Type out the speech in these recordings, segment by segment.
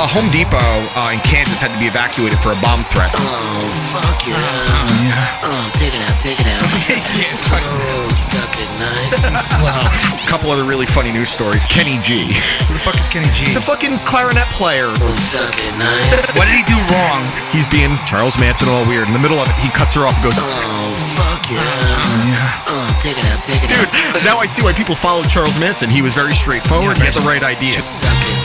a Home Depot uh, in Kansas had to be evacuated for a bomb threat. Oh, fuck your ass. yeah. Oh, take it out, take it out. Oh, suck it nice and slow. A couple other really funny news stories. Kenny G, Who the fuck is Kenny G? the fucking clarinet player. Oh, suck it nice. What did he do wrong? He's being Charles Manson all weird. In the middle of it, he cuts her off and goes, Oh, fuck your ass. Oh, take it out, take it out. "Dude, now I see why people followed Charles Manson. He was very straightforward. he had the right ideas." Suck it.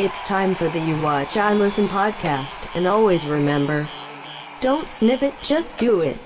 It's time for the You Watch I Listen podcast, and always remember don't sniff it, just do it.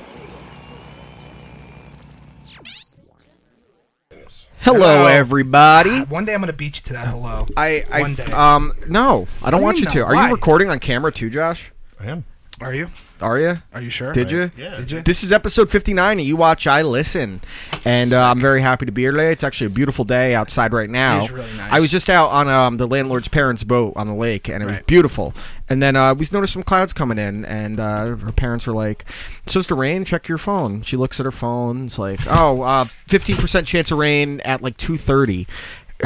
Hello, Hello. everybody. One day I'm gonna beat you to that hello. I, I One day. um no, I don't What want do you you to. mean, Are why? you recording on camera too, Josh? I am. Are you? Are you? Are you sure? Did you? Yeah. Did you? This is episode 59 of You Watch, I Listen. And uh, I'm very happy to be here today. It's actually a beautiful day outside right now. It is really nice. I was just out on um, the landlord's parents' boat on the lake, and it was Right. beautiful. And then uh, we noticed some clouds coming in, and uh, her parents were like, It's supposed to rain. Check your phone. She looks at her phone. It's like, Oh, uh, 15% chance of rain at like 2.30.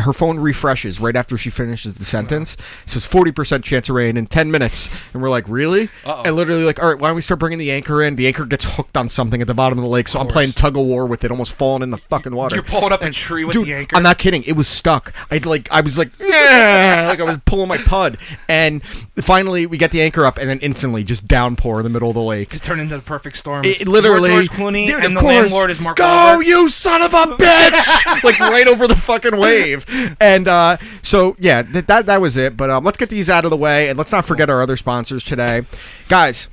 Her phone refreshes right after she finishes the sentence. It says forty percent chance of rain in ten minutes, and we're like, "Really?" And literally, like, "All right, why don't we start bringing the anchor in?" The anchor gets hooked on something at the bottom of the lake, so I'm playing tug of war with it, almost falling in the fucking water. You're pulling up a tree with Dude, the anchor. I'm not kidding. It was stuck. I like I was like yeah, like I was pulling my pud, and finally we got the anchor up, and then instantly just downpour in the middle of the lake. Just turned into the perfect storm. It It's literally, George Clooney dude, and of the course, landlord is Mark go Wahlberg. you son of a bitch, like right over the fucking wave. And uh, so yeah, th- that that was it. But um, let's get these out of the way, and let's not forget our other sponsors today, guys.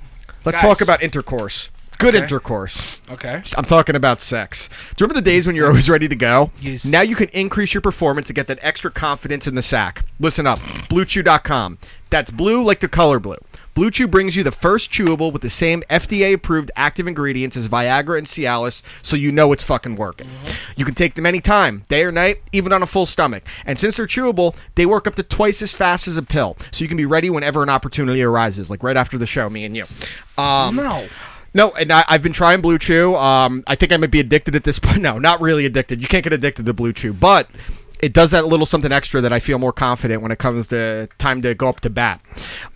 Let's Guys. talk about intercourse. Good Okay. intercourse. Okay. I'm talking about sex. Do you remember the days when you're always ready to go? Yes. Now you can increase your performance and get that extra confidence in the sack. Listen up, BlueChew.com. That's blue like the color blue. BlueChew brings you the first chewable with the same FDA-approved active ingredients as Viagra and Cialis, so you know it's fucking working. Mm-hmm. You can take them anytime, day or night, even on a full stomach. And since they're chewable, they work up to twice as fast as a pill, so you can be ready whenever an opportunity arises, like right after the show, me and you. Um, No. no, and I, I've been trying Blue Chew. Um, I think I might be addicted at this point. No, not really addicted. You can't get addicted to Blue Chew, but it does that little something extra that I feel more confident when it comes to time to go up to bat.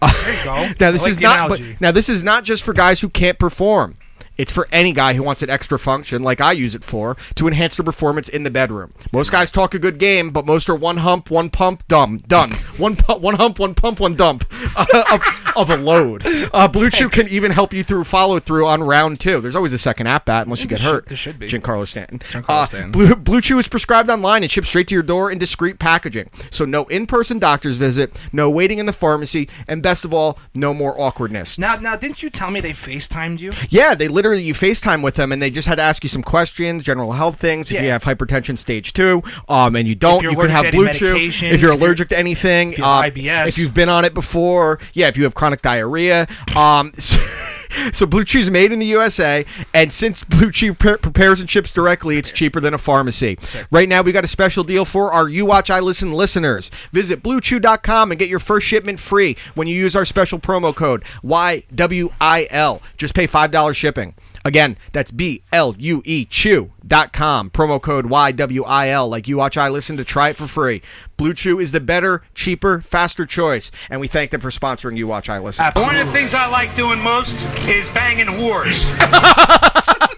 There you go. now this I like is the not. But, analogy. now this is not just for guys who can't perform. It's for any guy who wants an extra function, like I use it for, to enhance their performance in the bedroom. Most guys talk a good game, but most are one hump, one pump, dumb, done. One pu- one hump, one pump, one dump uh, of, of a load. Uh, Blue Chew can even help you through follow through on round two. There's always a second at bat unless you get there should- hurt. there should be. Giancarlo Stanton. Giancarlo Uh, Stanton. Blue, Blue Chew is prescribed online and shipped straight to your door in discreet packaging. So no in-person doctor's visit, no waiting in the pharmacy, and best of all, no more awkwardness. Now, now, didn't you tell me they FaceTimed you? Yeah, they literally you FaceTime with them, and they just had to ask you some questions, general health things. If you Yeah. have hypertension stage two, um, and you don't, you're you could have allergic to any blue chew. If medication, you're if you're- allergic to anything, if, you have IBS. if you've been on it before, yeah, if you have chronic diarrhea, um. So- So Blue Chew's made in the USA, and since Blue Chew pre- prepares and ships directly, it's cheaper than a pharmacy. Right now, we got a special deal for our You Watch I Listen listeners. Visit BlueChew.com and get your first shipment free when you use our special promo code YWIL. Just pay five dollars shipping. Again, that's B L U E Chew.com. Promo code YWIL. Like you watch, I listen to try it for free. Blue Chew is the better, cheaper, faster choice. And we thank them for sponsoring You Watch, I Listen. One of the things I like doing most is banging whores.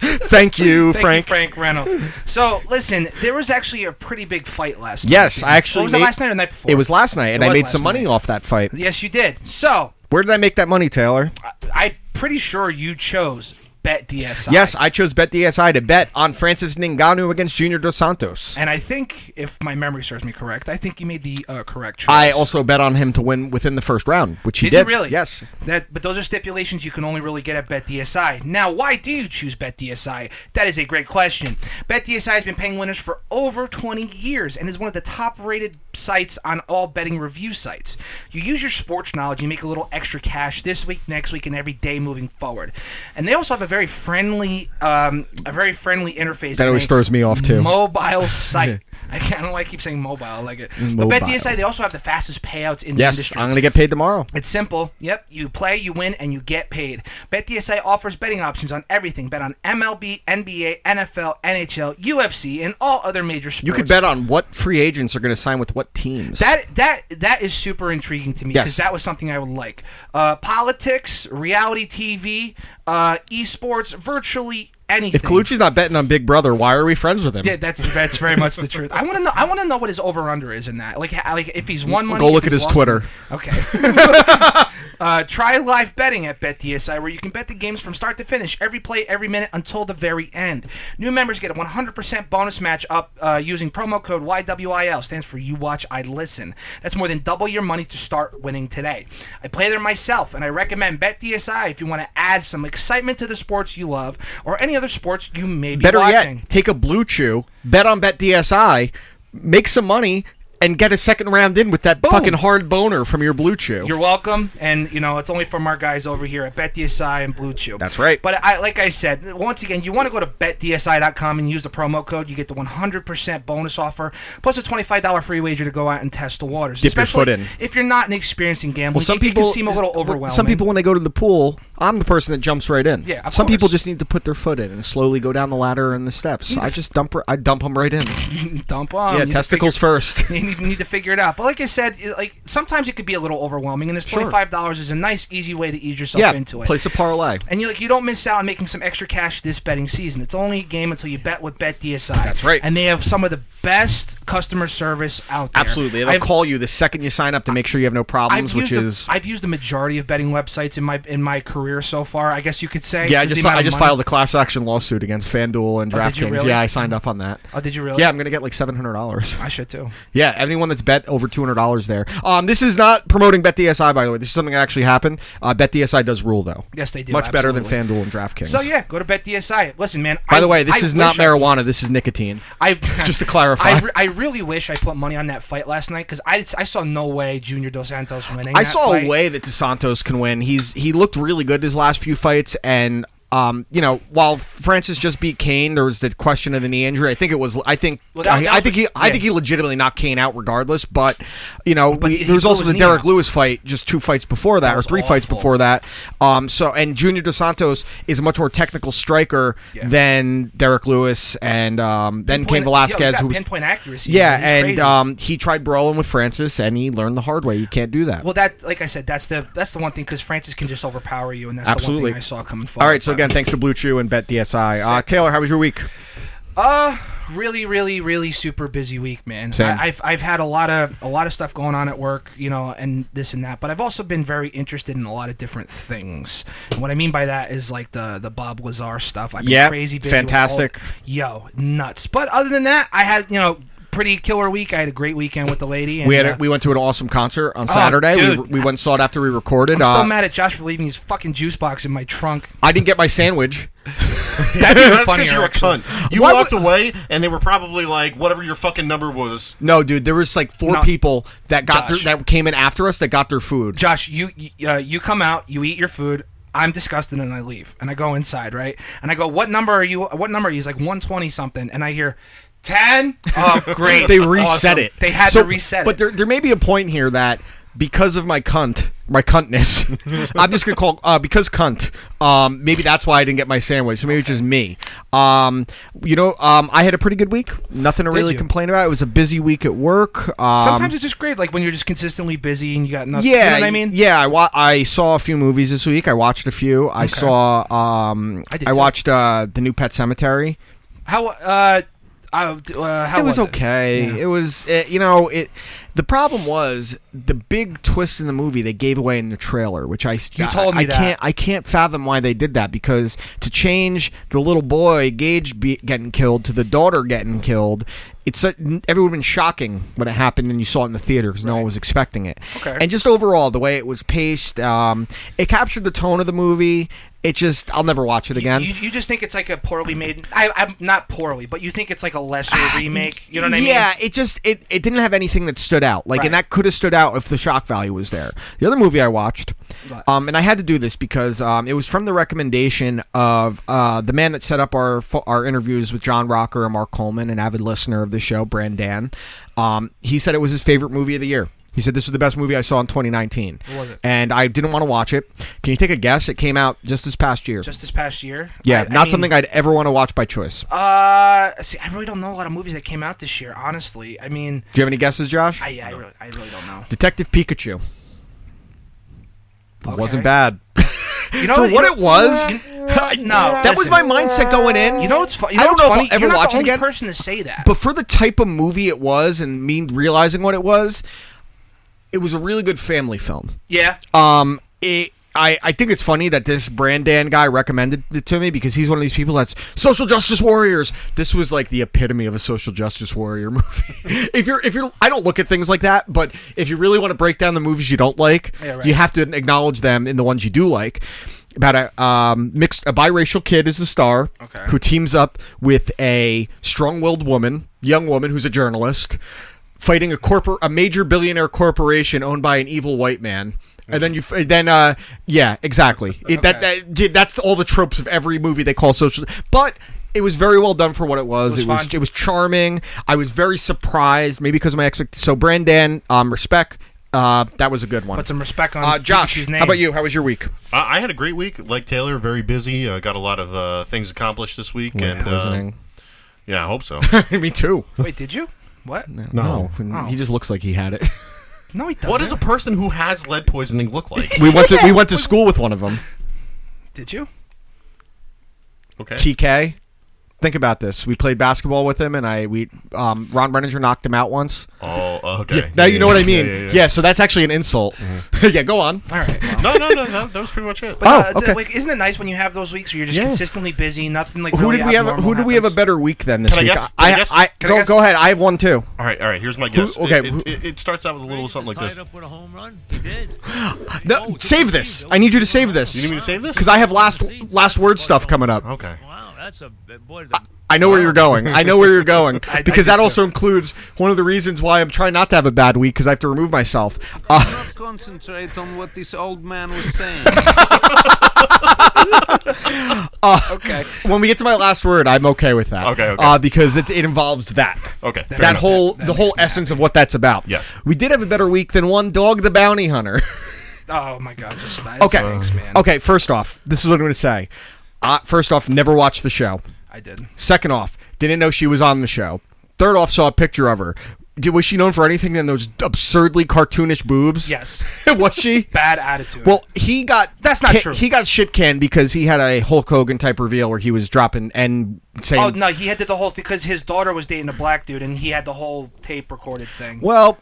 Thank you, Thank Frank. you, Frank Reynolds. So, listen, there was actually a pretty big fight last night. Yes, I actually. Or was it made- last night or the night before? It was last night, and It I was made last some money night. off that fight. Yes, you did. So, Where did I make that money, Taylor? I'm pretty sure you chose Bet DSI. Yes, I chose BetDSI to bet on Francis Ngannou against Junior Dos Santos. And I think, if my memory serves me correct, I think you made the uh, correct choice. I also bet on him to win within the first round, which he did, did. you really? Yes. That, but those are stipulations you can only really get at BetDSI. Now, why do you choose BetDSI? That is a great question. BetDSI has been paying winners for over 20 years and is one of the top-rated sites on all betting review sites. You use your sports knowledge, you make a little extra cash this week, next week, and every day moving forward. And they also have a very friendly, um, a very friendly interface. That always and a throws me off, too. Mobile site. I don't know why I keep saying mobile. I like it. Mm, Mobile. But BetDSI, they also have the fastest payouts in the Yes, industry. I'm going to get paid tomorrow. It's simple. Yep, you play, you win, and you get paid. BetDSI offers betting options on everything. Bet on MLB, NBA, NFL, NHL, UFC, and all other major sports. You could bet on what free agents are going to sign with what teams. that. That that is super intriguing to me because Yes. that was something I would like. Uh, politics, reality TV, uh, esports, virtually anything. if Colucci's not betting on Big Brother, why are we friends with him? yeah, that's that's very much the truth. I want to know. I want to know what his over under is in that. Like, ha- like if he's won money. Go if look at his he's lost Twitter. money. Okay. uh, try live betting at BetDSI, where you can bet the games from start to finish, every play, every minute, until the very end. New members get a 100% bonus match up uh, using promo code YWIL. Stands for You Watch, I Listen. That's more than double your money to start winning today. I play there myself, and I recommend BetDSI if you want to add some excitement to the sports you love or any other sports you may be Better watching. yet, take a blue chew, bet on BetDSI, make some money, and get a second round in with that fucking hard boner from your blue chew. You're welcome, and you know it's only from our guys over here at BetDSI and Blue Chew. That's right. But I, like I said, once again, you want to go to betdsi.com and use the promo code. You get the 100% bonus offer plus a $25 free wager to go out and test the waters. Dip your Especially foot in. If you're not an experienced in gambling, well, some it, people it can seem a little overwhelming. Some people, when they go to the pool, I'm the person that jumps right in. Yeah, of some people course. just need to put their foot in and slowly go down the ladder and the steps. I just dump. her- I dump them right in. dump on yeah, testicles first. you need, need to figure it out. But like I said, it- like sometimes it could be a little overwhelming, and this $25 is a nice, easy way to ease yourself yeah, into it. place a parlay. And you like you don't miss out on making some extra cash this betting season. It's only a game until you bet with BetDSI. That's right. And they have some of the best customer service out there. Absolutely, they'll I've- call you the second you sign up to make sure you have no problems, I've which used a- is I've used the majority of betting websites in my in my career so far. I guess you could say. yeah. I Just just the amount I of just money- filed a class action lawsuit against FanDuel and Oh, did you DraftKings. really? Yeah, I signed up on that. Oh, did you really? Yeah, I'm gonna get like seven hundred dollars. I should too. Yeah, anyone that's bet over two hundred dollars there. Um, this is not promoting BetDSI by the way. This is something that actually happened. Uh, BetDSI does rule though. Yes, they do, Much better than absolutely. FanDuel and DraftKings. So yeah, go to BetDSI. Listen, man. By I- the way, this I is not wish I- marijuana. This is nicotine. I Just to clarify. I, re- I really wish I put money on that fight last night because I, I saw no way Junior Dos Santos winning. I that saw fight. a way that DeSantos can win. He's he looked really good his last few fights and. Um, you know, while Francis just beat Kane, there was the question of the knee injury. I think it was. I think. Well, that- I, that I was think the- he. I yeah. think he legitimately knocked Kane out, regardless. But you know, we, he there was blew also his the knee Derek out. Lewis fight just two fights before that, or was three fights awful. before that. Um, so and Junior Dos Santos is a much more technical striker Yeah. than Derek Lewis and um, then Cain Pinpoint- yo, he's Velasquez, got who was pinpoint accuracy. yeah, man. He's and crazy. um, he tried brawling with Francis, and he learned the hard way. You can't do that. Well, that like I said, that's the that's the one thing because Francis can just overpower you, and that's the Absolutely. one thing I saw coming forward. All right, so But again, thanks to Blue Chew and BetDSI. Uh, Taylor, how was your week? really, really, really super busy week, man. Same. I, I've I've had a lot of a lot of stuff going on at work, you know, and this and that. But I've also been very interested in a lot of different things. And what I mean by that is like the the Bob Lazar stuff. I've been Yeah, crazy busy. with fantastic. all- yo, nuts. But other than that, I had you know pretty killer week. I had a great weekend with the lady. And, We had a, uh, we went to an awesome concert on Saturday. we, Oh, dude. we went and saw it after we recorded. I'm still uh, mad at Josh for leaving his fucking juice box in my trunk. I didn't get my sandwich. That's even funnier. Because you're a actually. cunt. You Why walked away, and they were probably like, whatever your fucking number was. No, dude, there was like four No. people that got their, Josh. that came in after us that got their food. Josh, you you, uh, you come out, you eat your food. I'm disgusted and I leave, and I go inside, right? And I go, "What number are you? What number?" are you?" He's like, "120 something," and I hear, 10? Oh, great! they reset Awesome. it. They had So- to reset But it. there there may be a point here that because of my cunt my cuntness. I'm just gonna call uh, because cunt. Um, maybe that's why I didn't get my sandwich. So maybe it's just me. Um, you know, um, I had a pretty good week. Nothing to really you? complain about. It was a busy week at work. Um, Sometimes it's just great, like when you're just consistently busy and you got nothing. yeah, you know what I mean, yeah. I wa- I saw a few movies this week. I watched a few. I saw. Um, I, did too. watched uh, the new Pet Cemetery. How uh, I, uh how it was, was okay. It was, uh you know, it. The problem was the big twist in the movie they gave away in the trailer, which I You told me I, that. can't I can't fathom why they did that because to change the little boy Gage be, getting killed to the daughter getting killed, it's so- it would have been shocking when it happened and you saw it in the theater because no one was expecting it. Okay. and just overall the way it was paced, um, it captured the tone of the movie. It just I'll never watch it again. You, you just think it's like a poorly made. I, I'm not poorly, but you think it's like a lesser remake. You know what I mean? Ah, Yeah, it just it, it didn't have anything that stood out. Like, and Right. that could have stood out if the shock value was there. The other movie I watched, um, and I had to do this because um, it was from the recommendation of uh, the man that set up our fo- our interviews with John Rocker and Mark Coleman, an avid listener of the show, Brandan. Um, he said it was his favorite movie of the year. He said this was the best movie I saw in 2019. was it? And I didn't want to watch it. Can you take a guess? It came out just this past year. Just this past year. yeah, I- I not mean, something I'd ever want to watch by choice. Uh, see, I really don't know a lot of movies that came out this year. Honestly, I mean, do you have any guesses, Josh? I, I really, I really don't know. Detective Pikachu. It Wasn't Okay. bad. You know For Oh, you what know- it was, no, that was listen. my mindset going in. You know what's funny? I don't know if funny? I'll ever You're not watch the it only again. person to say that. but for the type of movie it was, and me realizing what it was, it was a really good family film. yeah. Um, it. I, I think it's funny that this Brandan guy recommended it to me because he's one of these people that's social justice warriors. This was like the epitome of a social justice warrior movie. if you're if you're I don't look at things like that, but if you really want to break down the movies you don't like, Yeah, right. you have to acknowledge them in the ones you do like. About a um, mixed a biracial kid is the star Okay. who teams up with a strong-willed woman, young woman who's a journalist, fighting a corpor- a major billionaire corporation owned by an evil white man. And then you, f- then uh, yeah, exactly. It, that, that dude, that's all the tropes of every movie they call social. But it was very well done for what it was. It was, it was, fun. charming. I was very surprised, maybe because of my expect. So Brandon, um, respect. Uh, that was a good one. Put some respect on uh, Josh, Pikachu's name. how about you? How was your week? I, I had a great week. Like Taylor, very busy. Uh, got a lot of uh, things accomplished this week. and uh, yeah, I hope so. Me too. Wait, did you? What? No, he he just looks like he had it. No, he doesn't. what does a person who has lead poisoning look like? we went to we went to school with one of them. Did you? Okay. TK. Think about this. We played basketball with him, and I we um, Ron Renninger knocked him out once. Oh, okay. Now you know what I mean. Yeah, Uh-huh. yeah, yeah. so that's actually an insult. yeah, go on. All right. well. No, no, no, no. That was pretty much it. Oh, Uh, it's, uh, okay. like, isn't it nice when you have those weeks where you're just Yeah. consistently busy, nothing like who really did we have? A, abnormal who did we have a happens? better week than this Can I week? guess? Can I guess? Can I go, guess? go ahead. I have one too. All right, all right. Here's my guess. okay, It- who- It, it, starts out with a little something like this. You with a home run. He did. No, save this. I need you to save this. need me to save this? because I have last last word stuff coming up. okay. Wow, that's a boy. The, I know where you're going. I know where you're going I because did that too. also includes one of the reasons why I'm trying not to have a bad week because I have to remove myself. Uh, Concentrate on what this old man was saying. Okay. when we get to my last word, I'm okay with that. Okay, okay. Uh, because it, it involves that. Okay. fair that enough. whole the whole essence of what that's about. Yes. we did have a better week than one dog the bounty hunter. Oh my God! Just that okay, Oh. stinks, man. okay. First off, this is what I'm going to say. Uh, first off, never watched the show. I did. Second off, didn't know she was on the show. Third off, saw a picture of her. Did, was she known for anything than those absurdly cartoonish boobs? Yes. was she? Bad attitude. Well, he got That's not ca- true. He got shit canned because he had a Hulk Hogan type reveal where he was dropping and saying, Oh no, he had did the whole thing because his daughter was dating a black dude, and he had the whole tape recorded thing. "Well,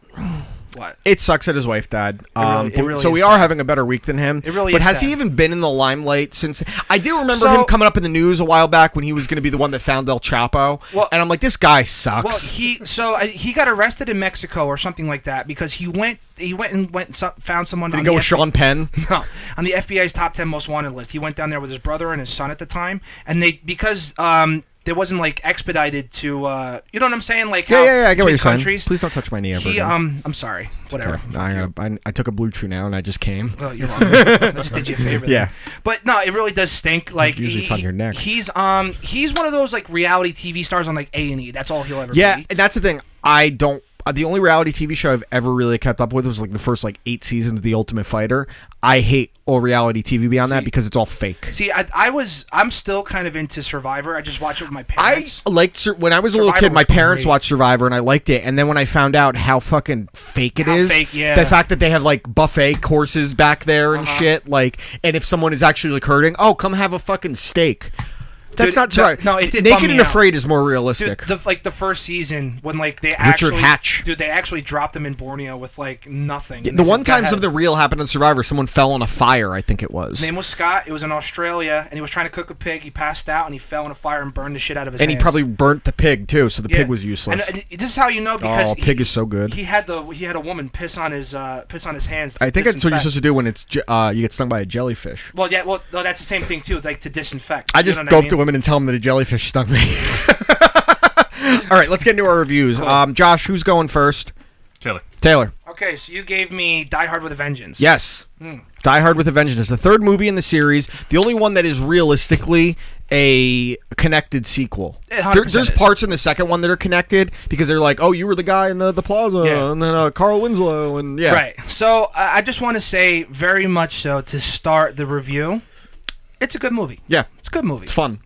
What? it sucks that his wife died." Um, it but- really so is we are sad. having a better week than him. It really But is has he sad. even been in the limelight since? I do remember So- him coming up in the news a while back when he was going to be the one that found El Chapo. Well- and I'm like, this guy Well, sucks. he so uh, he got arrested in Mexico or something like that because he went he went and went and so- found someone. Did on he go the with F- Sean Penn? No, on the FBI's top ten most wanted list. He went down there with his brother and his son at the time, and they because um there wasn't like expedited to uh you know what I'm saying like Yeah, how yeah, yeah, I get what between you're saying. countries. Please don't touch my knee ever He, again. um, I'm sorry. Whatever. Okay, I, I- I took a blue chew now and I just came. Well, you're welcome. I just did you a favor. there. Yeah. but no, it really does stink. Like Usually it's he- on your neck. He's um he's one of those like reality TV stars on like A and E. That's all he'll ever Yeah, be. and that's the thing. I don't. uh, the only reality TV show I've ever really kept up with was like the first like eight seasons of The Ultimate Fighter. I hate all reality TV beyond that because it's all fake. See, I, I was, I'm still kind of into Survivor. I just watch it with my I parents. liked Sur- when I was a Survivor little kid. My was parents great. watched Survivor, and I liked it. And then when I found out how fucking fake it is, How fake, yeah. Uh-huh. the fact that they have like buffet courses back there and shit, like, and if someone is actually like, hurting, oh, come have a fucking steak. That's Dude, not that- sorry. no, it did bum Naked me and out. Afraid is more Dude, realistic. the, like the first season when like they Richard actually, Hatch. dude, they actually dropped them in Borneo with like nothing. the And they said, one "Go time ahead." something real happened on Survivor, someone fell on a fire. I think it was. His name was Scott. It was in Australia, and he was trying to cook a pig. He passed out, and he fell in a fire and burned the shit out of his. and he hands. probably burnt the pig too, so the Yeah. pig was useless. And, and this is how you know because Oh, he- pig is so good. He had the he had a woman piss on his uh, piss on his hands. to I think that's what you're disinfect. supposed to do when it's je- uh, you get stung by a jellyfish. Well, yeah, well, no, that's the same thing too. Like to disinfect. I You just know what go mean? up to women and tell them that a jellyfish stung me. All right, let's get into our reviews. Um, Josh, who's going first? Taylor. Taylor. Okay, so you gave me Die Hard with a Vengeance. Yes. Hmm. Die Hard with a Vengeance, the third movie in the series, the only one that is realistically a connected sequel. It 100% There- there's is. parts in the second one that are connected because they're like, oh, you were the guy in the, the plaza, Yeah. and then uh, Carl Winslow, and yeah. Right. So uh, I I just want to say very much so to start the review. It's a good movie. Yeah. It's a good movie. It's fun.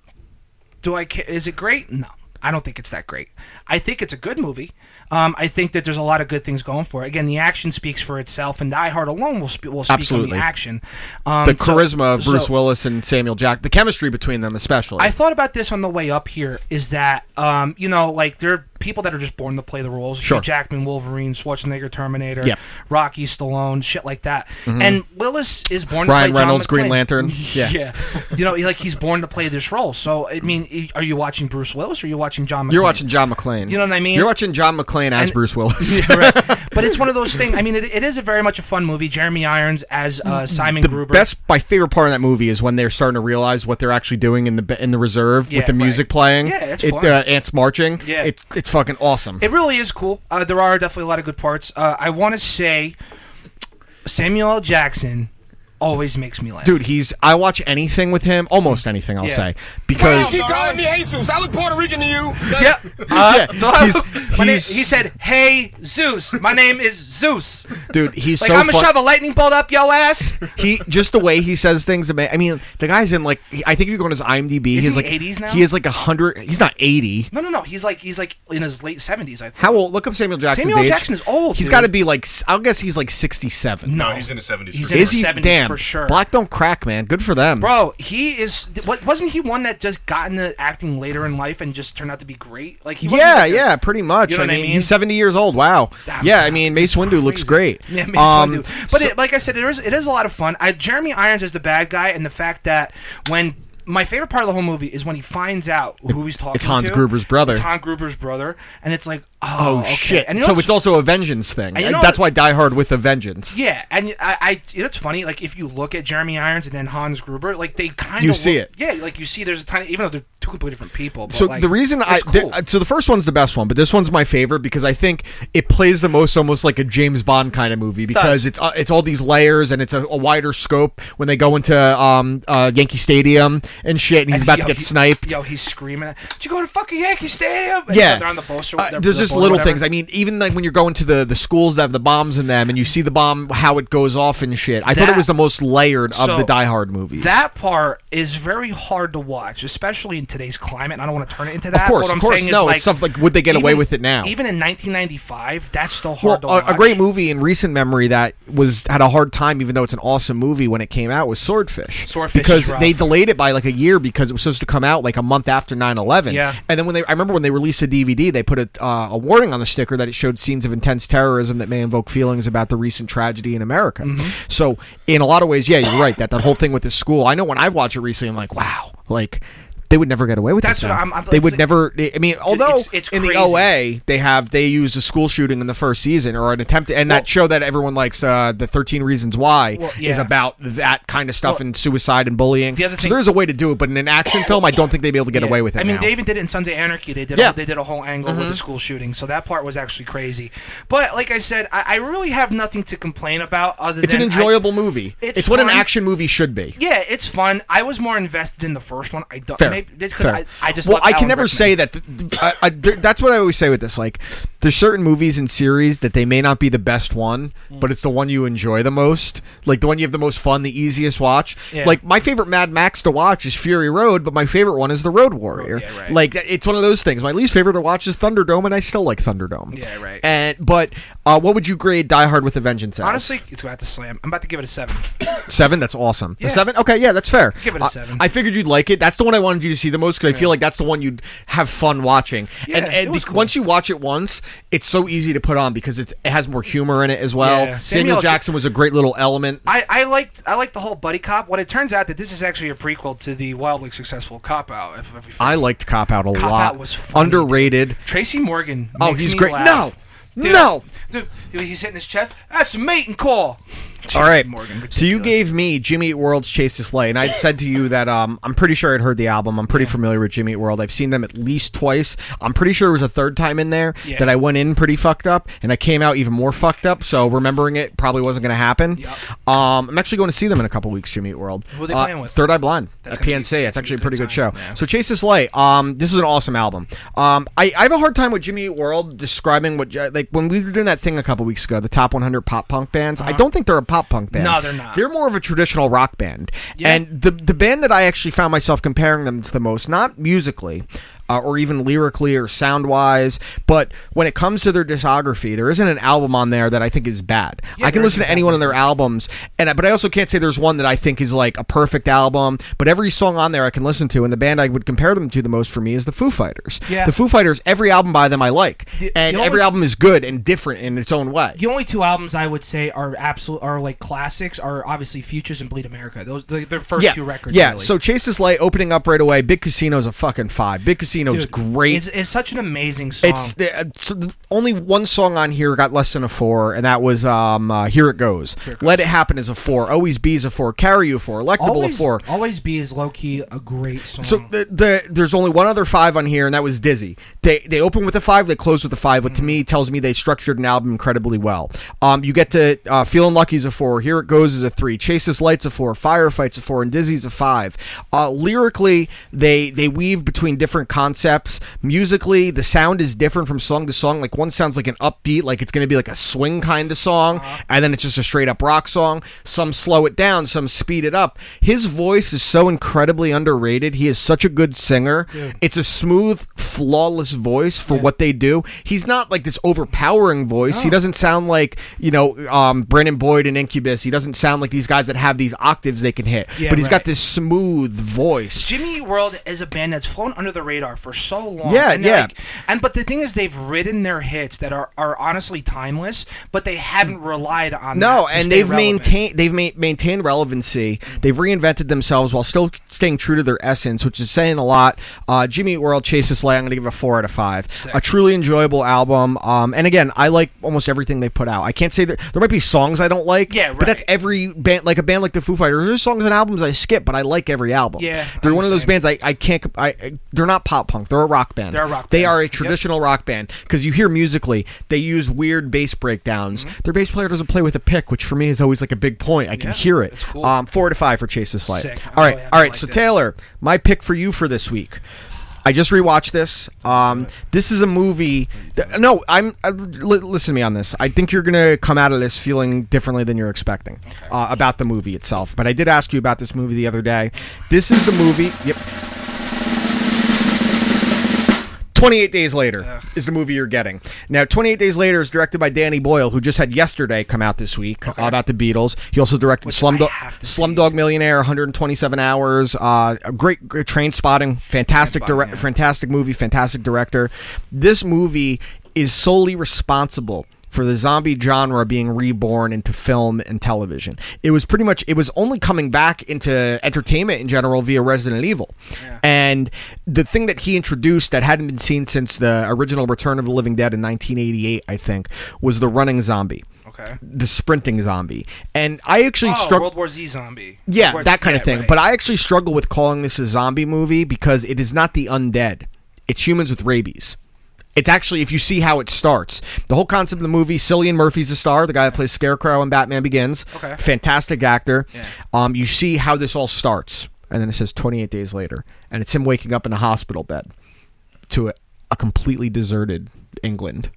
Do I? ca- Is it great? No, I don't think it's that great. I think it's a good movie. Um, I think that there's a lot of good things going for it. Again, the action speaks for itself, and Die Hard alone will, spe- will speak Absolutely. on the action. Um, The so- charisma of Bruce so- Willis and Samuel Jack, the chemistry between them, especially. I thought about this on the way up here. Is that um, you know, like there are people that are just born to play the roles. Sure. Hugh Jackman, Wolverine, Schwarzenegger, Terminator, Yep. Rocky, Stallone, shit like that. And Willis is Ryan born to play John Mm-hmm. Reynolds, Green McClane. Lantern. Yeah. yeah. you know, he- like he's born to play this role. So I mean, i- are you watching Bruce Willis or are you watching John? McClane? You're watching John McClane. You know what I mean? You're watching John McClane as And- Bruce Willis. Yeah, right. But it's one of those things. I mean, it, it is a very much a fun movie. Jeremy Irons as uh, Simon Mm-hmm. the Gruber. best, my favorite part of that movie is when they're starting to realize what they're actually doing in the in the reserve Yeah, with the right. music playing. Yeah, it's it, fun. Uh, ants marching. Yeah. it, it's fucking awesome. It really is cool. Uh, there are definitely a lot of good parts. Uh, I want to say Samuel L. Jackson always makes me laugh. Dude, he's I watch anything with him, almost anything I'll Yeah. say because calling me Jesus. I look Puerto Rican to you. Yep. Uh, Yeah, so- he's- my name- he's- he said, "Hey Zeus, my name is Zeus." dude, he's Like so I'm gonna fun- shove a lightning bolt up yo ass. he just the way he says things. ama- I mean, the guy's in like he- I think if you go on his IMDb, he's Is he like 80s now? He is like hundred. He's not eighty. No, no, no. He's like he's like in his late seventies. I think. How old? Look up Samuel Jackson's Samuel age. Jackson is old, He's dude. got to be like s- I'll guess he's like sixty-seven. No, he's in his 70s. He's for in sure. Is he? 70s Damn. for sure. Black don't crack, man. Good for them. Bro, he is. What wasn't he one that just got into acting later in life and just turned out to be great? Like he. wasn't yeah, like a- yeah, pretty much. You know I, what mean, I mean? he's seventy years old. Wow. Damn, yeah, it's I mean, Mace Windu looks crazy. great. Yeah, Mace Um, Windu. But so- it, like I said, it is it is a lot of fun. I, Jeremy Irons is the bad guy, and the fact that when my favorite part of the whole movie is when he finds out who he's talking to. it's Hans Gruber's brother. It's Hans Gruber's brother, and it's like, oh oh, okay. shit! And you know so what's- it's also a vengeance thing. And you know That's why what- Die Hard with a vengeance. yeah, and I, I you know, it's funny. Like if you look at Jeremy Irons and then Hans Gruber, like they kind of You see it. Yeah, like you see, there's a tiny, even though they're two completely different people. But So like, the reason I it's cool. th- so the first one's the best one, but this one's my favorite because I think it plays the most almost like a James Bond kind of movie because does. it's uh, it's all these layers and it's a, a wider scope when they go into um, uh, Yankee Stadium and shit, and he's about Yo, to get he- sniped. Yo, he's screaming. Did you go to fucking Yankee Stadium? And yeah, they're on the poster. Uh, they're- there's the just boat or little whatever. things. I mean, even like when you're going to the the schools that have the bombs in them, and you see the bomb, how it goes off and shit. I thought it That- was the most layered of So, the Die Hard movies. That part is very hard to watch, especially in today's climate. And I don't want to turn it into that. course, but what of I'm course, saying no, is it's like, stuff like, would they get away with it now? Even in 1995, that's still well, hard to watch. a, a great movie in recent memory that was had a hard time, even though it's an awesome movie when it came out, was Swordfish. Swordfish is because rough. they delayed it by like a year because it was supposed to come out like a month after 9-11. Yeah. and then when they, I remember when they released the DVD, they put a, uh, a warning on the sticker that it showed scenes of intense terrorism that may invoke feelings about the recent tragedy in America. Mm-hmm. So in a lot of ways, yeah, you're right. That that whole thing with the school, I know when I've watched it recently, I'm like, wow, like. They would never get away with That's this what now. I'm- I'm- they would it's- never. I mean, although it's- it's in the crazy. OA, they have they used a school shooting in the first season or an attempt and that show that everyone likes uh, the 13 reasons why Well, is yeah. about that kind of stuff and suicide and bullying the other so thing- there's a way to do it but in an action film i don't think they'd be able to get Yeah. away with it I mean, now. they even did it in Sons of Anarchy. They did. Yeah. Mm-hmm. A, they did a whole angle with the school shooting, so that part was actually crazy. But like I said, I, I really have nothing to complain about other it's than an I- enjoyable movie It's it's, what an fun. action movie should be yeah, it's fun. I was more invested in the first one. I don't, Fair. may- maybe because I, I just well, love I can Alan never Rickman. say that. th- th- I, I- there- that's what I always say with this. Like, there's certain movies and series that they may not be the best one, Mm. but it's the one you enjoy the most. Like the one you have the most fun, the easiest watch. Yeah. Like my favorite Mad Max to watch is Fury Road, but my favorite one is The Road Warrior. yeah, right. Like that- it's one of those things. My least favorite to watch is Thunderdome, and I still like Thunderdome. Yeah, right. And but uh, what would you grade Die Hard with a Vengeance? as? Honestly, it's about to slam. I'm about to give it a seven. Seven. That's awesome. A Yeah. seven. Okay, yeah, that's fair. Give it a I- seven. I, figured you'd like it. That's the one I wanted you to see the most because I feel like that's the one you'd have fun watching. Yeah, and and it was bec- cool. once you watch it once, it's so easy to put on because it's, it has more humor in it as well. Yeah. Samuel, Samuel J- Jackson was a great little element. I, I liked I liked the whole buddy cop. What it turns out that this is actually a prequel to the wildly successful cop out. If, if we I liked Cop Out a Cop lot. Out was funny, dude. underrated. Tracy Morgan. Oh, makes he's me great. laugh. No. Dude, No. dude, he's hitting his chest. That's a meeting call. All Tracy right. Morgan, so you ridiculous. gave me Jimmy Eat World's Chase This Lay, and I'd said to you that um, I'm pretty sure I'd heard the album. I'm pretty familiar with Jimmy Eat World. I've seen them at least twice. I'm pretty sure it was a third time in there Yeah. that I went in pretty fucked up, and I came out even more fucked up. So remembering it probably wasn't going to happen. Um, I'm actually going to see them in a couple weeks, Jimmy Eat World. Who are they Uh, playing with? Third Eye Blind That's at gonna be- PNC. it's that's gonna be actually a a pretty good good show. time, yeah. So Chase This Light, um, this is an awesome album. Um, I, I have a hard time with Jimmy Eat World describing what uh, like when we were doing that thing a couple weeks ago, the top 100 pop punk bands. I don't think they're a pop punk band. Uh-huh. No, they're not. They're more of a traditional rock band. Yeah. And the the band that I actually found myself comparing them to the most, not musically. Uh, or even lyrically or sound wise, but when it comes to their discography, there isn't an album on there that I think is bad. I can there listen to isn't. any one of their albums, and I- but I also can't say there's one that I think is like a perfect album. But every song on there I can listen to, and the band I would compare them to the most for me is the Foo Fighters. Yeah. The Foo Fighters, every album by them I like, The- and the every only- album is good and different in its own way. The only two albums I would say are absolute are like classics are obviously Futures and Bleed America. Those they're their first yeah, two records. yeah. really. So Chase is Light opening up right away. Big Casino's a fucking five. Big Casino's Dude, great. It's, it's such an amazing song. It's the, uh, so the- only one song on here got less than a four, and that was um, uh, Here It Goes. Let It Happen is a four. Always Be is a four. Carry You a four. Electable a always four. always be is low key a great song. So the, the there's only one other five on here, and that was Dizzy. They they open with a five, they close with a five. What to me tells me they structured an album incredibly well. Um, you get to uh, Feeling Lucky's a four, Here It Goes is a three, Chase This Light's a four, Firefight's a four, and Dizzy's a five. Uh, lyrically, they they weave between different concepts. Musically, the sound is different from song to song. Like one sounds like an upbeat, like it's going to be like a swing kind of song, Uh-huh. and then it's just a straight up rock song. Some slow it down, some speed it up. His voice is so incredibly underrated. He is such a good singer. It's a smooth, flawless voice for what they do. He's not like this overpowering voice. He doesn't sound like you know um, Brennan Boyd and Incubus. He doesn't sound like these guys that have these octaves they can hit. Yeah, but he's got right. this smooth voice. Jimmy Eat World is a band that's flown under the radar for so long. Yeah, and they're yeah. like- and but the thing is, they've written their hits that are, are honestly timeless, but they haven't relied on No, that to and stay they've relevant. maintained they've ma- maintained relevancy. They've reinvented themselves while still staying true to their essence, which is saying a lot. Uh, Jimmy Eat World, Chase This Lay, I'm going to give a four out of five. A truly enjoyable album. Um, and again, I like almost everything they put out. I can't say that there might be songs I don't like. Yeah, But that's right. every band, like a band like the Foo Fighters. There's songs and albums I skip, but I like every album. Yeah, they're I'm one of the those same. bands I, I can't. comp- I, I they're not pop punk. They're a rock band. They're a rock They band. are a Yep. traditional rock band because you hear musically they use weird bass breakdowns. Their bass player doesn't play with a pick, which for me is always like a big point. I can Mm-hmm. Yeah, hear it. it's cool. Um, four to five for Chase this light. Sick. I'm All right, really happy all I right. liked So it. Taylor, my pick for you for this week. I just rewatched this. Um, this is a movie. That, no, I'm. Uh, li- listen to me on this. I think you're gonna come out of this feeling differently than you're expecting uh, about the movie itself. But I did ask you about this movie the other day. This is the movie. Yep. 28 Days Later is the movie you're getting. Now, 28 Days Later is directed by Danny Boyle, who just had Yesterday come out this week uh, about the Beatles. He also directed Slumdog, have to see. Slumdog Millionaire, 127 Hours. Uh, a great, great train spotting, fantastic, direct, fantastic movie, fantastic director. This movie is solely responsible for the zombie genre being reborn into film and television. It was pretty much it was only coming back into entertainment in general via Resident Evil. And the thing that he introduced that hadn't been seen since the original Return of the Living Dead in 1988, I think, was the running zombie. Okay. The sprinting zombie. And I actually Oh, struggled World War Z zombie. yeah, Where it's- that kind of yeah, thing. right. But I actually struggle with calling this a zombie movie because it is not the undead. It's humans with rabies. It's actually if you see how it starts. The whole concept of the movie, Cillian Murphy's the star, the guy that plays Scarecrow in Batman Begins. Okay. Fantastic actor. Um, you see how this all starts. and then it says 28 days later, and it's him waking up in a hospital bed to a, a completely deserted England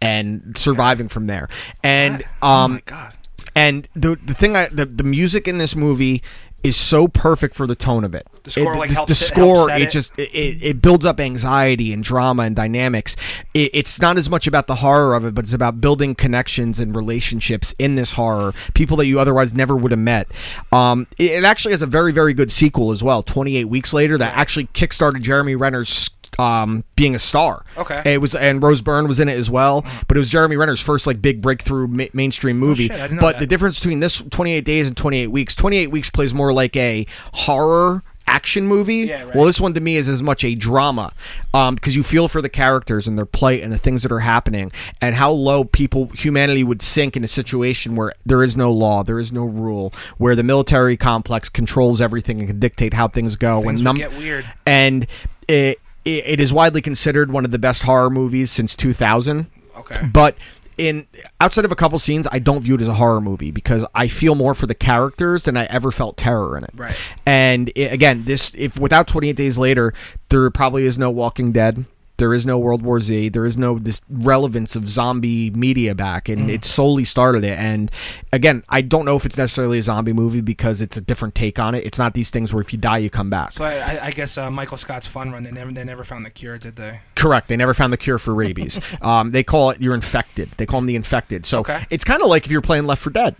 and surviving from there. And um, Oh my God. and the the thing I the, the music in this movie is so perfect for the tone of it. The score, it, like, the, helps the it- score helps set it it. just it, it it builds up anxiety and drama and dynamics. It, it's not as much about the horror of it, but it's about building connections and relationships in this horror. People that you otherwise never would have met. Um, it, it actually has a very very good sequel as well. Twenty eight weeks later, that actually kickstarted Jeremy Renner's. Um, being a star. Okay. It was, and Rose Byrne was in it as well. Oh. But it was Jeremy Renner's first like big breakthrough ma- mainstream movie. shit, I didn't know but that. the difference between this 28 days and 28 weeks 28 weeks plays more like a horror action movie Yeah, right. well this one to me is as much a drama because you feel for the characters and their plight and the things that are happening and how low people humanity would sink in a situation where there is no law there is no rule where the military complex controls everything and can dictate how things go and would num- get weird. and it, it, it is widely considered one of the best horror movies since 2000 Okay. but in outside of a couple scenes i don't view it as a horror movie because i feel more for the characters than i ever felt terror in it Right. and i again this if without 28 days later there probably is no walking dead there is no world war z there is no this relevance of zombie media back Mm. and it solely started it and again i don't know if it's necessarily a zombie movie because it's a different take on it it's not these things where if you die you come back So I, I, I guess uh, Michael Scott's fun run. They never they never found the cure, did they? Correct. They never found the cure for rabies. um, they call it you're infected. They call them the infected. So Okay. it's kind of like if you're playing Left for Dead.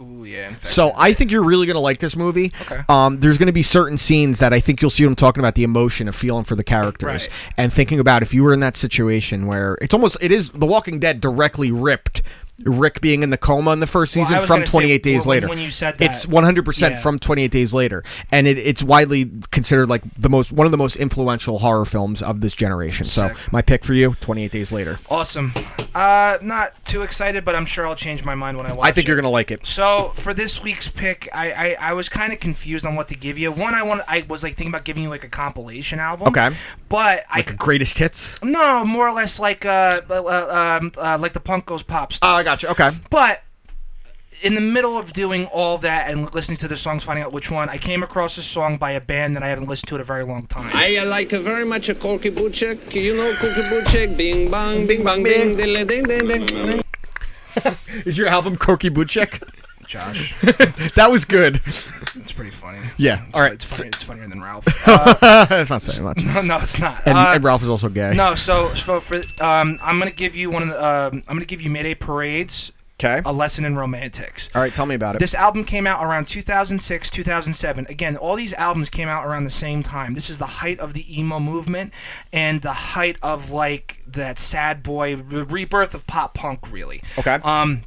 Ooh yeah. in fact. So I think you're really going to like this movie. Okay. Um, there's going to be certain scenes that I think you'll see what I'm talking about the emotion of feeling for the characters Right. and thinking about if you were in that situation where it's almost it is The Walking Dead directly ripped Rick being in the coma in the first Well, I season was from gonna say, 28 days when- later. when you said it's that, 100 percent yeah. from 28 days later, and it, it's widely considered like the most one of the most influential horror films of this generation. So Sick. my pick for you, 28 days later. awesome. Uh, not too excited, but I'm sure I'll change my mind when I watch. I think it. you're going to like it. So for this week's pick, I, I, I was kind of confused on what to give you. One, I want I was like thinking about giving you like a compilation album. Okay. But I Greatest hits. no more or less like uh, uh, uh, um, uh like the punk goes pop stuff. Oh, I got you. Okay. But in the middle of doing all that and listening to the songs, finding out which one, I came across a song by a band that I haven't listened to in a very long time. I uh, like uh, very much a corky buchek. You know corky buchek. Bing bang, bing bang, Bing. bing, ding ding ding ding. ding. Is your album Corky Buchek? Josh, That was good. it's pretty funny. Yeah. It's, All right. It's, funny, it's funnier than Ralph. Uh, That's not saying much. no, it's not. And, Uh, and Ralph is also gay. no, so so for um, I'm gonna give you one of the, um, I'm gonna give you Mayday Parades. 'Kay. A lesson in romantics. All right, tell me about it. This album came out around 2006, 2007. Again, all these albums came out around the same time. This is the height of the emo movement and the height of like that sad boy the rebirth of pop punk, really. Okay. Um,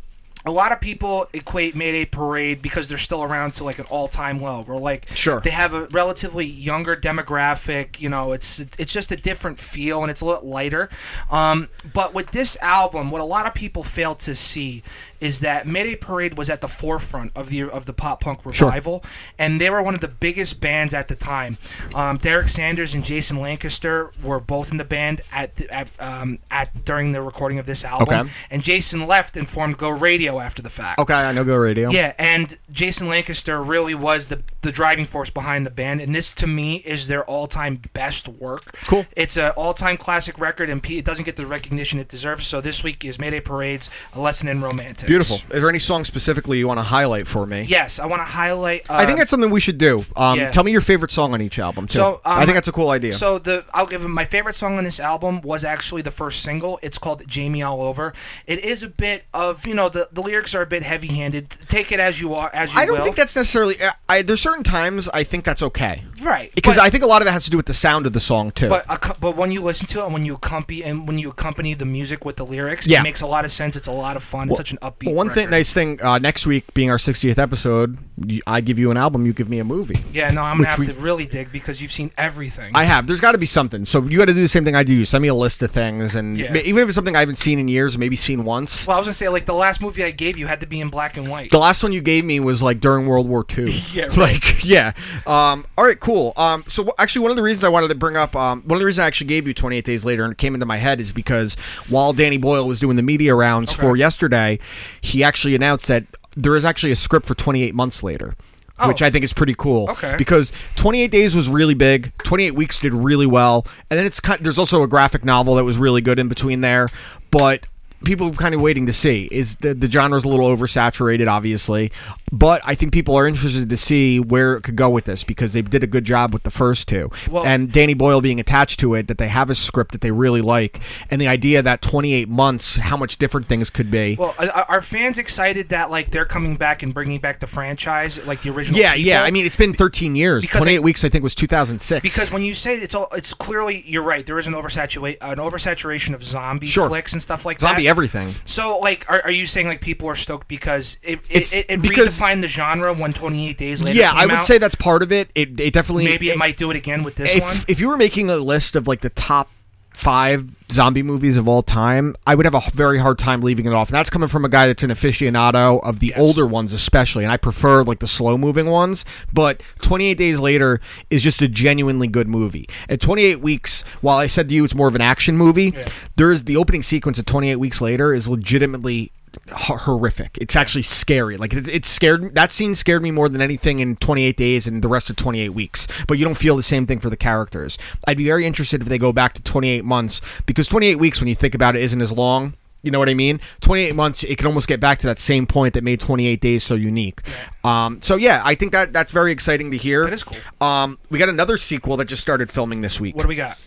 a lot of people equate Mayday Parade because they're still around to like an all-time low. We're like, Sure. they have a relatively younger demographic. You know, it's it's just a different feel and it's a little lighter. Um, but with this album, what a lot of people fail to see is that Mayday Parade was at the forefront of the of the pop punk revival, and they were one of the biggest bands at the time. Um, Derek Sanders and Jason Lancaster were both in the band at the, at, um, at during the recording of this album, Okay. and Jason left and formed Go Radio after the fact. okay, I know Go Radio. Yeah, and Jason Lancaster really was the the driving force behind the band, and this to me is their all time best work. Cool. It's an all time classic record, and P- it doesn't get the recognition it deserves. So this week is Mayday Parade's "A Lesson in Romantics." Beautiful. Is there any song specifically you want to highlight for me? Yes, I want to highlight. Uh, I think that's something we should do. Um, yeah. Tell me your favorite song on each album, too. So um, I think that's a cool idea. So the I'll give him my favorite song on this album was actually the first single. It's called "Jamie All Over." It is a bit of you know the, the lyrics are a bit heavy handed. Take it as you are as you I don't will. think that's necessarily. I, I, there's certain times I think that's okay. Right, Because but- I think a lot of it has to do with the sound of the song, too. But acco- but when you listen to it and when you accompany and when you accompany the music with the lyrics, Yeah. it makes a lot of sense. It's a lot of fun. it's such an upbeat. Well, one thing, record. nice thing, uh, next week being our 60th episode, y- I give you an album, you give me a movie. Yeah, no, I'm which gonna have we- to really dig because you've seen everything. I have. There's got to be something. So you got to do the same thing I do. You send me a list of things, and Yeah. ma- even if it's something I haven't seen in years, maybe seen once. well, I was gonna say like the last movie I gave you had to be in black and white. the last one you gave me was like during World War II. Yeah, right. Like, yeah. Um, all right, cool. Um, so wh- actually, one of the reasons I wanted to bring up, um, one of the reasons I actually gave you 28 Days Later and it came into my head is because while Danny Boyle was doing the media rounds for yesterday, he actually announced that there is actually a script for 28 Months Later. which I think is pretty cool. Oh. Okay. Because 28 Days was really big. 28 Weeks did really well, and then it's kind. There's also a graphic novel that was really good in between there, but people are kind of waiting to see is the, the genre's a little oversaturated obviously but i think people are interested to see where it could go with this because they did a good job with the first two and danny boyle being attached to it that they have a script that they really like and the idea that 28 months how much different things could be Well, are, are fans excited that like they're coming back and bringing back the franchise, like the original? yeah people? yeah i mean it's been 13 years Because 28 I- weeks i think was 2006 Because when you say it's all, it's clearly you're right. There is an oversaturate an oversaturation of zombie Sure. flicks and stuff like that. zombie everything So, like, are, are you saying like people are stoked because it it, It's it, it because- redefined the genre when 28 Days Later? yeah came i would out? say that's part of it it, it definitely maybe it might do it again with this if, one. if you were making a list of like the top five zombie movies of all time, I would have a h- very hard time leaving it off. And that's coming from a guy that's an aficionado of the older ones, especially. And I prefer like the slow moving ones. But 28 Days Later is just a genuinely good movie. At 28 Weeks, while I said to you it's more of an action movie, there's the opening sequence of 28 Weeks Later is legitimately ho- horrific. It's actually scary. Like it, it scared that scene scared me more than anything in 28 days and the rest of 28 weeks. But you don't feel the same thing for the characters. I'd be very interested if they go back to 28 months because 28 weeks, when you think about it, isn't as long. You know what I mean? 28 months, it can almost get back to that same point that made 28 days so unique. Um, so yeah, I think that that's very exciting to hear. That is cool. Um, we got another sequel that just started filming this week. what do we got?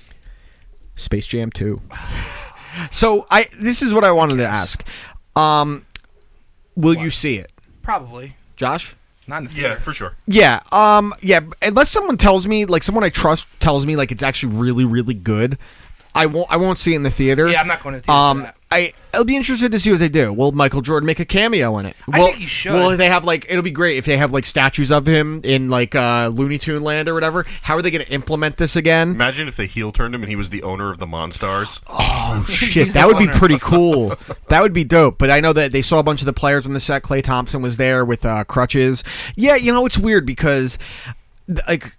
Space Jam 2. so I this is what I wanted to ask. Um will you see it? Probably Josh? not in the Yeah, theater. for sure. Yeah, um yeah, unless someone tells me like someone I trust tells me like it's actually really really good, I won't I won't see it in the theater. Yeah, I'm not going to the theater for Um that. I I'll be interested to see what they do. Will Michael Jordan make a cameo in it? I Will- think he should. Will they have like it'll be great if they have like statues of him in like uh Looney Tune land or whatever. How are they going to implement this again? Imagine if the heel turned him and he was the owner of the Monstars. Shit, He's that the would be owner. pretty cool. that would be dope. But I know that they saw a bunch of the players on the set. Clay Thompson was there with uh, crutches. Yeah, you know it's weird because th- like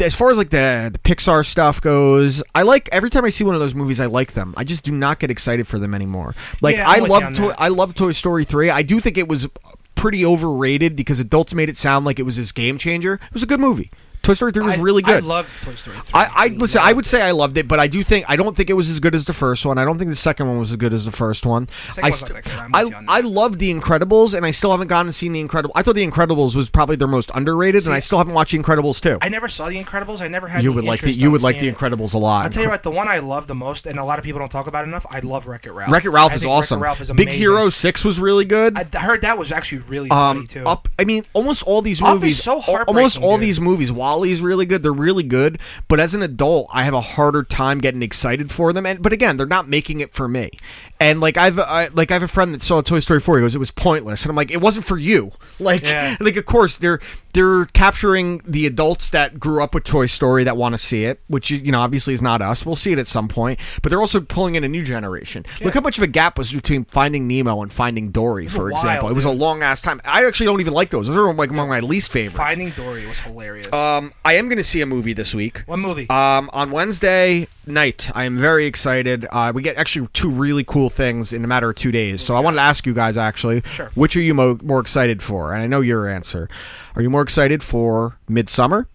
as far as like the, the Pixar stuff goes, I like every time I see one of those movies, I like them. I just do not get excited for them anymore. Like Yeah, I'm I with you love on Toy, that. I love Toy Story three. I do think it was pretty overrated because adults made it sound like it was this game changer. It was a good movie. Toy Story three was I- really good. I loved Toy Story 3. I, I listen. I would say I loved it, but I do think I don't think it was as good as the first one. I don't think the second one was as good as the first one. I, one's st- not that good. I'm with you I, on that. I love the Incredibles, and I still haven't gone and seen the Incredibles. I thought the Incredibles was probably their most underrated, and I still haven't watched the Incredibles too. I never saw The Incredibles. I never had. you any would like the interest you on would like the seeing it. Incredibles a lot. I'll tell you what, the one I love the most, and a lot of people don't talk about it enough. I love Wreck It Ralph. Wreck It Ralph I is think Wreck-It awesome. Ralph is Big amazing. Hero Six was really good. I I heard that was actually really funny um, too. up. I mean, almost all these Up is movies. so al- heartbreaking, almost all dude. these movies. Wally's really good. They're really good. But as an adult, I have a harder time getting excited for them. And but again, they're not making it for me. And like I've I, like I have a friend that saw Toy Story four. He goes, it was pointless. And I'm like, it wasn't for you. Like Yeah. like of course they're they're capturing the adults that grew up with Toy Story that want to see it, which you know obviously is not us. We'll see it at some point. But they're also pulling in a new generation. Look how much of a gap was between Finding Nemo and Finding Dory, for while, example. It was a dude. long ass time. I actually don't even like those. Those are like among my least favorites. Finding Dory was hilarious. Um, I am going to see a movie this week. What movie? Um, on Wednesday night, I am very excited. Uh, we get actually two really cool things in a matter of two days. So I wanted to ask you guys actually, Sure. which are you mo- more excited for? And I know your answer. Are you more excited for Midsummer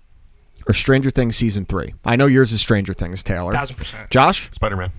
or Stranger Things season three? I know yours is Stranger Things, Taylor. Thousand percent. Josh, Spider Man.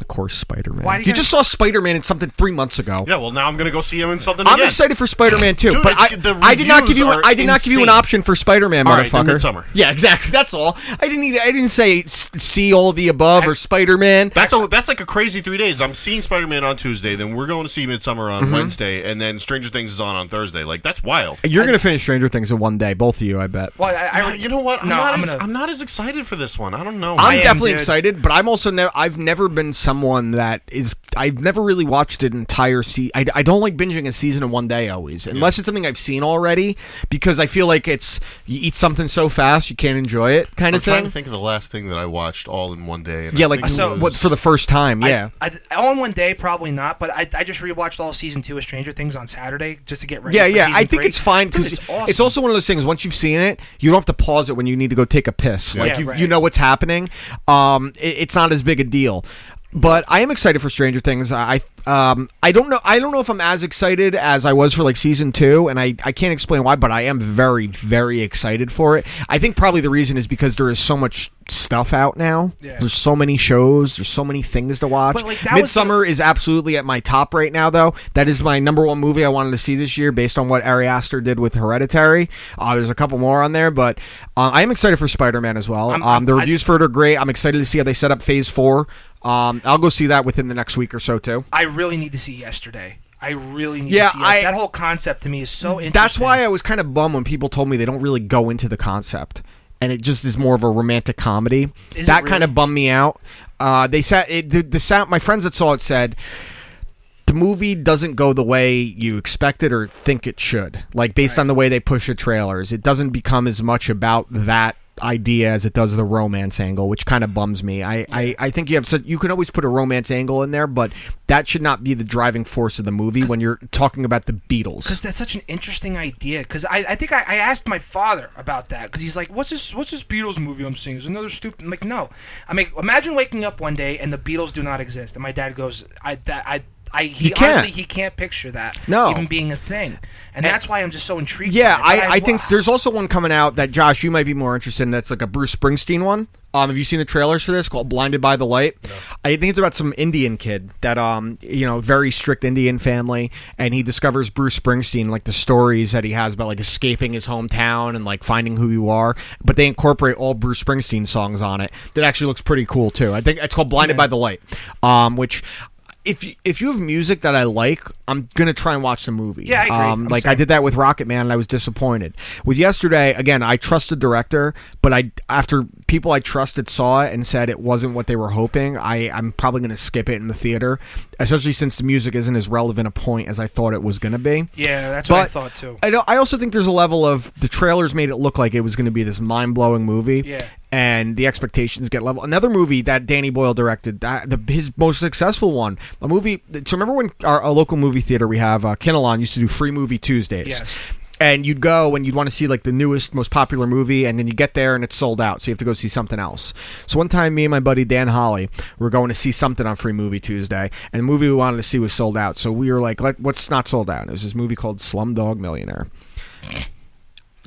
of course, Spider Why Man. do You, you guys- just saw Spider Man in something three months ago. Yeah, well, now I'm going to go see him in something I'm again. excited for Spider-Man too, Dude, but it's- I, the I did not give reviews you are I did not give you an insane. option for Spider-Man, All right, then motherfucker. Midsommar. Yeah, exactly. That's all. I didn't need, I didn't say s- see all the above or Spider-Man. That's a, that's like a crazy three days. I'm seeing Spider Man on Tuesday, then we're going to see Midsummer on Wednesday, and then Stranger Things is on on Thursday. Like that's wild. You're gonna finish Stranger Things in one day, both of you. I bet. well, I, I, I, you know what? I'm, No, not I'm as, gonna- I'm not as excited for this one. I don't know. I'm am, definitely dude. excited, but I'm also ne- I've never been someone that is I've never really watched an entire season. I, I don't like binging a season in one day always, unless it's something I've seen already, because I feel like it's you eat something so fast you can't enjoy it kind I'm of trying thing. to think of the last thing that I watched all in one day. and yeah, I like think it so- was- what for the first time. I- Yeah, I, all in one day, probably not. But I, I just rewatched all season two of Stranger Things on Saturday just to get ready. Yeah, for yeah. season I think three. it's fine Dude, because it's, it's awesome. also one of those things. Once you've seen it, you don't have to pause it when you need to go take a piss. Like Yeah, you, right. you know what's happening. Um, it- it's not as big a deal. But I am excited for Stranger Things. I um I don't know I don't know if I'm as excited as I was for like season two, and I I can't explain why, but I am very very excited for it. I think probably the reason is because there is so much stuff out now. Yeah. There's so many shows. There's so many things to watch. But, like, that was the- Midsummer is absolutely at my top right now, though. That is my number one movie I wanted to see this year, based on what Ari Aster did with Hereditary. Uh, there's a couple more on there, but uh, I am excited for Spider Man as well. um, the reviews for it are great. I'm excited to see how they set up Phase Four. Um, I'll go see that within the next week or so too. I really need to see yesterday. I really need Yeah, to see Yes- I- that whole concept to me is so interesting. That's why I was kind of bummed when people told me they don't really go into the concept, and it just is more of a romantic comedy. Is it that really? kind of bummed me out. Uh, they said it, the, the sound. My friends that saw it said the movie doesn't go the way you expect it or think it should. Like based on the way they push the trailers, it doesn't become as much about that idea as it does the romance angle, which kind of bums me. I, I, I think you have such, you can always put a romance angle in there, but that should not be the driving force of the movie when you're talking about the Beatles. because that's such an interesting idea. Because I, I think I, I asked my father about that because he's like, "What's this? What's this Beatles movie I'm seeing? Is it another stupid?" I'm like, "No." I mean, imagine waking up one day and the Beatles do not exist, and my dad goes, "I that I." I, he You can't. honestly he can't picture that No. even being a thing, and that's why I'm just so intrigued. Yeah, by it. But I, I think there's also one coming out that Josh, you might be more interested in. That's like a Bruce Springsteen one. Um, have you seen the trailers for this called "Blinded by the Light"? I think it's about some Indian kid that um, you know, very strict Indian family, and he discovers Bruce Springsteen, like the stories that he has about like escaping his hometown and like finding who you are. But they incorporate all Bruce Springsteen songs on it. That actually looks pretty cool too. I think it's called "Blinded by the Light," um, which. If you, if you have music that I like, I'm gonna try and watch the movie. Yeah, I agree. Um, I'm like I saying- did that with Rocket Man, and I was disappointed. With yesterday, again, I trusted director, but I after people I trusted saw it and said it wasn't what they were hoping. I I'm probably going to skip it in the theater, especially since the music isn't as relevant a point as I thought it was going to be. yeah, that's what I thought too. I, don't- I also think there's a level of the trailers made it look like it was going to be this mind blowing movie. Yeah. And the expectations get level. Another movie that Danny Boyle directed, that the, his most successful one, a movie. So remember when our, our local movie theater we have, uh, Kinelon, used to do free movie Tuesdays. Yes. And you'd go and you'd want to see like the newest, most popular movie, and then you get there and it's sold out, so you have to go see something else. So one time, me and my buddy Dan Holly were going to see something on Free Movie Tuesday, and the movie we wanted to see was sold out. So we were like, "Let- "What's not sold out?" And it was this movie called Slumdog Millionaire.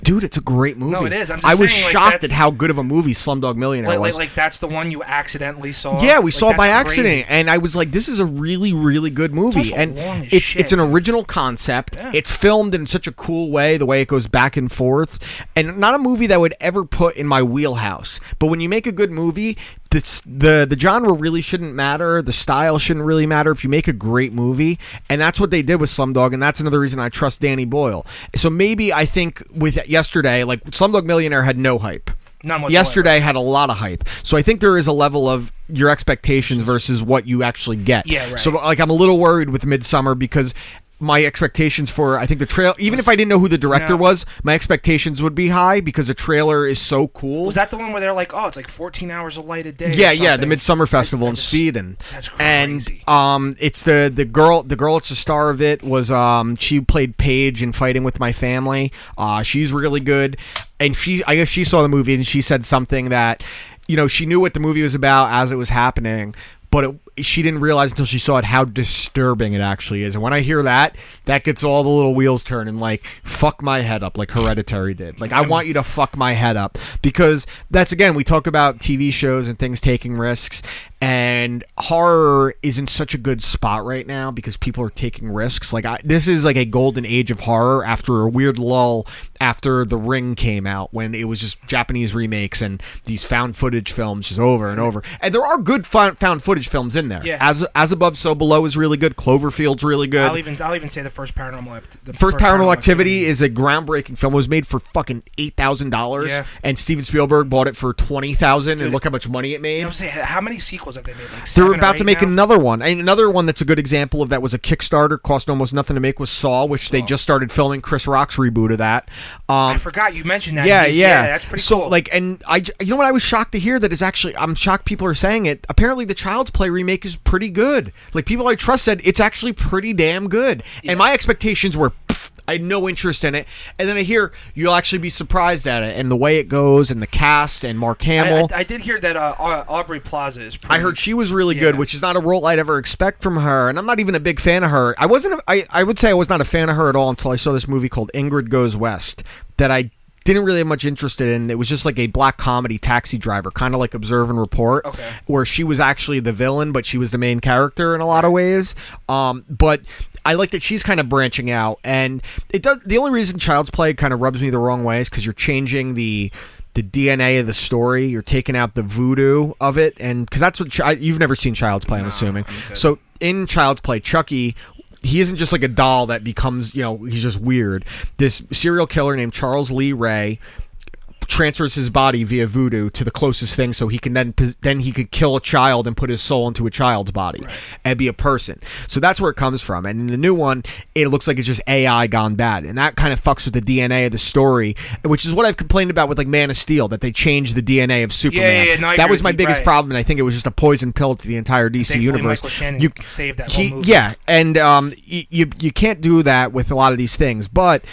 Dude, it's a great movie. No, it is. I'm just I was saying, like, shocked that's- at how good of a movie Slumdog Millionaire Like, like, was. like that's the one you accidentally saw. Yeah, we Like, saw it by that's accident, crazy. and I was like, "This is a really, really good movie." also and long as it's shit. it's an original concept. It's filmed in such a cool way, the way it goes back and forth, and not a movie that would ever put in my wheelhouse. But when you make a good movie, this, the the genre really shouldn't matter. The style shouldn't really matter. If you make a great movie, and that's what they did with Slumdog, and that's another reason I trust Danny Boyle. So maybe I think with yesterday, like Slumdog Millionaire had no hype. None whatsoever. yesterday had a lot of hype. So I think there is a level of your expectations versus what you actually get. Yeah, right. So like I'm a little worried with Midsummer because my expectations for I think the trail even if I didn't know who the director No. was, my expectations would be high because the trailer is so cool. was that the one where they're like, oh, it's like 14 hours of light a day. or yeah, yeah, the something? Midsummer Festival I in just- Sweden. That's crazy. And um it's the the girl the girl that's the star of it was um she played Paige in Fighting with My Family. Uh she's really good. And she I guess she saw the movie and she said something that you know, she knew what the movie was about as it was happening, but it, she didn't realize until she saw it how disturbing it actually is. And when I hear that, that gets all the little wheels turning like fuck my head up like Hereditary did. Like I want you to fuck my head up because that's again we talk about TV shows and things taking risks and horror is in such a good spot right now because people are taking risks. Like I, this is like a golden age of horror after a weird lull after The Ring came out when it was just Japanese remakes and these found footage films just over and over. And there are good found, found footage films in there. Yeah. As as above so below is really good. Cloverfield's really good. I'll even I'll even say the first paranormal act- the First Paranormal Activity is a groundbreaking film. It was made for fucking eight thousand Yeah. dollars, and Steven Spielberg bought it for twenty thousand. And look how much money it made. You know what I'm saying? How many sequels have they made? Like They're seven or about to eight make now? another one. And another one that's a good example of that was a Kickstarter, cost almost nothing to make, was Saw, which they just started filming Chris Rock's reboot of that. I Um, forgot you mentioned that. yeah, yeah, He's- that's pretty so, cool. like, and I, j- you know what? I was shocked to hear that is actually. I'm shocked people are saying it. Apparently, the Child's Play remake is pretty good. Like people I trust said it's actually pretty damn good, and my expectations were pff, I had no interest in it. And then I hear you'll actually be surprised at it and the way it goes and the cast and Mark I, Hamill. I, I did hear that uh, Au- Aubrey Plaza is. Pretty, I heard she was really good, Yeah. which is not a role I'd ever expect from her, and I'm not even a big fan of her. I wasn't. a- I I would say I was not a fan of her at all until I saw this movie called Ingrid Goes West that I didn't really have much interest in. It was just like a black comedy taxi driver, kind of like Observe and Report, Okay. where she was actually the villain, but she was the main character in a lot of ways. Um, but I like that she's kind of branching out, and it does. The only reason Child's Play kind of rubs me the wrong way is because you're changing the the DNA of the story. You're taking out the voodoo of it, and because that's what chi- you've never seen Child's Play, I'm assuming. So in Child's Play, Chucky. He isn't just like a doll that becomes, you know, he's just weird. This serial killer named Charles Lee Ray transfers his body via voodoo to the closest thing so he can then pos- then he could kill a child and put his soul into a child's body and be a person so that's where it comes from and in the new one it looks like it's just ai gone bad and that kind of fucks with the dna of the story which is what i've complained about with like man of steel that they changed the dna of superman yeah, no, I that agree was with my you, biggest right. problem and i think it was just a poison pill to the entire dc Thankfully, universe Michael Shannon saved that he- whole movie. yeah yeah, and um, y- you you can't do that with a lot of these things, but.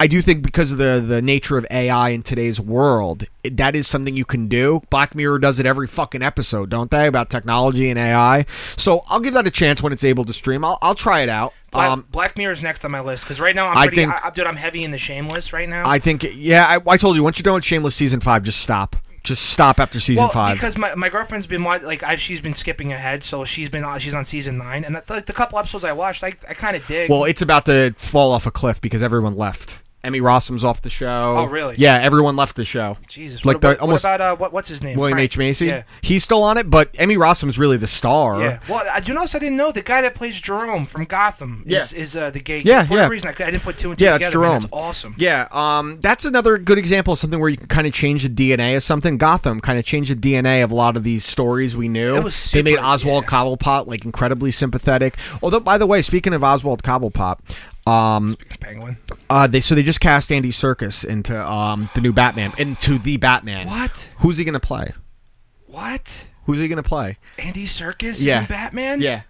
I do think because of the, the nature of AI in today's world, it- that is something you can do. Black Mirror does it every fucking episode, don't they? About technology and AI. So I'll give that a chance when it's able to stream. I'll, I'll try it out. Black, um, Black Mirror is next on my list because right now I'm I pretty. think- I, dude, I'm heavy in the Shameless right now. I think, yeah, I, I told you, once you're done with Shameless Season 5, just stop. Just stop after Season well, 5. because my, my girlfriend's been wa- like I, she's been skipping ahead, so she's been on, she's on season nine, and that, like the couple episodes I watched, I, I kind of dig. Well, it's about to fall off a cliff because everyone left. Emmy Rossum's off the show. Oh, really? Yeah, everyone left the show. Jesus, like what, the, what- what almost about uh, what, what's his name? William Frank. H Macy. Yeah. He's still on it, but Emmy Rossum's really the star. Yeah. Well, I do notice I didn't know the guy that plays Jerome from Gotham is, Yeah. is uh, the gay. Yeah, For yeah. the reason I, I didn't put two and two Yeah, that's together. man, Jerome. That's awesome. Yeah, um, that's another good example of something where you can kind of change the DNA of something. Gotham kind of changed the DNA of a lot of these stories we knew. It was they made super- Oswald yeah. Cobblepot like incredibly sympathetic. Although, by the way, speaking of Oswald Cobblepot, um, Penguin. uh, they so they just cast Andy Circus into um the new Batman into the Batman. What? Who's he gonna play? What? Who's he gonna play? Andy Circus Yeah. is in Batman. Yeah.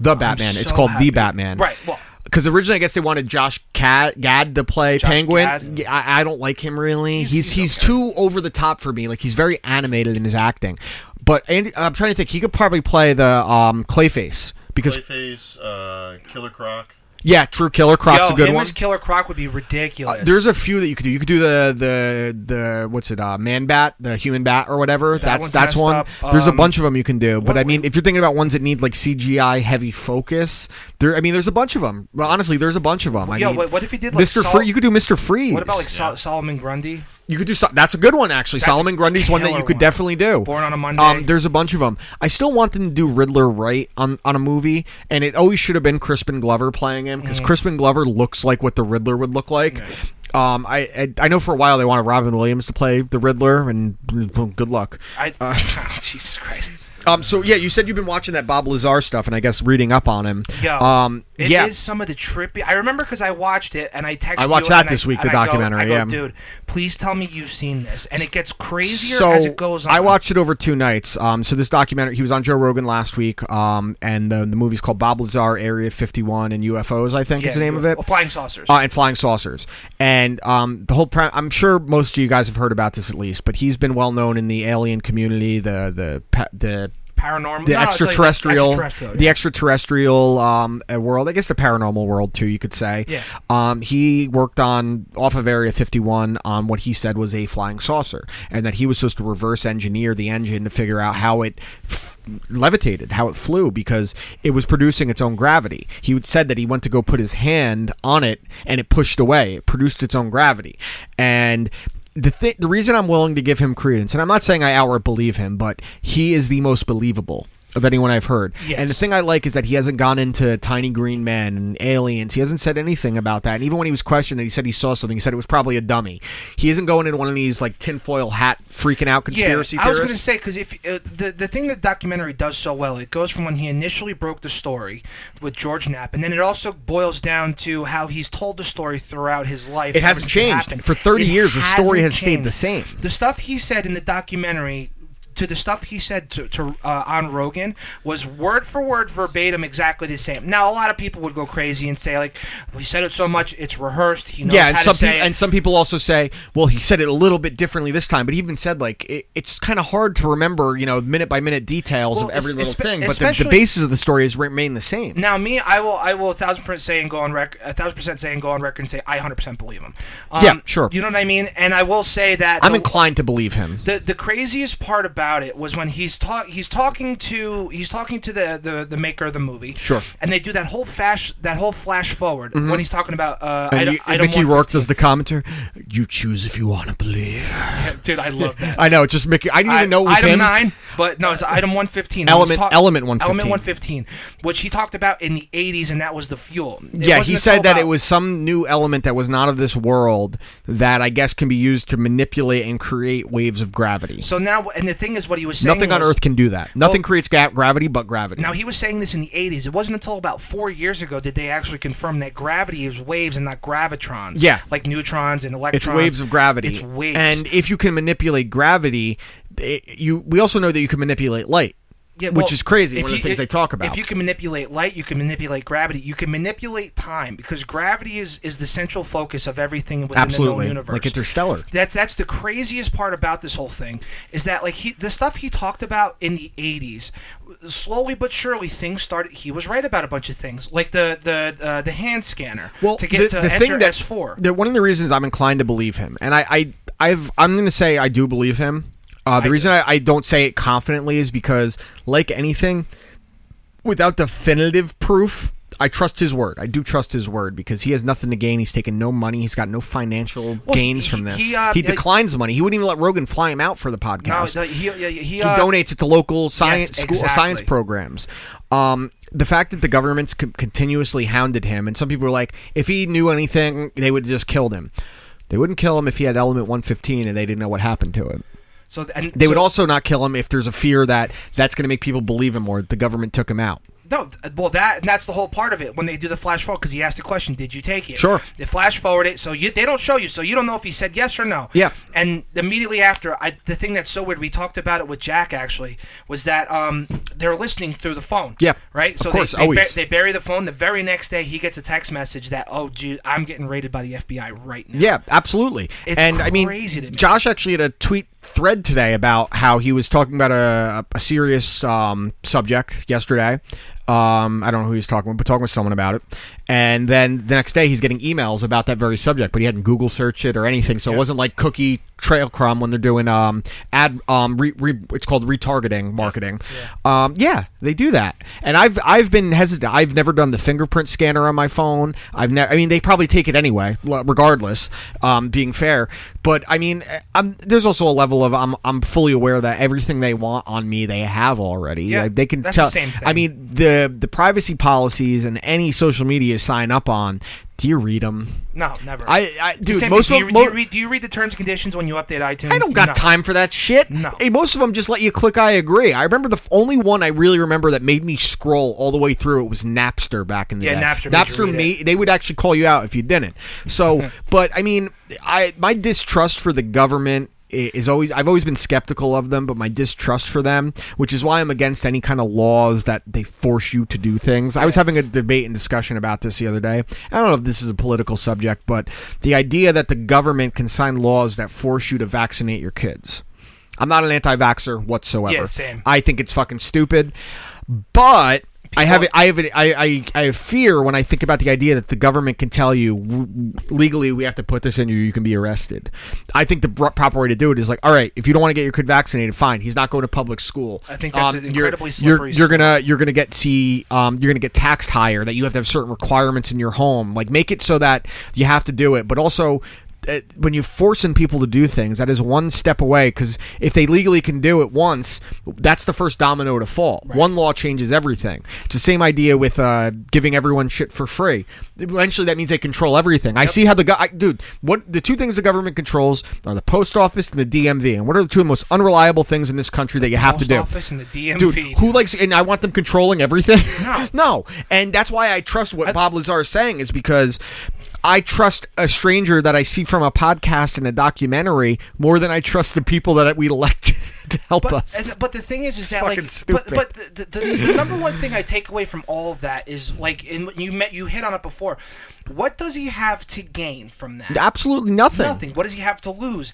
The Batman. it's so called happy. The Batman. Right, well- because originally I guess they wanted Josh Cad- Gad to play Josh Penguin. Gad. Yeah, I, I don't like him really. He's he's, he's too over the top for me. Like he's very animated in his acting. But Andy, I'm trying to think. He could probably play the um, Clayface because Clayface, uh, Killer Croc. yeah, True Killer Croc's Yo, a good him one. Uh, as Killer Croc would be ridiculous. There's a few that you could do. You could do the the the what's it? Uh, Man Bat, the Human Bat, or whatever. that's one's that's messed one. up. there's a Um, bunch of them you can do. But I mean, if you're thinking about ones that need like CGI heavy focus, there. I mean, there's a bunch of them. Well, honestly, there's a bunch of them. I Yo, mean, what- what if you did, like, Mr. Sol- Free? You could do Mr. Freeze. What about like Sol- Solomon Grundy? You could do so- that's a good one actually. That's a Solomon Grundy's one that you killer could one. definitely do. Born on a Monday. Um, there's a bunch of them. I still want them to do Riddler right on, on a movie, and it always should have been Crispin Glover playing him Mm. because Crispin Glover looks like what the Riddler would look like. Um, I, I I know for a while they wanted Robin Williams to play the Riddler, and good luck. I oh, Jesus Christ. Um, so yeah, you said you've been watching that Bob Lazar stuff, and I guess reading up on him. Yo, um, it yeah, is some of the trippy. I remember because I watched it and I texted. I watched you that and this week, and the I go- documentary, I go, yeah. dude, please tell me you've seen this, and it gets crazier so as it goes on. I watched it over two nights. Um, so this documentary, he was on Joe Rogan last week, um, and the, the movie's called Bob Lazar, Area 51, and UFOs. I think Yeah, is the name of UFO it. Flying Saucers. Uh, and flying saucers. And um, the whole pre- I'm sure most of you guys have heard about this at least, but he's been well known in the alien community, the the pa- the paranormal, the no, no, it's like extraterrestrial, extraterrestrial, the yeah. extraterrestrial um, uh, world. I guess the paranormal world too, you could say. Yeah. Um, he worked on off of Area 51 on what he said was a flying saucer, and that he was supposed to reverse engineer the engine to figure out how it. F- levitated how it flew because it was producing its own gravity he would said that he went to go put his hand on it and it pushed away it produced its own gravity and the th- the reason I'm willing to give him credence, and I'm not saying I outright believe him, but he is the most believable of anyone I've heard. And the thing I like is that he hasn't gone into Tiny Green Men and aliens. He hasn't said anything about that. And even when he was questioned, and he said he saw something. He said it was probably a dummy. He isn't going into one of these like tinfoil hat freaking out conspiracy I was theorists. going to say because if uh, the the thing that documentary does so well, it goes from when he initially broke the story with George Knapp, and then it also boils down to how he's told the story throughout his life. It ever hasn't since it changed. happened. For 30 It years, the story hasn't has stayed the changed. same. The stuff he said in the documentary to the stuff he said to, to uh, on Rogan was word for word verbatim exactly the same. Now a lot of people would go crazy and say like he said it so much it's rehearsed. He knows yeah, how and to some say people it. and some people also say, well, he said it a little bit differently this time, but he even said like it, it's kind of hard to remember, you know, minute by minute details Well, of every es- little espe- thing, but the, the especially- basis of the story has remained the same. Now, me, I will, I will, a thousand percent say and go on record, a thousand percent say and go on record and say I hundred percent believe him. Um, Yeah, sure. You know what I mean? And I will say that I'm the- inclined to believe him. The, the craziest part about it was when he's talk he's talking to he's talking to the, the, the maker of the movie Sure. Mm-hmm. and they do that whole flash that whole flash forward when he's talking about uh, I And don't, you- I don't Mickey want Rourke does the commentator. You choose if you want to believe. dude I love that I know, it's just Mickey. I didn't even know it was item him. nine, but no, it's item one fifteen. Element- element 115. Element one fifteen, which he talked about in the eighties, and that was the fuel. yeah, It wasn't he until said that about- it was some new element that was not of this world that I guess can be used to manipulate and create waves of gravity. So now, and the thing is, what he was saying. Nothing on was- Earth can do that. Nothing creates ga- gravity but gravity. Oh. Now he was saying this in the '80s. It wasn't until about four years ago did they actually confirm that gravity is waves and not gravitrons. Yeah. like neutrons and electrons. it's waves of gravity. It's waves. And if you can manipulate gravity, it, you we also know that you can manipulate light, Yeah, well, which is crazy. if One of the you- things if- they talk about. If you can manipulate light, you can manipulate gravity. You can manipulate time because gravity is, is the central focus of everything within the known Absolutely, universe. like interstellar. That's that's the craziest part about this whole thing is that like he the stuff he talked about in the eighties, slowly but surely things started. He was right about a bunch of things, like the the uh, the hand scanner. to get to enter S four. that one of the reasons I'm inclined to believe him, and I, I I've I'm going to say I do believe him. Uh, the reason I, I don't say it confidently is because, like anything, without definitive proof, I trust his word. I do trust his word because he has nothing to gain. He's taken no money. He's got no financial Well, gains he- from this. He, he, uh, uh, declines money. He wouldn't even let Rogan fly him out for the No, podcast. he he, he, he uh, donates it to local science school uh, exactly. science programs. Um, the fact that the government's co- continuously hounded him, and some people are like, if he knew anything, they would have just killed him. They wouldn't kill him if he had element 115 and they didn't know what happened to him. So th- and They would so- also not kill him if there's a fear that that's going to make people believe him more. The government took him out. No, th- well, that and that's the whole part of it when they do the flash forward because he asked the question, "Did you take it?" Sure. They flash forward it, so you they don't show you, so you don't know if he said yes or no. Yeah. And immediately after, I the thing that's so weird, we talked about it with Jack actually, was that um they're listening through the phone. Yeah, Right. of So course, they they, always. they bury the phone. The very next day, he gets a text message that, "Oh, dude, I'm getting raided by the FBI right now." Yeah, absolutely. It's and I mean, crazy to me. Josh actually had a tweet thread today about how he was talking about a, a serious um, subject yesterday. Um, I don't know who he was talking with, but talking with someone about it. And then the next day, he's getting emails about that very subject, but he hadn't Google searched it or anything, so it wasn't like cookie trail crumb when they're doing um, ad. Um, re, re, it's called retargeting marketing. Yeah. Um, yeah, they do that. And I've I've been hesitant. I've never done the fingerprint scanner on my phone. I've never. I mean, they probably take it anyway, l- regardless. Um, being fair, but I mean, eh, I'm, there's also a level of I'm I'm fully aware that everything they want on me, they have already. Yeah, Like, they can that's tell. the same thing. I mean, the the privacy policies and any social media you sign up on. Do you read them? No, never. I- I- It's the dude, same- most do of- you, do mo- you read do you read the terms and conditions when you update iTunes? I don't got No. time for that shit. No. Hey, most of them just let you click I agree. I remember the f- only one I really remember that made me scroll all the way through it was Napster back in the day. Yeah, Napster made you Napster read made, they would actually call you out if you didn't. So, but I mean, I my distrust for the government i- is always I've always been skeptical of them, but my distrust for them, which is why I'm against any kind of laws that they force you to do things. I was having a debate and discussion about this the other day. I don't know if this is a political subject, but the idea that the government can sign laws that force you to vaccinate your kids. I'm not an anti-vaxxer whatsoever. Yeah, same. I think it's fucking stupid, but I have it. I have it. I, I I have fear when I think about the idea that the government can tell you w- w- legally we have to put this in you. You can be arrested. I think the br- proper way to do it is like, all right, if you don't want to get your kid vaccinated, fine. He's not going to public school. Um, I think that's an you're- incredibly you're, slippery you're gonna you're gonna get see um, you're gonna get taxed higher. That you have to have certain requirements in your home. Like make it so that you have to do it, but also uh, when you're forcing people to do things, that is one step away. Because if they legally can do it once, that's the first domino to fall. One law changes everything. It's the same idea with uh, giving everyone shit for free. Eventually, that means they control everything. I see how the guy, dude. What the two things the government controls are the post office and the DMV. And what are the two most unreliable things in this country that you have to Post do? office and the DMV. Dude, who likes and I want them controlling everything? No. no. And that's why I trust what Bob Lazar is saying is because I trust a stranger that I see from a podcast and a documentary more than I trust the people that we elect to help But, us. as- but the thing is, is that fucking like, stupid. but, but the, the, the, the number one thing I take away from all of that is like, and you met, you hit on it before. What does he have to gain from that? Absolutely nothing. Nothing. What does he have to lose?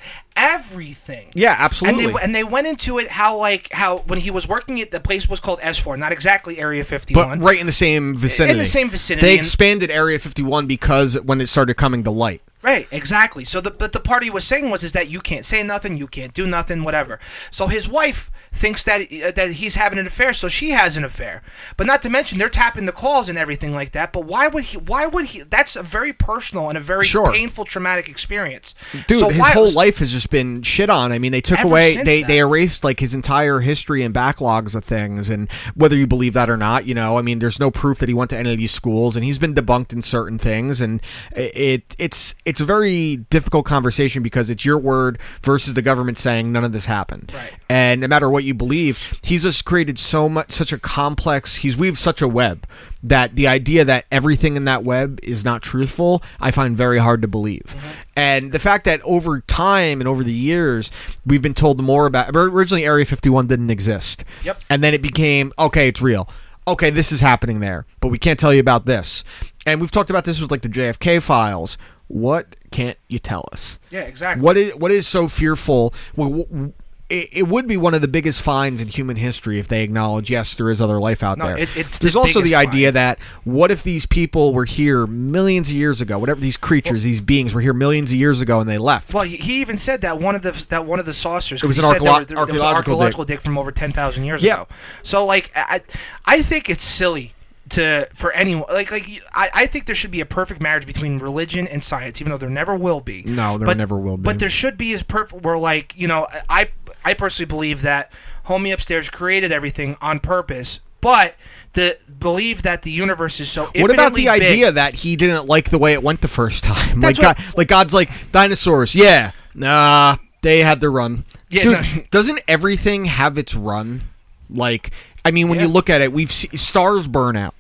Everything. Yeah, And absolutely. they, and they went into it how like how when he was working at the place was called S four, not exactly Area fifty But one. right in the same vicinity. same vicinity, They and- expanded Area 51 because when it started coming to light. Right, exactly. So the but the part he was saying was is that you can't say nothing, you can't do nothing, whatever. So his wife thinks that uh, that he's having an affair, so she has an affair. But not to mention they're tapping the calls and everything like that. But why would he? Why would he? That's a very personal and a very Sure. painful traumatic experience. Dude, so his why- whole life has just been shit on. I mean, they took Ever away since they, that. they erased like his entire history and backlogs of things and whether you believe that or not, you know, I mean, there's no proof that he went to any of these schools and he's been debunked in certain things and it it's it's a very difficult conversation because it's your word versus the government saying none of this happened. Right. And no matter what you believe, he's just created so much such a complex, he's weaved such a web that the idea that everything in that web is not truthful, I find very hard to believe. And the fact that over time and over the years, we've been told more about. Originally, Area 51 didn't exist. Yep. And then it became okay, it's real. Okay, this is happening there, but we can't tell you about this. And we've talked about this with like the JFK files. What can't you tell us? Yeah, exactly. What is what is so fearful? Well, w- it, it would be one of the biggest finds in human history if they acknowledge, yes, there is other life out No, there. it- it's the There's also the biggest idea find. that what if these people were here millions of years ago? Whatever these creatures, these beings were here millions of years ago and they left. Well, he- he even said that one of the that one of the saucers. It was an 'cause he said there archeolo- were- there- there was an archaeological dig. archaeological dig. from over ten thousand years Yeah. ago. So, like, I, I I think it's silly to for anyone. Like, like you- I, I think there should be a perfect marriage between religion and science, even though there never will be. No, there But- never will be. But there should be is perfect. Where like you know, I I personally believe that homie upstairs created everything on purpose, but the believe that the universe is so. what about infinitely the big- idea that he didn't like the way it went the first time? That's like what- God, like God's like dinosaurs. Yeah, nah, they had their run. Yeah, Dude, no. doesn't everything have its run? Like, I mean, when you Yeah. look at it, we've se- stars burn out.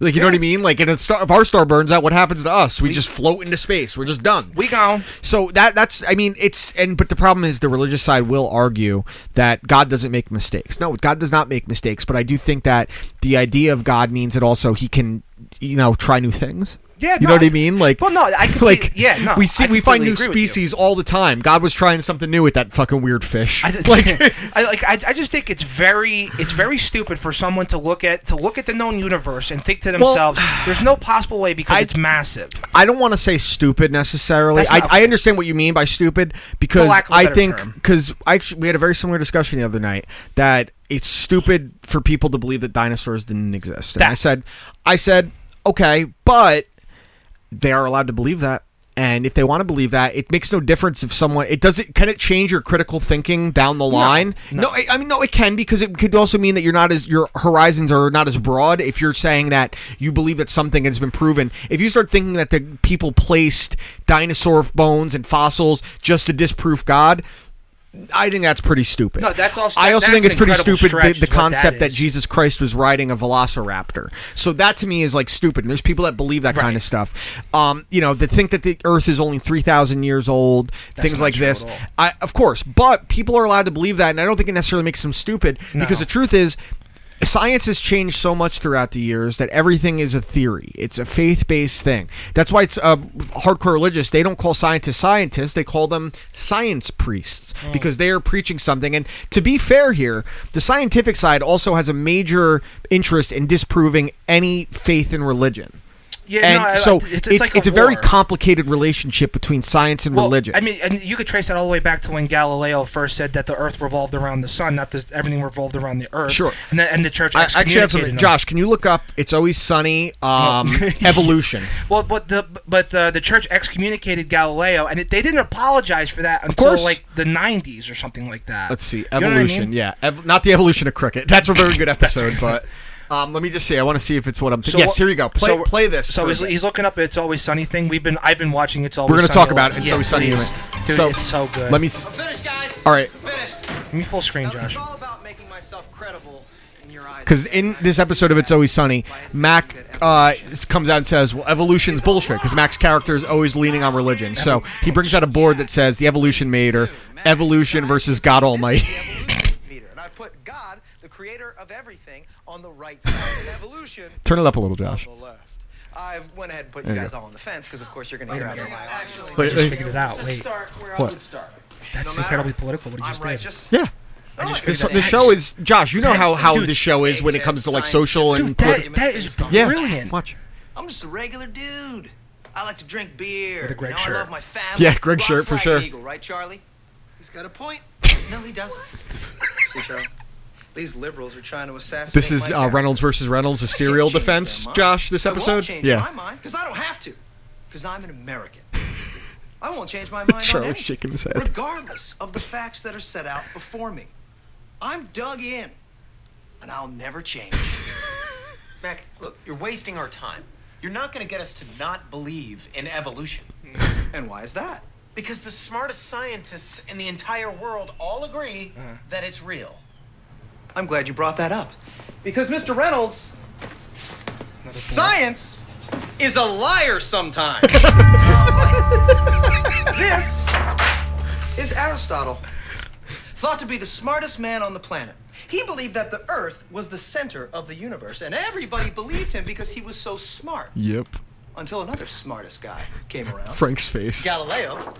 Like, you know what I mean? Like, and if, star, if our star burns out, what happens to us? We, just float into space. We're just done. We gone. So that that's I mean it's and but the problem is the religious side will argue that God doesn't make mistakes. No, God does not make mistakes, but I do think that the idea of God means that also he can you know try new things. Yeah, you know no, what I I- mean. Like, well, no, I completely- like yeah, no, we see I we find completely new agree with you. species all the time. God was trying something new with that fucking weird fish. I just, like, I, like I, I just think it's very it's very stupid for someone to look at to look at the known universe and think to themselves, "There's no possible way because I- it's massive." I don't want to say stupid necessarily. That's I, not- I understand what you mean by stupid because lack of a I better think term. because I actually, we had a very similar discussion the other night that it's stupid for people to believe that dinosaurs didn't exist. And I That- said, I said, okay, but they are allowed to believe that. And if they want to believe that, it makes no difference if someone. It doesn't. Can it change your critical thinking down the line? No, I, I mean no, it can because it could also mean that you're not as your horizons are not as broad. If you're saying that you believe that something has been proven, if you start thinking that the people placed dinosaur bones and fossils just to disprove God. I think that's pretty stupid. No, that's also- I also that's think it's an pretty incredible stupid stretch the, the is what that concept that, is. Jesus Christ was riding a velociraptor. So that to me is like stupid. And there's people that believe that kind of stuff. Um, you know, that think that the Earth is only three thousand years old, things not like true this. at all. I, of course, but people are allowed to believe that, and I don't think it necessarily makes them stupid because the truth is. Science has changed so much throughout the years that everything is a theory. It's a faith-based thing. That's why it's uh, hardcore religious. They don't call scientists scientists. They call them science priests Mm. because they are preaching something. And to be fair here, the scientific side also has a major interest in disproving any faith in religion. Yeah, and no, I- so it's- it's, it's it's, like a, a very war. complicated relationship between science and religion. I mean, and you could trace that all the way back to when Galileo first said that the Earth revolved around the sun, not that everything revolved around the Earth. Sure. and the, and the church I I actually have something. excommunicated him. Josh, can you look up "It's Always Sunny" um, evolution? Well, but the but the, the church excommunicated Galileo, and it, they didn't apologize for that until course. like the '90s or something like that. Let's see, You know what I evolution. mean? Yeah, ev- not the evolution of cricket. That's a very good episode, but um, let me just see. I want to see if it's what I'm. thinking. yes, what- here you go. Play, so- play this. So for a he's, bit. he's looking up "It's Always Sunny" thing. We've been I've been watching "It's Always." We're gonna Sunny talk a about lot. it. It's Yeah, always sunny. please. Anyway. Dude, so it's so good. Let me. s- Finished, guys. All right. Finished. Give me full screen, Josh. all about making myself credible in Because in this episode of It's Always Sunny, Mac uh, s- comes out and says, "Well, evolution's bullshit." Because Mac's character is always leaning on religion, so he brings out a board that says, "The evolution made or evolution versus God Almighty." and I put God, the creator of everything, on the right side of evolution. Turn it up a little, Josh. On the left. I went ahead and put There you you guys go. uh, all on the fence because, of course, you're going to hear out of my mouth. But- I just figured it out, To wait. start where What? I would start. That's No matter- incredibly political. What he just I'm did. righteous. Yeah. This, the show is Josh. You know how how the show is when it comes to like social and Dude, politi- that- that is yeah. brilliant. Watch. I'm just a regular dude. I like to drink beer. With a Greg you know, I shirt. love my family. Yeah, Greg Rob shirt, for Fried sure. Eagle, right, Charlie? He's got a point. No, he doesn't. See, Charlie? These liberals are trying to assassinate This is my uh, Reynolds versus Reynolds, a serial defense, Josh. This I won't episode, change yeah. my mind because I don't have to. Because I'm an American. I won't change my mind on Charlie's anything, shaking his head. regardless of the facts that are set out before me. I'm dug in, and I'll never change. Mac, look, you're wasting our time. You're not going to get us to not believe in evolution. and why is that? Because the smartest scientists in the entire world all agree that it's real. I'm glad you brought that up, because Mr. Reynolds, science is a liar sometimes. this is Aristotle, thought to be the smartest man on the planet. He believed that the Earth was the center of the universe, and everybody believed him because he was so smart. Yep. Until another smartest guy came around. Frank's face. Galileo.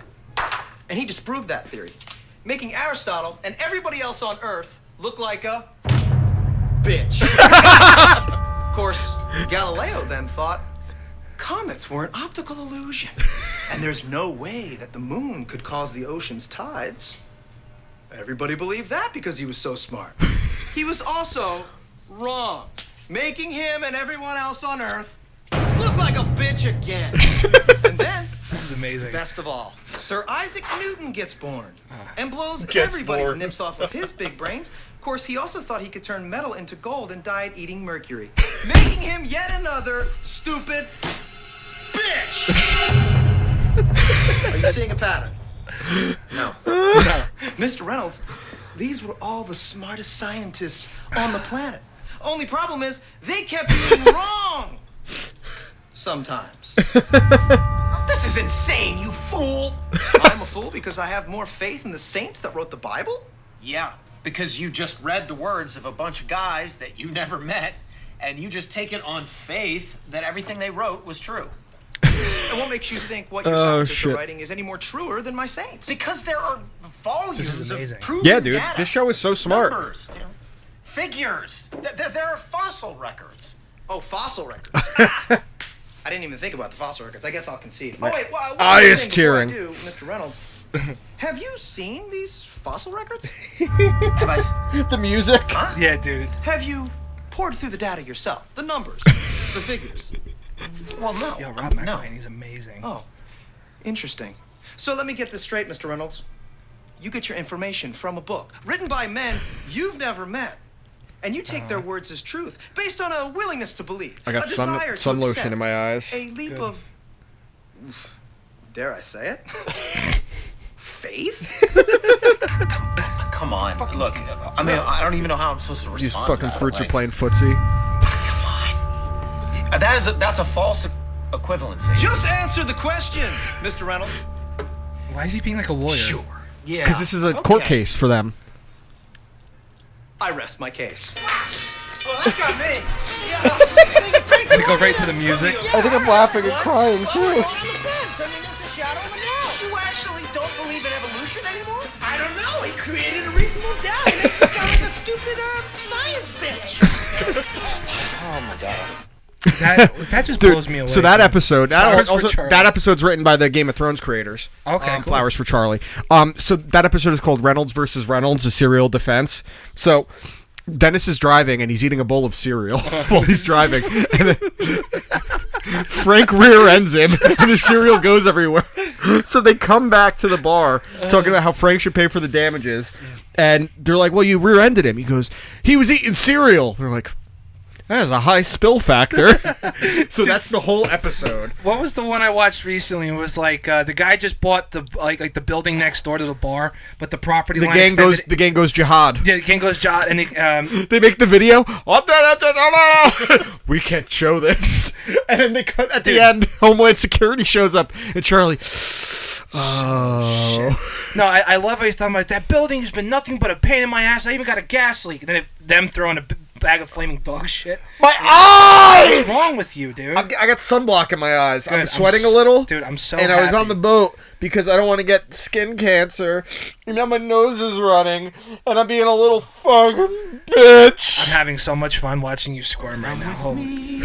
And he disproved that theory, making Aristotle and everybody else on Earth look like a bitch. of course, Galileo then thought comets were an optical illusion, and there's no way that the moon could cause the ocean's tides. Everybody believed that because he was so smart. He was also wrong, making him and everyone else on Earth look like a bitch again. and then This is amazing. Ah. Best of all, Sir Isaac Newton gets born and blows Gets everybody's born. nips off of his big brains. Of course, he also thought he could turn metal into gold and died eating mercury, making him yet another stupid bitch. Are you seeing a pattern? No. no. Mr. Reynolds, these were all the smartest scientists on the planet. Only problem is they kept being wrong sometimes. this is insane, you fool! I'm a fool because I have more faith in the saints that wrote the Bible? Yeah, because you just read the words of a bunch of guys that you never met, and you just take it on faith that everything they wrote was true. And what makes you think what your Oh, scientists are shit. writing is any more truer than my saints? Because there are volumes of proven Yeah, dude. data. This show is so smart. Numbers, you know, figures. Th- th- there are fossil records. Oh, fossil records. I didn't even think about the fossil records. I guess I'll concede. Oh, Right. wait, well, one Ah, other it's thing before I tearing. do, Mr. Reynolds, have you seen these fossil records? the music. Yeah, dude. Have you poured through the data yourself? The numbers, the figures? Well, no. Yo, Rob McElhaney's amazing. Oh, interesting. So let me get this straight, Mr. Reynolds. You get your information from a book written by men you've never met, and you take their words as truth based on a willingness to believe. Uh-huh. I got a sun- desire to sun lotion accept, in my eyes. A leap Good. of, dare I say it, faith. Come on, look. I mean, I don't even know how I'm supposed to respond. These to fucking that, fruits are like- playing footsie. That is a, that's a false e- equivalency. Just answer the question, Mr. Reynolds. Why is he being like a lawyer? Sure. Yeah. Because this is a court Okay. case for them. I rest my case. Well, that got me. They go right to the music. I think I'm laughing and crying too. I mean, that's a shadow of a doubt. You actually don't believe in evolution anymore? I don't know. He created a reasonable doubt. It makes you sound like a stupid uh, science bitch. oh my god. That, that just blows me away. So that episode, that, Flowers for also, Charlie. that episode's written by the Game of Thrones creators. Okay, um, cool. Flowers for Charlie. Um, so that episode is called Reynolds versus Reynolds: A Serial Defense. So Dennis is driving and he's eating a bowl of cereal while he's driving, and then Frank rear ends him, and the cereal goes everywhere. So they come back to the bar talking about how Frank should pay for the damages, and they're like, "Well, you rear-ended him." He goes, "He was eating cereal." They're like. That is a high spill factor. so that's the whole episode. What was the one I watched recently? It was like uh, the guy just bought the like like the building next door to the bar, but the property The line gang extended- goes. The gang goes jihad. Yeah, the gang goes jot and it, um, They make the video. we can't show this. And then they cut at the end. Homeland Security shows up, and Charlie. Oh. No, I, I love how he's talking about that building has been nothing but a pain in my ass. I even got a gas leak. And then it, them throwing a b- bag of flaming dog shit. My eyes! eyes! What's wrong with you, dude? I I got sunblock in my eyes. Good, I'm I'm sweating s- a little. dude, I'm so And I was happy. on the boat because I don't want to get skin cancer. And now my nose is running. And I'm being a little fucking bitch. I'm having so much fun watching you squirm right now. Holy-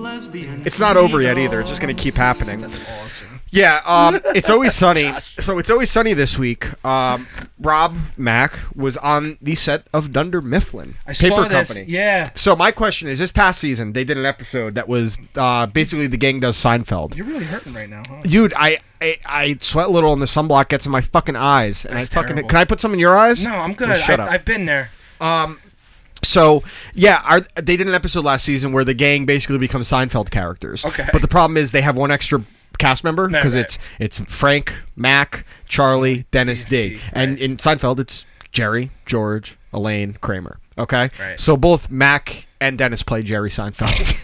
It's not over yet either. It's just going to keep happening. That's awesome. Yeah, um, it's always sunny. so it's always sunny this week. Um, Rob Mack was on the set of Dunder Mifflin I Paper saw this, Company. yeah. So my question is: This past season, they did an episode that was uh, basically the gang does Seinfeld. You're really hurting right now, huh? Dude, I, I I sweat a little and the sunblock gets in my fucking eyes, and That's I fucking terrible. can I put some in your eyes? No, I'm good. Well, shut I, up. I've been there. Um, so yeah, our, they did an episode last season where the gang basically become Seinfeld characters. Okay. but the problem is they have one extra cast member because right. it's it's Frank, Mac, Charlie, Dennis D, and in Seinfeld it's Jerry, George, Elaine, Kramer. Okay, Right. so both Mac and Dennis play Jerry Seinfeld,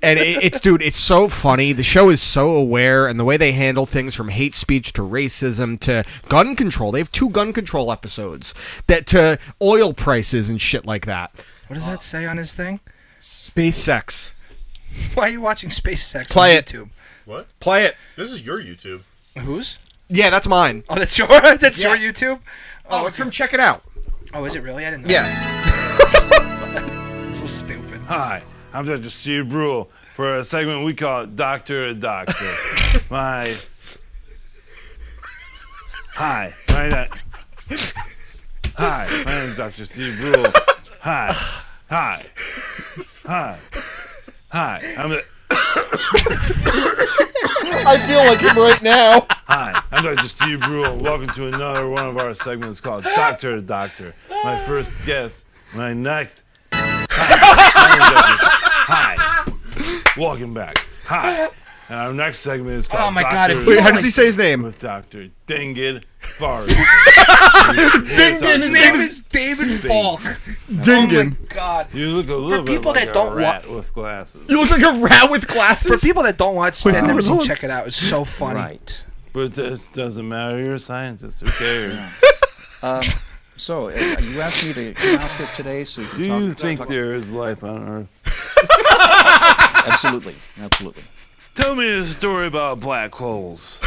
and it, it's dude, it's so funny. The show is so aware, and the way they handle things from hate speech to racism to gun control. They have two gun control episodes that to oil prices and shit like that. What does that say on his thing? Space sex. Why are you watching Space Sex Play on it. YouTube? What? Play it. This is your YouTube. Whose? Yeah, that's mine. Oh, that's your that's Yeah. your YouTube. Oh, it's from Check It Out. Oh, is it really? I didn't know. Yeah. so stupid. Hi, I'm Dr. Steve Brule for a segment we call Doctor Doctor. my. Hi, my na- Hi, my name's Dr. Steve Brule. Hi, hi, hi, hi. I'm the. I feel like him right now. Hi, I'm Dr. Steve Brule. Welcome to another one of our segments called Doctor Doctor. My first guest, my next. Hi. I'm Dr. Hi. Welcome back. Hi. And our next segment is called Oh my God, Dr. if we- Wait, how does he say his Oh name? With Dr. Dingit Farr. His name is David Falk. Dingin. Oh my god. You look a little bit people like that a don't wa- rat with glasses. You look like a rat with glasses. For people that don't watch Wait, that hold never on, seen hold on. Check It Out, it's so funny. Right. But this doesn't matter. You're a scientist. Who cares? Um, so, uh, you asked me to come out here today, so you can Do talk, you think talk- there is life on Earth? Absolutely, absolutely. Tell me a story about black holes.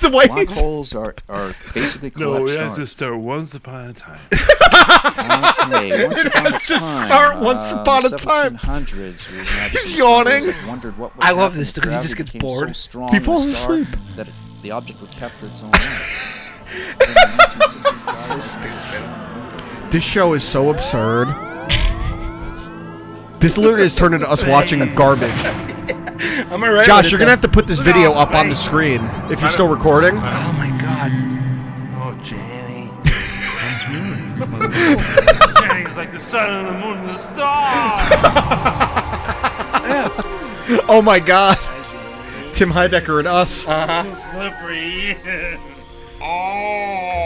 the way black he's- holes are, are basically No, collapsed it has to stars. start once upon a time. Okay, once It upon has a to time, start once Uh, um, upon a time. 1700s, we He's had some stars yawning. that Wondered what would I love happen this if 'cause he just gets gravity became so bored. strong He in a falls star asleep. That it- the object would capture its own light. so stupid. This show is so absurd. This literally has turned into us watching garbage. I'm alright. Josh, you're gonna have to put this video up on the screen if you're still recording. Oh my god. Oh, Jenny. Jenny's like the sun and the moon and the stars. Oh my god. Tim Heidecker and us. Uh, Slippery.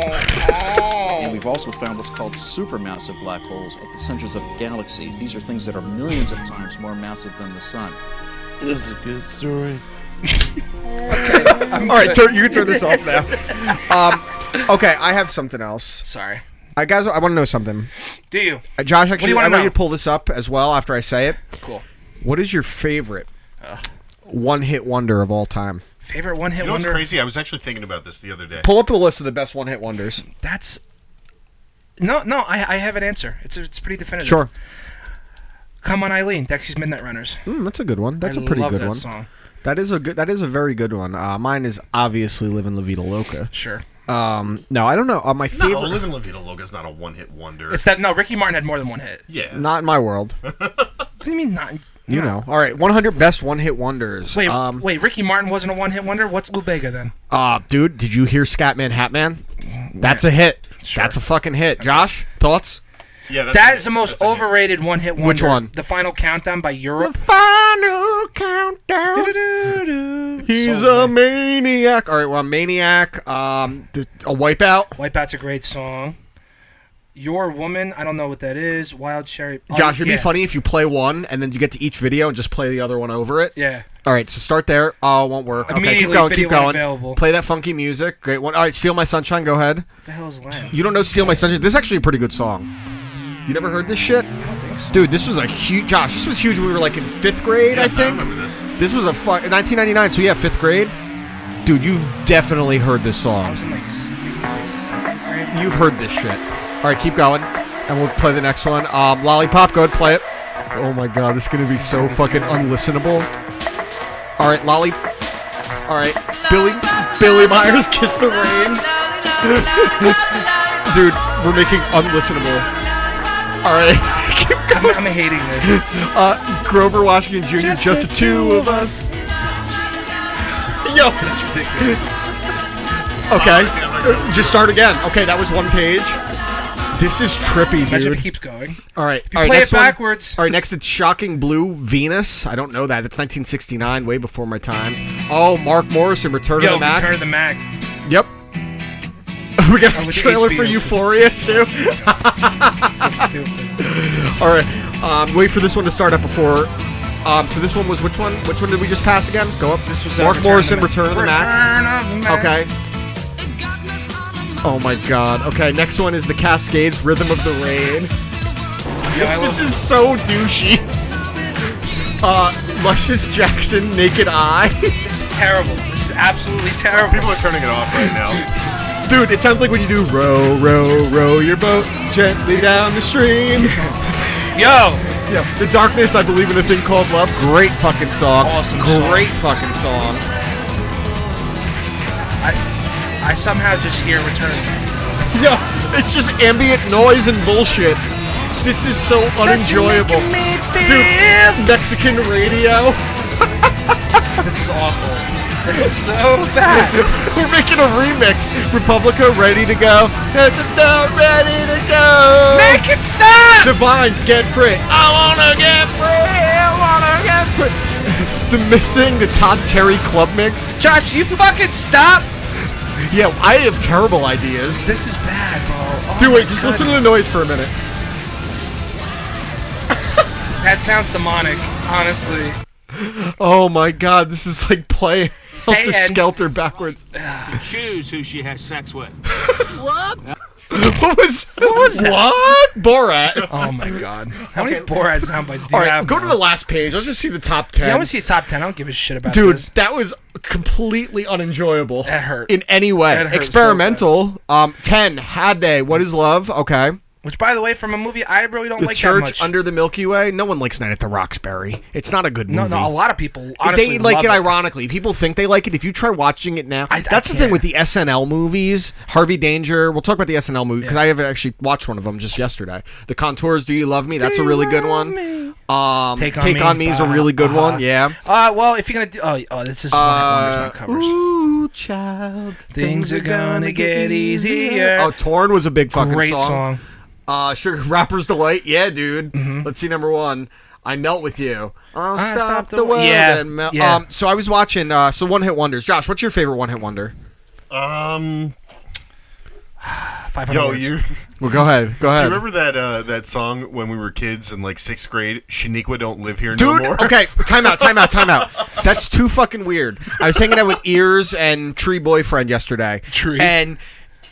And we've also found what's called supermassive black holes at the centers of galaxies. These are things that are millions of times more massive than the sun. This is a good story. All right, turn, you can turn this off now. Um, okay, I have something else. Sorry. I guys, I want to know something. Do you? Uh, Josh, What do actually, you I wanna want you know? to pull this up as well after I say it. Cool. What is your favorite one-hit wonder of all time? Favorite one hit You know what's wonder? crazy? I was actually thinking about this the other day. Pull up a list of the best one-hit wonders. That's no, no. I, I have an answer. It's it's pretty definitive. Sure. Come on, Eileen. Dexy's Midnight Runners. Mm, that's a good one. That's a I pretty love good that one. song. That is a good. That is a very good one. Uh, mine is obviously "Living La Vida Loca." Sure. Um, no, I don't know. Uh, my No, favorite. Living La Vida Loca is not a one-hit wonder. It's that no. Ricky Martin had more than one hit. Yeah. Not in my world. What do you mean not? You know. All right, 100 best one-hit wonders. Wait, um, wait. Ricky Martin wasn't a one hit wonder. What's Lou Bega then? uh, dude, did you hear Scatman Hatman? That's a hit. That's a fucking hit. Josh, thoughts? Yeah, that's that a- is the most overrated one hit wonder. Which one? The Final Countdown by Europe. Final countdown. He's a maniac. All right, well, maniac. Um, th- a wipeout. Wipeout's a great song. Your Woman, I don't know what that is. Wild Cherry. oh, Josh, it'd yeah. be funny if you play one and then you get to each video and just play the other one over it. Yeah. All right, so start there. Oh, it won't work. Okay, keep Immediately going, video keep going. unavailable. Play that funky music. Great one. All right, Steal My Sunshine, go ahead. What the hell is Lamb? You don't know Steal My Sunshine? This is actually a pretty good song. You never heard this shit? Dude, this was a huge. Josh, this was huge when we were like in fifth grade, I think. remember this. This was a fu- 1999, so yeah, fifth grade. Dude, you've definitely heard this song. Like, s- didn't say second grade. You've heard this shit. All right, keep going, and we'll play the next one. Um, Lollipop, go ahead, play it. Oh my god, this is gonna be so fucking unlistenable. All right, Lolly. All right, Billy. Billy Myers, kiss the rain. Dude, we're making unlistenable. All right, keep going. I'm, hating this. Uh, Grover Washington Jr. Just, the two of us. Yo, that's ridiculous. Okay, Uh, just start again. Okay, that was one page. This is trippy, dude. Imagine if it keeps going. All right. If you all right, play next it one. backwards. All right, next it's Shocking Blue Venus. I don't know that. It's 1969, way before my time. Oh, Mark Morrison, Return of Yo, the Mac. Return of the Mac. Yep. we got Oh, a with trailer for HBO. Euphoria, too. so stupid. all right, um, wait for this one to start up before. Um, so this one was which one? Which one did we just pass again? Go up. This was, uh, Mark Return of the Morrison, Mac. Return of the Mac. Return of the Mac. Okay. Oh my god. Okay, next one is the Cascades, Rhythm of the Rain. Yeah, I this love- is so douchey. Uh, Luscious Jackson, Naked Eye. This is terrible. This is absolutely terrible. People are turning it off right now. Dude, it sounds like when you do row, row, row your boat gently down the stream. Yo! Yeah, The Darkness, I believe in a thing called love. Great fucking song. Awesome song. Great fucking song. I, I somehow just hear Return. Yeah, it's just ambient noise and bullshit. This is so unenjoyable. Dude, Mexican radio. This is awful. This is so bad. We're making a remix. Republica ready to go. Da-da-da, Ready to go. Make it stop. The vines get free. I wanna get free. I wanna get free. the missing the Todd Terry club mix. Josh, you fucking stop. Yeah, I have terrible ideas. This is bad, bro. Oh Dude, wait, my just goodness. listen to the noise for a minute. That sounds demonic, honestly. Oh my god, this is like playing Say Helter it. Skelter backwards. Choose who she has sex with. what was what was that? What? Borat. Oh my god. How many Borat sound bites do All you right, have? go to bro? the last page. Let's just see the top ten. Yeah, I want to see a top ten. I don't give a shit about Dude, this. that was completely unenjoyable. That hurt. in any way. That hurt so Experimental. um, ten. Had they? What is love? Okay. Which, by the way, from a movie I really don't The like that Church much. Under the Milky Way. No one likes Night at the Roxbury. It's not a good no, movie. no, a lot of people they honestly like love it ironically. People think they like it. If you try watching it now, that's the thing can't. with the SNL movies. Harvey Danger. We'll talk about the SNL movie because I have actually watched one of them just yesterday. The Contours. Do you love me? That's a really good one. Um, Take Take on on Me, me, is a bah, really good bah. one. Yeah. Uh, well, if you're gonna do, oh, oh this is one hit wonders, not covers. Uh, Ooh, child, things are gonna get easier. Oh, Torn was a big fucking Great song. song. Mm-hmm. Uh, Sugar Rapper's Delight, yeah, dude. Let's see number one. I melt with you. I'll I stop, stopped the the- world. Yeah, and melt- yeah. Um, so I was watching. Uh, so one hit wonders. Josh, what's your favorite one hit wonder? Um, Five hundred yo, words. you. Well, go ahead. Go Do you ahead. remember that uh, that song when we were kids in like sixth grade? Shaniqua don't live here no Dude, more. okay, time out, time out, time out. That's too fucking weird. I was hanging out with Ears and Tree Boyfriend yesterday. Tree. And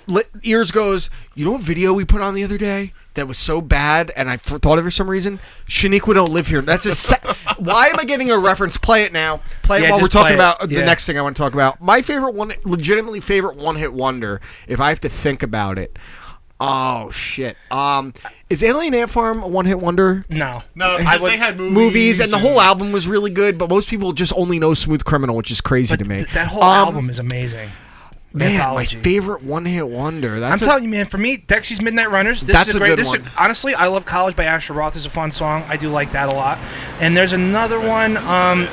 li- Ears goes, You know what video we put on the other day that was so bad and I th- thought of it for some reason? Shaniqua don't live here. That's a se- Why am I getting a reference? Play it now. Play it Yeah, while we're just play talking it. about uh, the Yeah. next thing I want to talk about. My favorite one, legitimately favorite one hit wonder, if I have to think about it. Oh shit! Um, is Alien Ant Farm a one hit wonder? No, No, I because would- they had movies, movies, and the whole album was really good. But most people just only know Smooth Criminal, which is crazy to me. Th- that whole Um, album is amazing. man, Anthology. my favorite one-hit wonder. I'm That's telling you, man. For me, Dexy's Midnight Runners. This That's is a a great. good this is- one. honestly, I love College by Asher Roth. is a fun song. I do like that a lot. And there's another one. Um,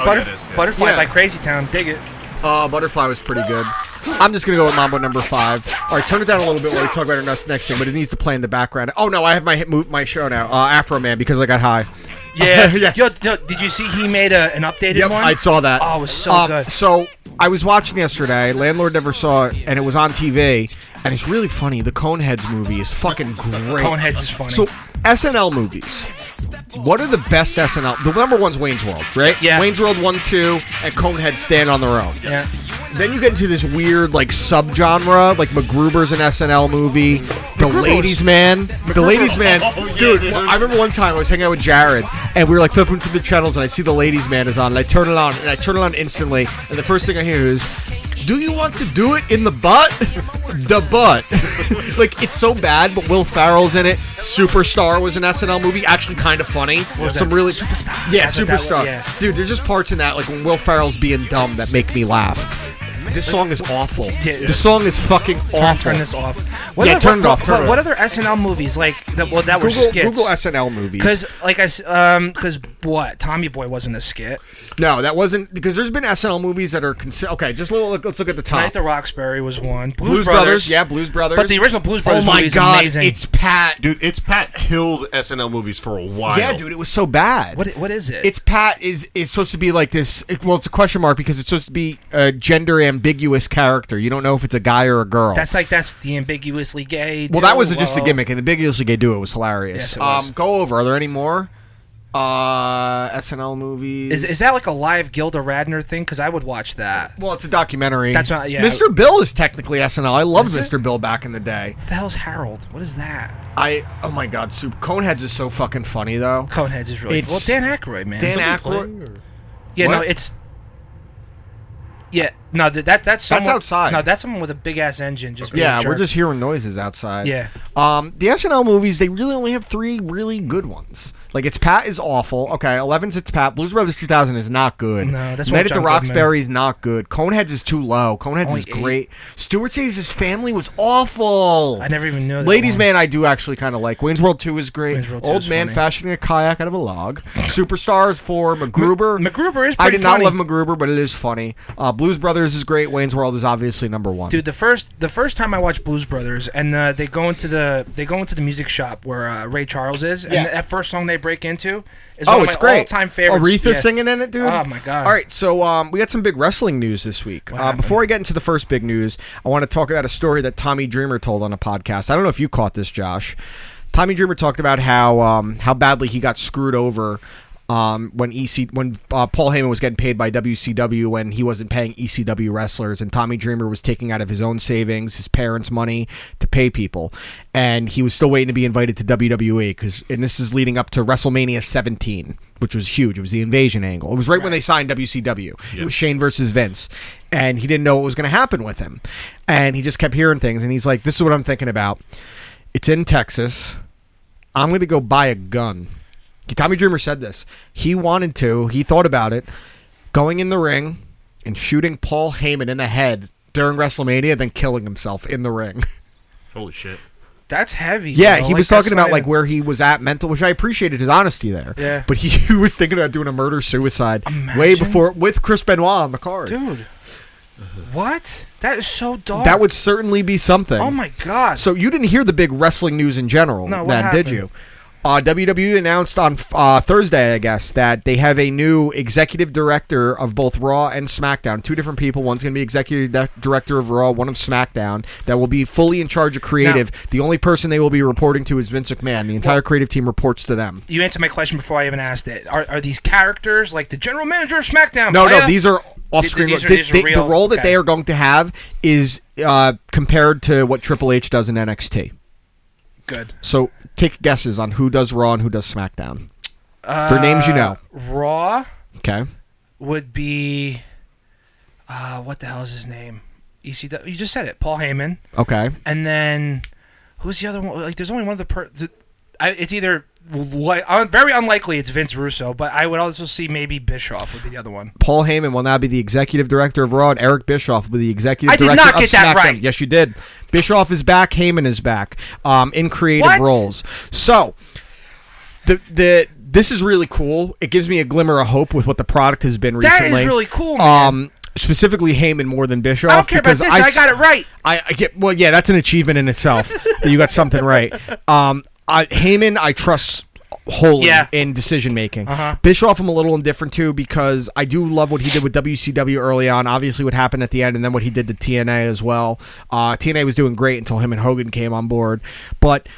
Oh, yeah, Butterf- it is, yeah. Butterfly Yeah. by Crazy Town. Dig it. Uh, Oh, Butterfly was pretty good. I'm just gonna go with Mambo number five. All right, turn it down a little bit while we talk about our next next thing, but it needs to play in the background. Oh no, I have my hit- move my show now, uh, Afro Man, because I got high. Yeah, Yo, yo, did you see he made a, an updated Yep, one? I saw that. Oh, it was so Um, good. So I was watching yesterday. Landlord never saw it, and it was on TV. And it's really funny. The Coneheads movie is fucking great. Coneheads is funny. So SNL movies. What are the best SNL? The number one's Wayne's World, right? Yeah. Wayne's World one, two, and Coneheads stand on their own. Yeah. Then you get into this weird like subgenre, like MacGruber's an SNL movie, The MacGruber Ladies was- Man, The MacGruber- Ladies Man, Oh, yeah, dude. dude. I remember one time I was hanging out with Jared, and we were like flipping through the channels, and I see The Ladies Man is on, and I turn it on, and I turn it on instantly, and the first thing I hear is, "Do you want to do it in the butt? the butt." like it's so bad, but Will Farrell's in it. Superstar was an SNL movie, actually kind of funny. was Some that? really Superstar. Yeah, That's what that was, superstar. yeah. Dude, there's just parts in that, like when Will Farrell's being dumb, that make me laugh. This song is awful. Yeah. This song is fucking awful. Turn, turn this off. yeah, other- turn it off. What, Turn what, it what off. other SNL movies like that? Well, that were Google, skits. Google SNL movies. Because like I s- um because what Tommy Boy wasn't a skit. no, that wasn't because there's been SNL movies that are cons- okay. Just look, let's look at the top. Night at the Roxbury was one. Blues, Blues Brothers, yeah, Blues Brothers. But the original Blues Brothers Oh my movie is God, amazing. it's Pat, dude. It's Pat killed SNL movies for a while. Yeah, dude, it was so bad. What what is it? It's Pat is is supposed to be like this. it- well, it's a question mark because it's supposed to be a gender ambiguous character. You don't know if it's a guy or a girl. that's like that's the ambiguously gay. well, that was dude, just a well, gimmick, and the ambiguously gay duo was hilarious. Yes, it was. Um, go over. Are there any more uh, SNL movies? Is, is that like a live Gilda Radner thing? Because I would watch that. Well, it's a documentary. That's not. Yeah. Mr. Bill is technically SNL. I love Is it? Mr. Bill back in the day. What the hell's Harold? What is that? I oh my god, Soup Coneheads is so fucking funny though. Coneheads is really well. Dan Aykroyd, man. Dan Somebody Aykroyd. Yeah, no, What? it's. Yeah, no, that, that that's someone, outside. No, that's someone with a big ass engine. Just being a Yeah, we're jerk. just hearing noises outside. Yeah. Um, the SNL movies they really only have three really good ones. Like it's Pat is awful. Okay, 11's it's Pat. Blues Brothers 2000 is not good. No, that's Night what at the John Goodman- Roxbury is not good. Coneheads is too low. Coneheads Only is eight. great. Stuart Saves His Family was awful. I never even knew. That Ladies one. Man, I do actually kind of like. Wayne's World 2 is great. Wayne's World 2 Old is Man funny. Fashioning a Kayak Out of a Log. Superstars for MacGruber. MacGruber is I pretty did funny. not love MacGruber, but it is funny. Uh, Blues Brothers is great. Wayne's World is obviously number one. Dude, the first the first time I watched Blues Brothers, and uh, they go into the they go into the music shop where uh, Ray Charles is, and Yeah. that first song they break into is Oh, one it's of my great. all time favorites. Aretha Yeah. singing in it, dude. Oh my god! All right, so um, we got some big wrestling news this week. Uh, before I get into the first big news, I want to talk about a story that Tommy Dreamer told on a podcast. I don't know if you caught this, Josh. Tommy Dreamer talked about how um, how badly he got screwed over. Um, when EC when uh, Paul Heyman was getting paid by WCW when he wasn't paying ECW wrestlers and Tommy Dreamer was taking out of his own savings his parents' money to pay people and he was still waiting to be invited to WWE because and this is leading up to WrestleMania 17 which was huge it was the invasion angle it was right, when they signed WCW it was Shane versus Vince and he didn't know what was going to happen with him and he just kept hearing things and he's like this is what I'm thinking about it's in Texas I'm going to go buy a gun. Tommy Dreamer said this. He wanted to, he thought about it, going in the ring and shooting Paul Heyman in the head during WrestleMania, then killing himself in the ring. Holy shit. that's heavy. Yeah, you know, he like, was that's talking about not like even- where he was at mental, which I appreciated his honesty there. Yeah. But he, he was thinking about doing a murder suicide way before with Chris Benoit on the card. dude. What? That is so dark. That would certainly be something. Oh my god! So you didn't hear the big wrestling news in general, No, what then, did you? happened? Uh, WWE announced on uh, Thursday, I guess, that they have a new executive director of both Raw and SmackDown. Two different people. One's going to be executive di- director of Raw, one of SmackDown. That will be fully in charge of creative. the only person they will be reporting to is Vince McMahon. The entire creative team reports to them. you answered my question before I even asked it. Are, are these characters like the general manager of SmackDown? No, no, playa? these are off Oh, Th- screen. th- roles. these are- They- these are they- the real- role that okay. they are going to have is uh, compared to what Triple H does in NXT. Good. So take guesses on who does Raw and who does SmackDown. Their names you know. Uh, Raw Okay. would be, uh, what the hell is his name? ECW. You just said it, Paul Heyman. Okay. And then who's the other one? Like, there's only one of the per. The, I, it's either like un- very unlikely it's Vince Russo, but I would also see maybe Bischoff would be the other one. Paul Heyman will now be the executive director of Raw, and Eric Bischoff will be the executive I did director not of get that SmackDown. right. Yes, you did. Bischoff is back. Heyman is back um, in creative What? roles. So the the this is really cool. It gives me a glimmer of hope with what the product has been That is recently. really cool, man. Um, specifically Heyman more than Bischoff. I don't care about because this. I, s- got it right. I, I get well, yeah, that's an achievement in itself that you got something right. Um, I, Heyman, I trust wholly Yeah. in decision making. Uh-huh. Bischoff, I'm a little indifferent to because I do love what he did with WCW early on. Obviously, what happened at the end, and then what he did to TNA as well. Uh, TNA was doing great until him and Hogan came on board, but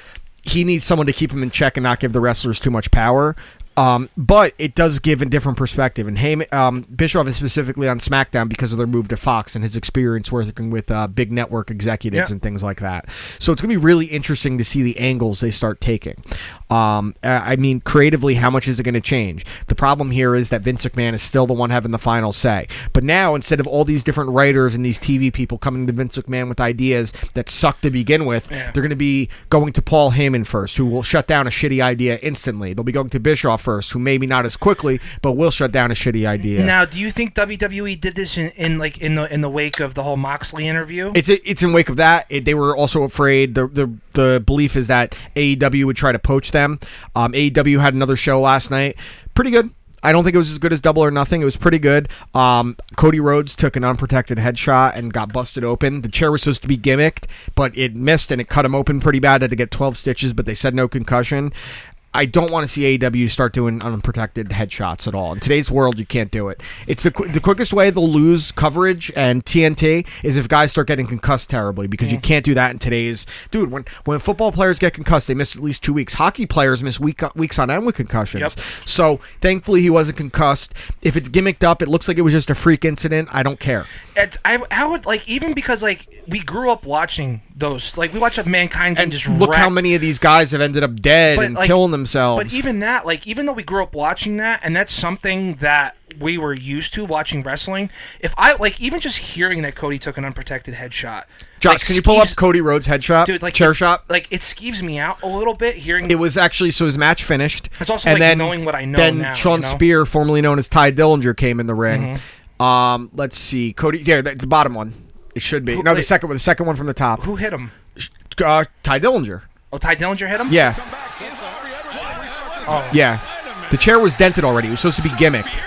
he needs someone to keep him in check and not give the wrestlers too much power. Um, but it does give a different perspective. And Heyman, um, Bischoff is specifically on SmackDown because of their move to Fox and his experience working with uh, big network executives Yeah. and things like that. So it's going to be really interesting to see the angles they start taking. Um, I I mean, creatively, how much is it going to change? The problem here is that Vince McMahon is still the one having the final say. But now, instead of all these different writers and these TV people coming to Vince McMahon with ideas that suck to begin with, Yeah. they're going to be going to Paul Heyman first, who will shut down a shitty idea instantly. They'll be going to Bischoff first, who maybe not as quickly, but will shut down a shitty idea. Now, do you think WWE did this in, in like in the in the wake of the whole Moxley interview? It's it's in wake of that. It, they were also afraid. The, the the belief is that AEW would try to poach them. Um, AEW had another show last night. Pretty good. I don't think it was as good as Double or Nothing. It was pretty good. Um, Cody Rhodes took an unprotected headshot and got busted open. The chair was supposed to be gimmicked, but it missed and it cut him open pretty bad. Had to get 12 stitches, but they said no concussion. I don't want to see AEW start doing unprotected headshots at all. In today's world, you can't do it. It's the, qu- the quickest way they'll lose coverage and TNT is if guys start getting concussed terribly because you can't do that in today's dude. When when football players get concussed, they miss at least two weeks. Hockey players miss week, weeks on end with concussions. So thankfully, he wasn't concussed. If it's gimmicked up, it looks like it was just a freak incident. I don't care. It's, I, I would like even because like we grew up watching those like we watch up mankind and just Look how wreck- many of these guys have ended up dead But, and like- killing themselves. But even that, like, even though we grew up watching that, and that's something that we were used to watching wrestling. If I like, even just hearing that Cody took an unprotected headshot, Josh, like, can you pull up skeeves- Cody Rhodes headshot, dude? Like chair it- shot? Like it skeeves me out a little bit hearing. It was actually so his match finished. It's also, and like, then, knowing what I know Then now, Sean you know? Mm-hmm. Spear, formerly known as Ty Dillinger, came in the ring. Um, let's see, Cody. Yeah, that's the bottom one. It should be no, the wait. second one. The second one from the top. Who hit him? Uh, Ty Dillinger. Oh, Ty Dillinger hit him. Yeah, Oh. yeah. The chair was dented already. It was supposed to be gimmicked,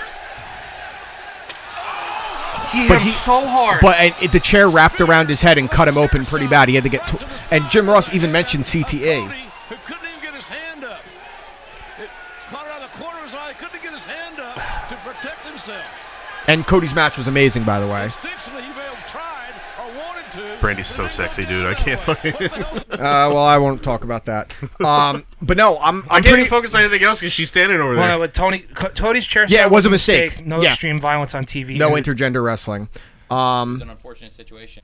He hit But him he- so hard. but and it, the chair wrapped around his head and cut him open pretty bad. He had to get. Tw- and Jim Ross even mentioned CTA. And Cody's match was amazing, by the way. Brandy's so sexy, dude. I can't fucking. Uh, well, I won't talk about that. Um, but no, I'm. I'm I can't pretty even focus on anything else because she's standing over Well, there. with Tony, Co- Cody's chair. Yeah, shot it was a mistake. No Yeah. extreme violence on TV. no And- intergender wrestling. Um, an unfortunate situation.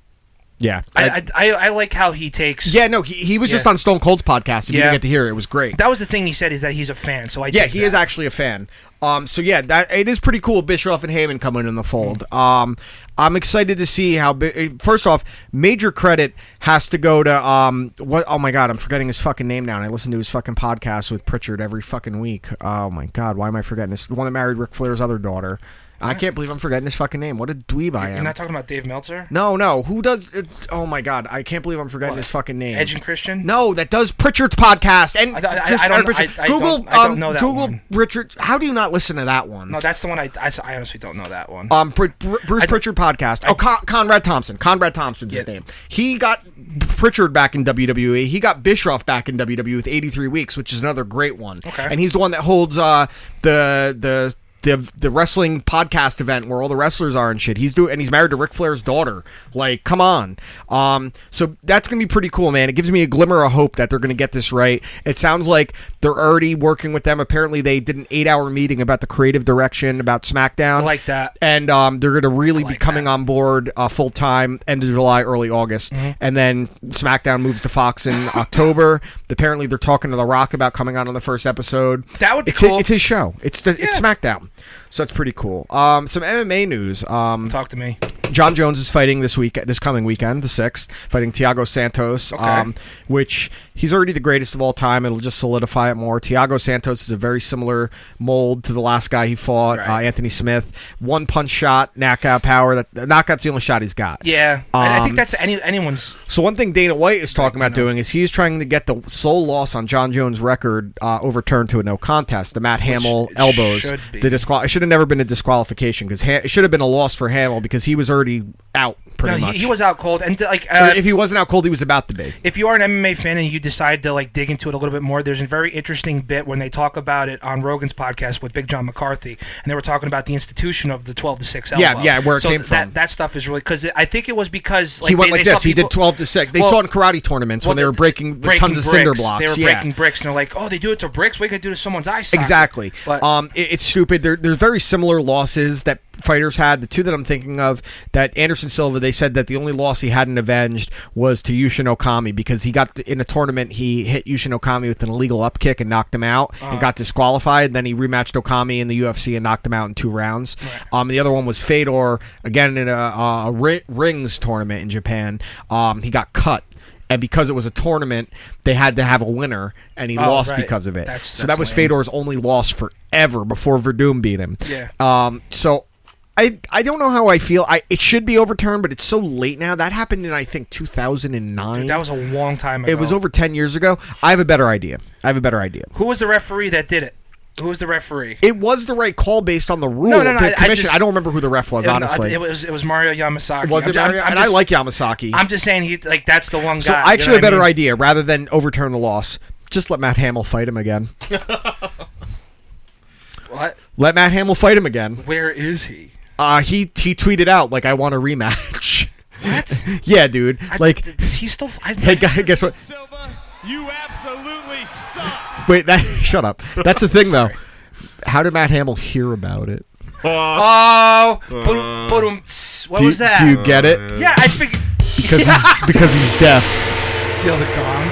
yeah, I, I, I I like how he takes. yeah. No, he, he was Yeah. just on Stone Cold's podcast. If you Yeah. didn't get to hear it, it was great. That was the thing he said is that he's a fan. So I yeah, take he that. is actually a fan. Um, so yeah, that it is pretty cool. Bischoff and Heyman coming in the fold. Um, I'm excited to see how. Bi- eh, First off, major credit has to go to um, what? Oh my god, I'm forgetting his fucking name now. And I listen to his fucking podcast with Pritchard every fucking week. Oh my god, why am I forgetting this? The one that married Ric Flair's other daughter. I can't believe I'm forgetting his fucking name. What a dweeb I am. You're not talking about Dave Meltzer. No, no. Who does? It, oh my god, I can't believe I'm forgetting his fucking name. Edge and Christian? No, that does Pritchard's podcast. And I- I- just- I don't- uh, Pritchard. I- I Google. don't- I don't um, know that Google one. Richard. How do you not listen to that one? No, that's the one I, I, I honestly don't know that one. Um, Br- Br- Bruce Pritchard podcast. Oh, Con- Conrad Thompson. Conrad Thompson's his Yeah. name. He got Pritchard back in WWE. He got Bischoff back in WWE with 83 weeks, which is another great one. Okay. And he's the one that holds uh the the. The, the wrestling podcast event where all the wrestlers are and shit. He's doing and he's married to Ric Flair's daughter. Like, come on. Um, so that's gonna be pretty cool, man. It gives me a glimmer of hope that they're gonna get this right. It sounds like they're already working with them. Apparently, they did an eight-hour meeting about the creative direction about SmackDown. I like that. And um, they're going to really be coming on board uh, full time end of July, early August, Mhm. and then SmackDown moves to Fox in October. Apparently, they're talking to The Rock about coming on on the first episode. That would be it's cool. His, it's his show. It's the, it's SmackDown, so that's pretty cool. Um, some MMA news. Um, Talk to me. John Jones is fighting this week, this coming weekend, the sixth, fighting Tiago Santos, Okay. um, which he's already the greatest of all time. It'll just solidify it more. Tiago Santos is a very similar mold to the last guy he fought, uh, Anthony Smith. One punch shot, knockout power. That knockout's the only shot he's got. Yeah, I- I Um, think that's any anyone's. So one thing Dana White is talking about doing is he's trying to get the sole loss on John Jones' record uh, overturned to a no contest. The Matt Hamill it elbows. should be. The disqual- it should have never been a disqualification because ha- it should have been a loss for Hamill because he was already out No, pretty he, much. he was out cold, and like uh, if he wasn't out cold, he was about to be. if you are an MMA fan and you decide to like dig into it a little bit more, there's a very interesting bit when they talk about it on Rogan's podcast with Big John McCarthy, and they were talking about the institution of the twelve to six elbow. Yeah, yeah, where it so came th- that, from. That stuff is really because I think it was because like, he went they- like they saw this. He did people- twelve to six. They Well, saw it in karate tournaments when they were breaking, the breaking tons of cinder bricks. blocks. They were yeah. breaking bricks, and they're like, "Oh, they do it to bricks. We could do it to someone's eye socket." Exactly. um, it- it's stupid. There, there's very similar losses that fighters had. The two that I'm thinking of, that Anderson Silva, they said that the only loss he hadn't avenged was to Yushin Okami because he got in a tournament. He hit Yushin Okami with an illegal up kick and knocked him out Uh-huh. and got disqualified. Then he rematched Okami in the UFC and knocked him out in two rounds. Um, the other one was Fedor again in a, a ri- rings tournament in Japan. Um, he got cut. And because it was a tournament, they had to have a winner, and he Oh, lost right. because of it. That's- so that's that was lame. Fedor's only loss forever before Verdum beat him. Yeah. Um. So. I, I don't know how I feel. I it should be overturned, but it's so late now. That happened in I think 2009. Dude, that was a long time ago. It was over 10 years ago. I have a better idea. I have a better idea. Who was the referee that did it? Who was the referee? It was the right call based on the rule. No, no, no, the I- I commission. just- don't remember who the ref was No, no, honestly. I- uh, it was it was Mario Yamasaki. Was it I'm- Mario? I'm and just- I like Yamasaki. I'm just saying he like that's the one guy. so I you actually know have a better what I idea rather than overturn the loss. Just let Matt Hamill fight him again. mean? What? Let Matt Hamill fight him again. Where is he? Uh, he he tweeted out like I want a rematch. What? yeah, dude. I- like, d- does he still? I, hey, gu- guess what? You absolutely suck. Wait, that shut up. That's the thing though. How did Matt Hamill hear about it? Oh, boom, boom, tss. what do, you- was that? Uh, Do you get it? Yeah, I figured. because he's because he's deaf. Yo, the gong.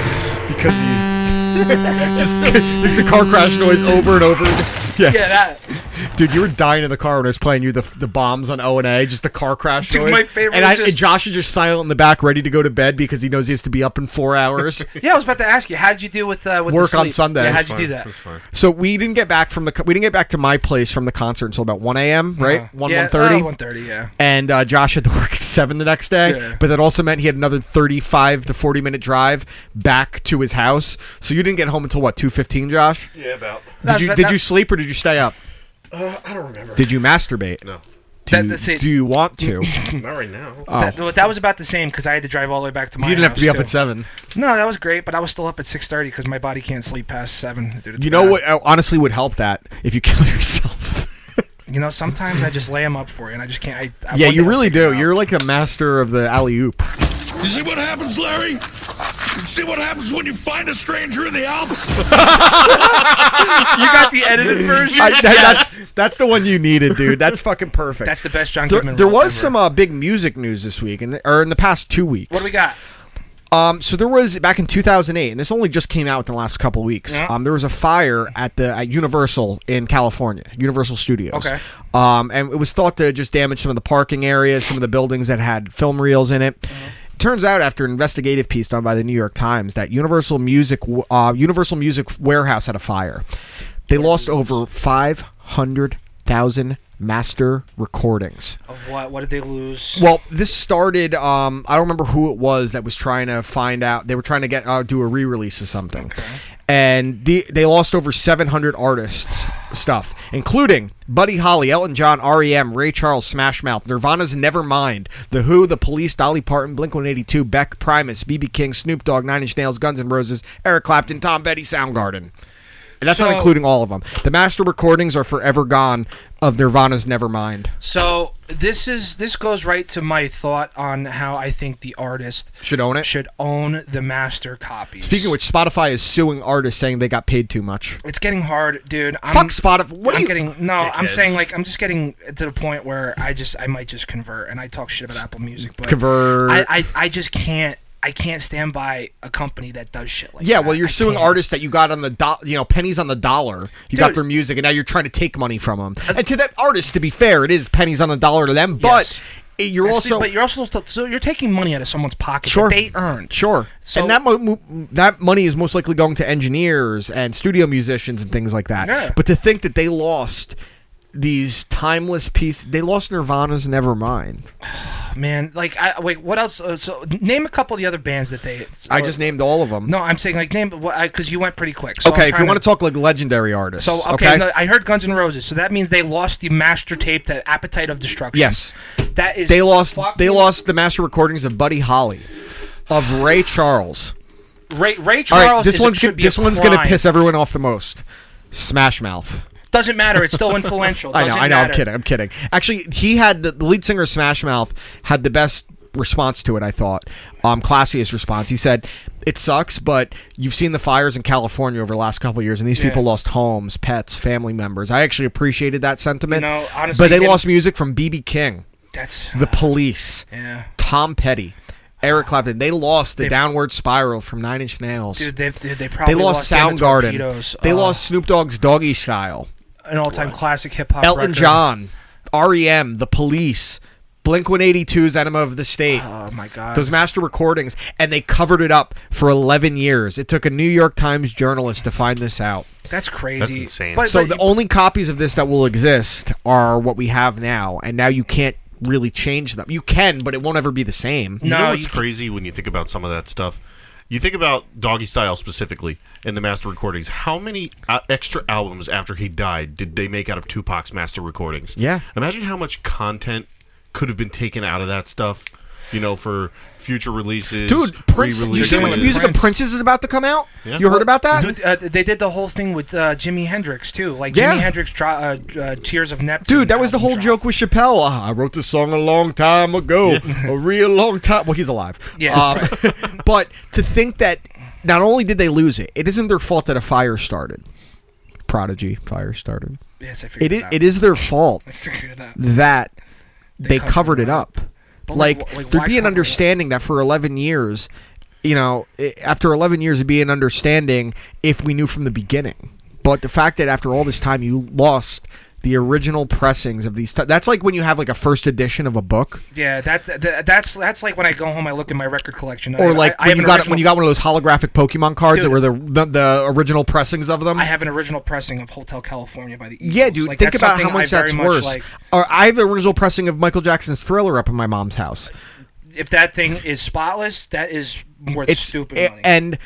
Because he's just the car crash noise over and over. again. Yeah. Yeah, that. Dude, you were dying in the car when I was playing you the the bombs on O and A, just the car crash Dude, noise. my favorite and, I, was just- and Josh is just silent in the back, ready to go to bed because he knows he has to be up in four hours. Yeah, I was about to ask you. How did you do with uh, with the work on sleep? Sunday. Yeah, how'd you do that? So we didn't get back from the co- we didn't get back to my place from the concert until about one a.m. Right, Uh-huh. one Yeah, one thirty. uh, 1:30, yeah. And uh, Josh had to work at seven the next day, Yeah. but that also meant he had another thirty-five to forty-minute drive back to his house. So you didn't get home until what two fifteen, Josh? Yeah, about. Did you did you sleep or did you stay up? Uh, I don't remember. Did you masturbate? No. Do, That- you- that's it. do you want to? Not right now. Oh. That, well, that was about the same because I had to drive all the way back to my. you didn't have to house, be up too. at seven. No, that was great, but I was still up at six thirty because my body can't sleep past seven. Dude, it's You know bad. what? uh, Honestly, would help that if you kill yourself. You know, sometimes I just lay them up for you, and I just can't. I, I yeah, one you day I'll really figure it do. You're like the master of the alley oop. You see what happens, Larry? You see what happens when you find a stranger in the Alps? you got the edited version? I- that- That's that's the one you needed, dude. That's fucking perfect. That's the best John There, Goodman. there role was ever. some uh, big music news this week, in the, or in the past two weeks. What do we got? Um, so there was back in 2008, and this only just came out in the last couple weeks. Yeah. Um, there was a fire at the at Universal in California, Universal Studios. Okay. Um, and it was thought to just damage some of the parking areas, some of the buildings that had film reels in it. Uh-huh. Turns out, after an investigative piece done by the New York Times, that Universal Music uh, Universal Music Warehouse had a fire. They lost over 500,000 master recordings. Of what? What did they lose? Well, this started. Um, I don't remember who it was that was trying to find out. They were trying to get uh, do a re-release of something, and the, they lost over 700 artists' stuff, including Buddy Holly, Elton John, REM, Ray Charles, Smash Mouth, Nirvana's Nevermind, The Who, The Police, Dolly Parton, Blink 182, Beck, Primus, BB King, Snoop Dogg, Nine Inch Nails, Guns N' Roses, Eric Clapton, Tom Petty, Soundgarden. And that's not So- including all of them. The master recordings are forever gone of Nirvana's Nevermind. So this is this goes right to my thought on how I think the artist Should own it. should own the master copy. Speaking of which, Spotify is suing artists saying they got paid too much. It's getting hard, dude. I'm, Fuck Spotify. What are I'm you- getting? No, I'm Dickheads. saying like I'm just getting to the point where I just I might just convert, and I talk shit about Apple Music, but Convert. I, I I just can't I can't stand by a company that does shit like yeah, that. well, you're I suing can't. artists that you got on the do- you know pennies on the dollar. You Dude. got their Uh, music, and now you're trying to take money from them. And to that artist, to be fair, it is pennies on the dollar to them. But you're That's the- also but you're also still- so you're taking money out of someone's pocket Sure. that they earned. Sure. So- and that mo- mo- that money is most likely going to engineers and studio musicians and things like that. Yeah. But to think that they lost these timeless pieces, they lost Nirvana's Nevermind. Oh, Man, like, I, wait, what else? Uh, so name a couple of the other bands that they. I just named all of them. No, I'm saying like name because you went pretty quick. So okay, I'm if you trying want to talk like legendary artists. So okay, no, I heard Guns N' Roses, so that means they lost the master tape to Appetite of Destruction. Yes. that is they lost fucking- they lost the master recordings of Buddy Holly, of Ray Charles. Ray, Ray All Charles. right, this is- one's should be a this one's gonna crime. piss everyone off the most. Smash Mouth. Doesn't matter. It's still influential. I know, Doesn't I know. matter. I'm kidding. I'm kidding. Actually, he had the, the lead singer of Smash Mouth had the best response to it. I thought, um, classiest response. He said, "It sucks, but you've seen the fires in California over the last couple of years, and these Yeah. people lost homes, pets, family members." I actually appreciated that sentiment. You know, honestly, but they him- lost music from BB King, That's the Police, Yeah. Ah. Tom Petty, Eric Clapton. They lost the They- downward spiral from Nine Inch Nails. Dude, they, they, they probably they lost, lost Game of Torpedoes, Soundgarden. They uh, lost Snoop Dogg's Doggy Style. an all-time classic hip hop. Elton John, REM, The Police, Blink 182's Enema of the State. Oh my God. Those master recordings, and they covered it up for 11 years. It took a New York Times journalist to find this out. That's crazy. That's insane. But, so but- the only copies of this that will exist are what we have now, and now you can't really change them. You can, but it won't ever be the same. You know what's crazy when you think about some of that stuff? You think about Doggy Style specifically in the master recordings. How many uh, extra albums after he died did they make out of Tupac's master recordings? Yeah. Imagine how much content could have been taken out of that stuff, you know, for future releases. Dude, Prince. Did you see how much re-releases. music of Prince's is about to come out? Yeah. You heard about that? Dude, uh, they did the whole thing with uh, Jimi Hendrix too. Like Yeah. Jimi Hendrix, dro- uh, uh, Tears of Neptune. Dude, that was the whole joke with Chappelle. Uh, I wrote this song a long time ago, a real long time. Well, he's alive. Um, Yeah, but to think that not only did they lose it, it isn't their fault that a fire started. Prodigy fire started. Yes, I figured It it is. out. It is their fault I figured it out. that They they, covered covered it up. But, like, Like, wh- like, there'd why be an cover it up? understanding that for eleven years, you know, i- after eleven years, it'd be an understanding if we knew from the beginning. But the fact that after all this time, you lost the original pressings of these. T- that's like when you have like a first edition of a book. Yeah, that's that, that's that's like when I go home, I look at my record collection, or I- like I, when I have you an got original- when you got one of those holographic Pokemon cards that Dude. were the, the the original pressings of them. I have an original pressing of Hotel California by the Eagles. yeah, dude, Like, think that's about how something much I very that's worth. Like, or I have the original pressing of Michael Jackson's Thriller up in my mom's house. if that thing is spotless, that is worth It's stupid a- money. and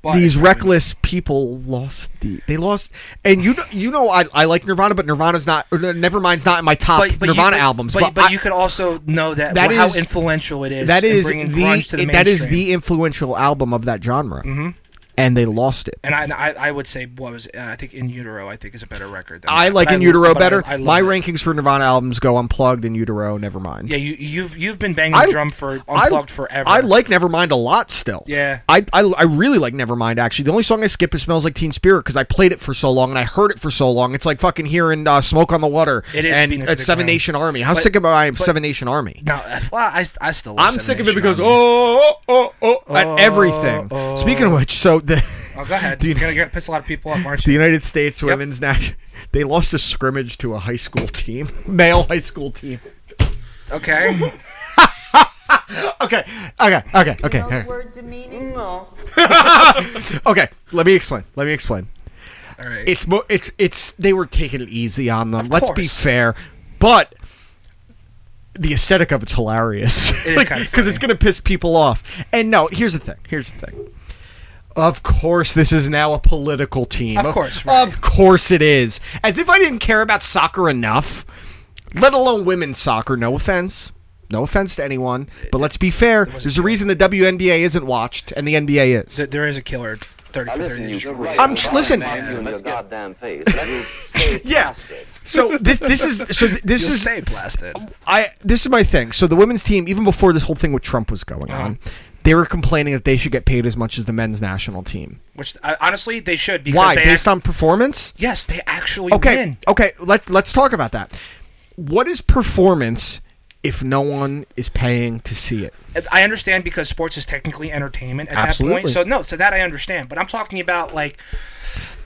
But these it's probably- reckless people lost the they lost and you know, you know I, I like Nirvana but Nirvana's not or Nevermind's not in my top But- but you- Nirvana but- albums but, but I- you could also know that, That how is- influential it is. that in is bringing grunge to the the that is mainstream. the influential album of that genre Mhm. and they lost it. And I, and I, I would say what was uh, I think In Utero I think is a better record. Than I that. like But In lo- Utero but I- better. I love My it. rankings for Nirvana albums go Unplugged and Utero, Nevermind. Yeah, you you've you've been banging I- the drum for I- unplugged forever. I like Nevermind a lot still. Yeah. I, I, I really like Nevermind actually. The only song I skip is Smells Like Teen Spirit because I played it for so long and I heard it for so long. It's like fucking hearing uh, Smoke on the Water It is and Venus uh, de Seven Grand. Nation Army. How But- sick am I of but- Seven Nation Army? No, uh, well, I, I still. love I'm Seven sick of it Nation because Army. oh oh oh, oh at everything. oh. Speaking of which, so the Oh, go ahead. Do you- You're gonna, you're gonna piss a lot of people off, aren't the you? United States women's national they lost a scrimmage to a high school team, male high school team. okay. Okay, okay, okay, okay. okay. word demeaning? No. okay, let me explain. Let me explain. All right. It's mo- it's it's they were taking it easy on them. Of Let's be course. fair, but the aesthetic of it's hilarious It is kinda because it's going to piss people off. And no, here's the thing. Here's the thing. Of course, this is now a political team. Of course, right. of course it is. As if I didn't care about soccer enough, let alone women's soccer. No offense. No offense to anyone, but let's be fair. There's a reason the WNBA isn't watched and the NBA is. Th- there is a killer. Thirty for thirty. just rule it. I'm sh- listen. yeah. So this this is so th- this You'll is stay blasted. I this is my thing. So the women's team, even before this whole thing with Trump was going Uh-huh. on, they were complaining that they should get paid as much as the men's national team. Which I, honestly they should because Why? They Based act- on performance? yes, they actually Okay. win. Okay. Let Let's talk about that. What is performance if no one is paying to see it? I understand because sports is technically entertainment at Absolutely. that point. So no, so that I understand. But I'm talking about like.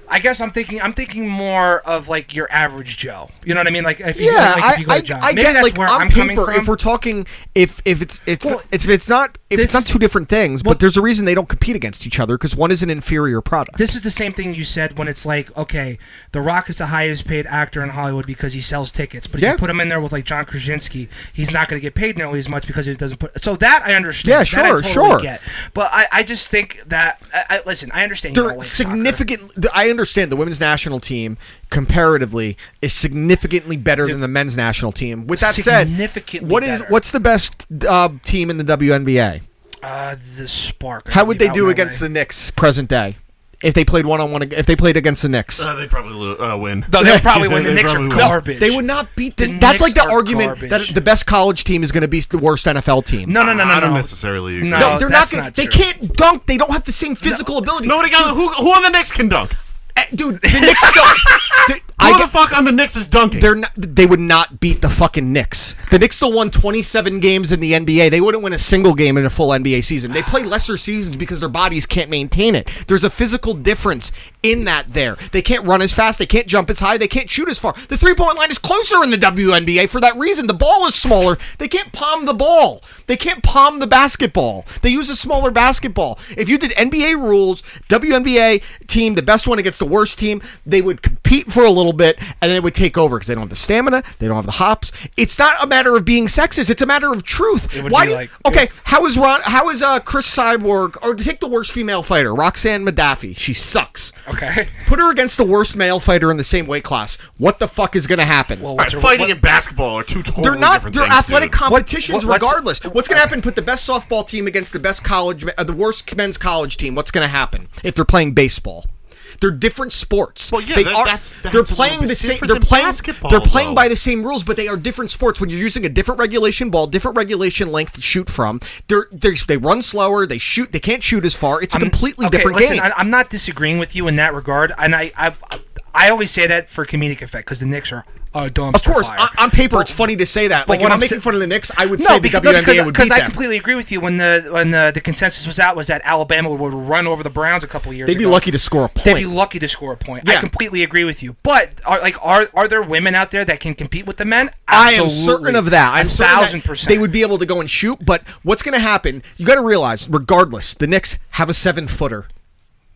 I guess I'm thinking I'm thinking more of like your average Joe. You know what I mean? Like if you, yeah, like, if you go I, I, to John. I Maybe get that's like where on I'm coming paper. from. If we're talking, if if it's it's Well, it's, if it's not if this- it's not two different things, but there's a reason they don't compete against each other because one is an inferior product. This is the same thing you said when it's like, okay, The Rock is the highest paid actor in Hollywood because he sells tickets, but if Yeah. you put him in there with like John Krasinski, he's not going to get paid nearly as much because he doesn't put. So that I understand. Yeah, That I sure, totally sure. Get. But I, I just think that I, I, listen, I understand. you They're don't like soccer. significant. th- I understand the women's national team comparatively is significantly better than the men's national team. With that said, Significantly what is better. what's the best uh, team in the WNBA? Uh, the spark. I How would they believe, out in do LA. against the Knicks present day if they played one on one? If they played against the Knicks, Uh, they probably lo- uh, win. No, they'll probably win. The They Knicks are probably win. garbage. They would not beat the. that's like Knicks the are argument garbage. that the best college team is going to be the worst NFL team. No, no, no, no, I don't no. necessarily. Agree. No, they're not. that's Gonna, not they true. can't dunk. They don't have the same physical ability. Nobody got who. Who on the Knicks can dunk? Dude, dude the Knicks don't. Who the fuck on the Knicks is dunking? They're not. They would not beat the fucking Knicks. The Knicks still won 27 games in the NBA. They wouldn't win a single game in a full NBA season. They play lesser seasons because their bodies can't maintain it. There's a physical difference in that. There, they can't run as fast. They can't jump as high. They can't shoot as far. The three point line is closer in the WNBA for that reason. The ball is smaller. They can't palm the ball. They can't palm the basketball. They use a smaller basketball. If you did NBA rules, WNBA team, the best one against the worst team, they would compete for a little bit and then it would take over because they don't have the stamina, they don't have the hops. It's not a matter of being sexist; it's a matter of truth. It would Why be do you- like- okay? How is Ron? How is uh, Chris Cyborg? Or take the worst female fighter, Roxanne Madafi. She sucks. Okay. Put her against the worst male fighter in the same weight class. What the fuck is going to happen? All right, fighting and basketball are two totally They're not. different They're things, athletic dude. competitions, What- what- what's- regardless. What's going to happen? Put the best softball team against the best college, uh, the worst men's college team. What's going to happen if they're playing baseball? They're different sports. Well, yeah, they that- are. that's- that's a they're little playing bit the same. different They're than playing. basketball, They're playing though. by the same rules, but they are different sports. When you're using a different regulation ball, different regulation length to shoot from, they're, they're they run slower. They shoot. They can't shoot as far. It's a I'm- completely okay, different listen, game. I, I'm not disagreeing with you in that regard, and I I, I always say that for comedic effect because the Knicks are a dumpster of course, fire. on, on paper, it's funny to say that. but Like what when I'm I'm making sa- fun of the Knicks, I would say the bec- WNBA because, would beat because I them. completely agree with you. When the when the, the consensus was out was that Alabama would run over the Browns a couple years. They'd be ago. lucky to score a They'd be point. lucky to score a point. I Yeah. completely agree with you. But are like are are there women out there that can compete with the men? I am Absolutely. certain of that. I'm a certain that thousand percent. they would be able to go and shoot. But what's going to happen? You got to realize, regardless, the Knicks have a seven footer.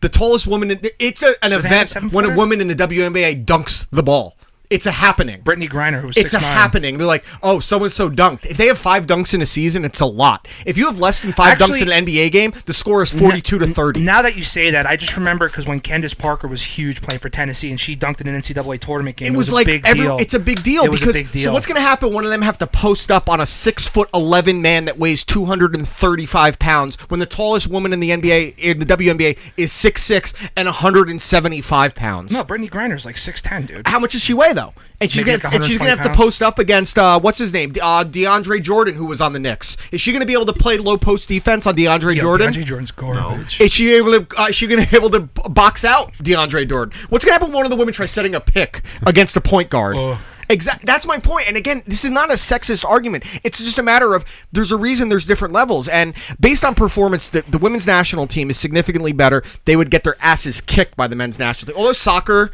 The tallest woman. In the, it's a, an Do they have a event when a seven-footer? woman in the WNBA dunks the ball. It's a happening. Brittany Griner, who's It's a 6'9". happening. They're like, oh, so and so dunked. If they have five dunks in a season, it's a lot. If you have less than five dunks in Actually- an NBA game, the score is forty-two to thirty. Now that you say that, I just remember because when Candace Parker was huge playing for Tennessee and she dunked in an NCAA tournament game, it, it was, a like big every, deal. it's a big deal It was because a big deal. so what's going to happen? One of them have to post up on a six foot eleven man that weighs two hundred and thirty five pounds when the tallest woman in the NBA in the WNBA is six six and one hundred and seventy five pounds. no, Brittany Griner's like six ten, dude. How much does she weigh though? And she's Maybe gonna like and she's gonna have 120 to post up against uh, what's his name, De- uh, DeAndre Jordan, who was on the Knicks. Is she gonna be able to play low post defense on DeAndre Yo, Jordan? DeAndre Jordan's garbage. Is she able to? Uh, is she going to be able to b- box out DeAndre Jordan? What's going to happen? when One of the women tries setting a pick against a point guard. Exactly. That's my point. And again, this is not a sexist argument. It's just a matter of there's a reason there's different levels, and based on performance, the, the women's national team is significantly better. They would get their asses kicked by the men's national team. Although soccer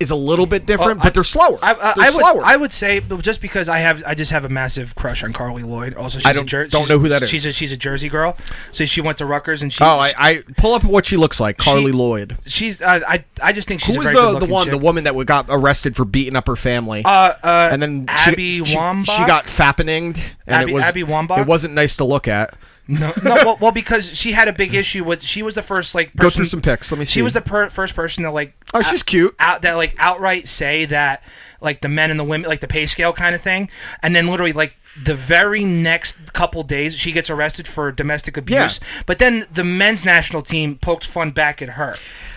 is a little bit different, but they're slower. Oh, I, I, they're I would, slower. I would say, but just because I have, I just have a massive crush on Carly Lloyd. Also, she's I don't- a Jer- don't she's- know who that is. She's a, she's a Jersey girl, so she went to Rutgers and she. oh, I, I pull up what she looks like, Carly She- Lloyd. she's. I, I, I just think she's Who a was very the the good-looking one the chick. woman that got arrested for beating up her family? Uh, uh, and then Abby she, she, Wambach? she got fappinged, and Abby- it was Abby Wambach? It wasn't nice to look at. no, no well, well, because she had a big issue with. She was the first like. Go Person, through some pics. Let me see. She was the per- first person to like. Oh, she's cute. Out that like outright say that like the men and the women like the pay scale kind of thing, and then literally like the very next couple days she gets arrested for domestic abuse. But then the men's national team poked fun back at her.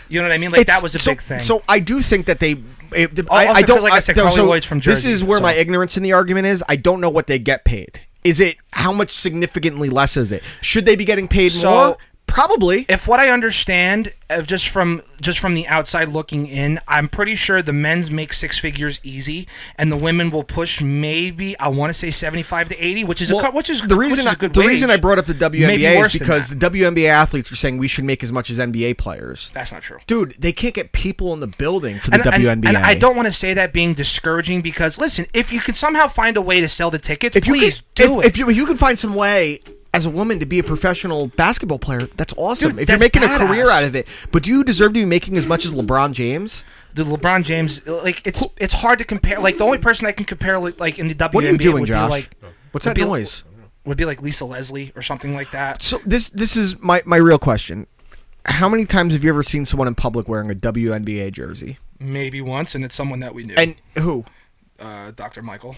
You know what I mean? Like It's- that was a so, big thing. So I do think that they. It, Oh, I, also I don't 'cause, like I said, though, Carly so Lloyd's from This Jersey, is where so- my ignorance in the argument is. I don't know what they get paid. Is it how much significantly less is it? Should they be getting paid So- more? Probably. If what I understand, of just from just from the outside looking in, I'm pretty sure the men's make six figures easy, and the women will push maybe I want to say 75 to 80, which is a Well, cut, which is the reason which is I, a good the wage. reason I brought up the Maybe WNBA worse is than because that. the WNBA athletes are saying we should make as much as NBA players. That's not true. Dude, they can't get people in the building for the and, WNBA. and- and I don't want to say that being discouraging because listen, if you can somehow find a way to sell the tickets, If you please could, do if, it. If you, if you can find some way as a woman to be a professional basketball player, that's awesome. Dude, if you're that's making a career badass. out of it, but do you deserve to be making as much as LeBron James? the LeBron James, like it's it's hard to compare. Like the only person I can compare li- like in the WNBA What are you doing, would Josh? be like What's would that be- noise? Would be like Lisa Leslie or something like that. So this this is my my real question. How many times have you ever seen someone in public wearing a WNBA jersey? Maybe once, and it's someone that we knew. And who? Uh, Dr. Michael.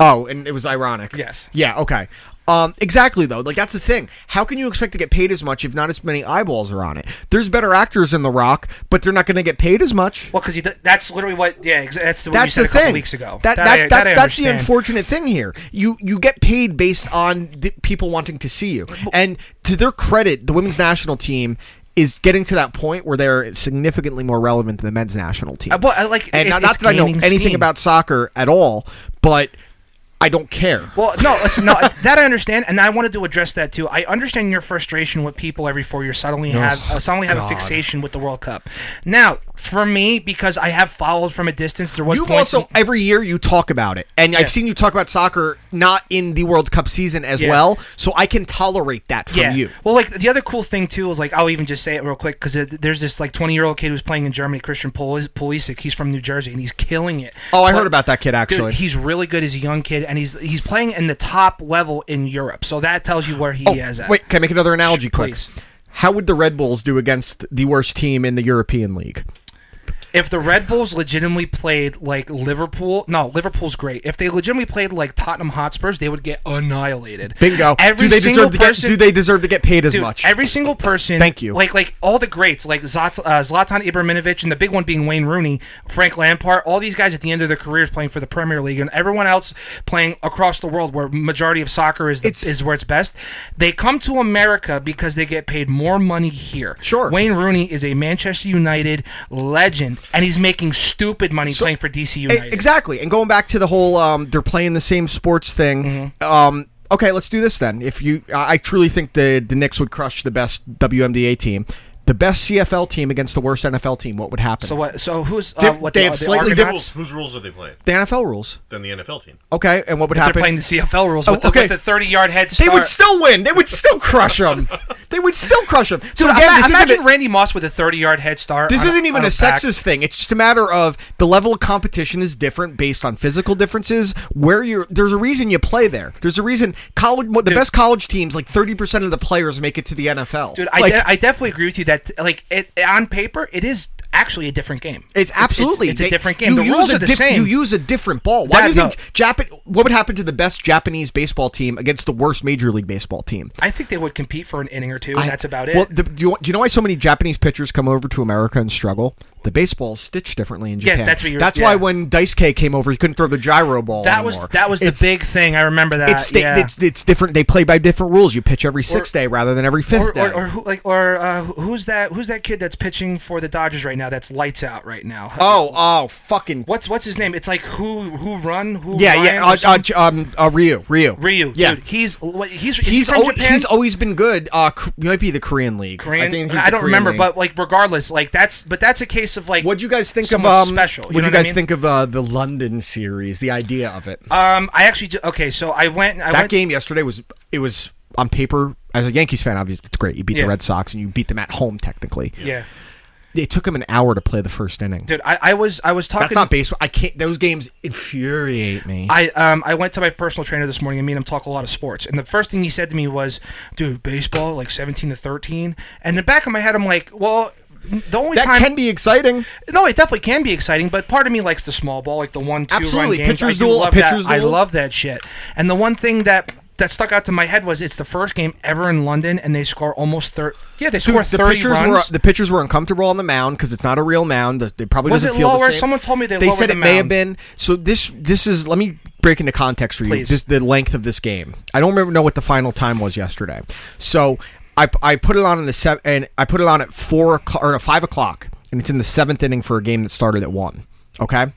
Oh, and it was ironic. Yes. Yeah, okay. Um, exactly though. Like that's the thing. How can you expect to get paid as much if not as many eyeballs are on it? There's better actors in The Rock, but they're not going to get paid as much. Well, because that's literally what. Yeah, exa- that's the what you that's said the a couple thing. weeks ago. That, that, I- that, I that's the understand. unfortunate thing here. You you get paid based on the people wanting to see you, and to their credit, the women's national team is getting to that point where they're significantly more relevant than the men's national team. Uh, well, I like- and it- not, not it's that I know gaining anything steam. about soccer at all, but I don't care. Well, no, listen, no, that I understand, and I wanted to address that too. I understand your frustration with people every four years suddenly Oh, have uh, suddenly have God. a fixation with the World Cup. Now, for me, because I have followed from a distance, there was You've points also every year you talk about it, and Yeah. I've seen you talk about soccer not in the World Cup season as Yeah. well, so I can tolerate that from you. Well, like the other cool thing too is like I'll even just say it real quick because there's this like 20 year old kid who's playing in Germany, Christian Pulis- Pulisic. He's from New Jersey and he's killing it. Oh, I But- heard about that kid, actually. Dude, he's really good as a young kid and he's he's playing in the top level in Europe. So that tells you where he Oh, is at. Wait, can I make another analogy quick? please. How would the Red Bulls do against the worst team in the European League? If the Red Bulls legitimately played like Liverpool, no, Liverpool's great. If they legitimately played like Tottenham Hotspurs, they would get annihilated. Bingo. do Every they single deserve to get person- do they deserve to get paid as Dude, much? Every single person. Thank you. Like like all the greats, like Zlat, uh, Zlatan Ibrahimovic, and the big one being Wayne Rooney, Frank Lampard. All these guys at the end of their careers playing for the Premier League, and everyone else playing across the world, where majority of soccer is the, is where it's best. They come to America because they get paid more money here. Sure. Wayne Rooney is a Manchester United legend, and he's making stupid money playing for DC E- United. exactly. And going back to the whole um, they're playing the same sports thing. Mm-hmm. Um, okay, let's do this then. If you I I truly think the the Knicks would crush the best WMDA team. The best CFL team against the worst NFL team, what would happen? So what? So who's uh, Diff- what? they the, have the slightly Argonauts? different- Whose, whose rules are they playing? the NFL rules. Then the NFL team. Okay, and what would If happen? They're playing the CFL rules Oh, with, the, okay. with the thirty-yard head They start. would still win. They would still crush them. They would still crush them. So Dude, again, ima- this isn't imagine a- Randy Moss with a 30 yard head start. This on isn't even on a pack. sexist thing. It's just a matter of the level of competition is different based on physical differences. Where you're, there's a reason you play there. There's a reason college. The best college teams, like thirty percent of the players, make it to the NFL. Dude, I, like, de- I definitely agree with you that like it, on paper it is actually a different game. it's absolutely it's, they- a different game. You The use rules a are the diff- You same. use a different ball. Why That- do you think Japan? What would happen to the best Japanese baseball team against the worst Major League Baseball team? I think they would compete for an inning or two, I- and that's about it. Well, the, do, you, do you know why so many Japanese pitchers come over to America and struggle? The baseball's stitched differently in Yeah, Japan. that's what you're- That's why yeah. when Dice K came over, he couldn't throw the gyro ball. that was anymore. that was the It's- big thing. I remember that. It's, they- yeah. it's it's different. They play by different rules. You pitch every sixth day rather than every fifth or, day. or, or who, like or uh, who- who's that who's that kid that's pitching for the Dodgers right now that's lights out right now oh oh fucking what's what's his name it's like who who run who yeah Ryan yeah or uh, uh, something? J- um uh, Ryu Ryu Ryu yeah. dude, he's what- he's is he He's from always, Japan? he's always been good. Uh, K- might be the Korean League. Korean. I, I, think he's the don't Korean remember, League. but like regardless, like that's but that's a case of like. What do you guys think of um, special? what do know you guys I mean? think of uh, the London series? The idea of it. Um, I actually ju- okay, so I went. I that went, game yesterday was it was on paper as a Yankees fan. Obviously, it's great. You beat Yeah. the Red Sox and you beat them at home. Technically, Yeah, It took him an hour to play the first inning. dude, I, I was I was talking. That's not baseball. I can't. Those games infuriate me. I um I went to my personal trainer this morning and me and him talk a lot of sports. And the first thing he said to me was, "Dude, baseball like 17 to 13." And in the back of my head I'm like, "Well, the only That time can be exciting. No, it definitely can be exciting, but part of me likes the small ball, like the one two Absolutely. run games. Pitcher's I do duel, love pitcher's that. I duel. love that shit. And the one thing that that stuck out to my head was it's the first game ever in London and they score almost 30 Yeah, they score Dude, the 30 pitchers runs. were the pitchers were uncomfortable on the mound because it's not a real mound. The- They probably Was doesn't it feel lower? the same. Someone told me they They lowered said the it may have mound. been. So this this is. Let me break into context for you. Please. This the length of this game. I don't remember know what the final time was yesterday. So I, I put it on in the seven, and I put it on at four o'clock or no, five o'clock, and it's in the seventh inning for a game that started at one. Okay,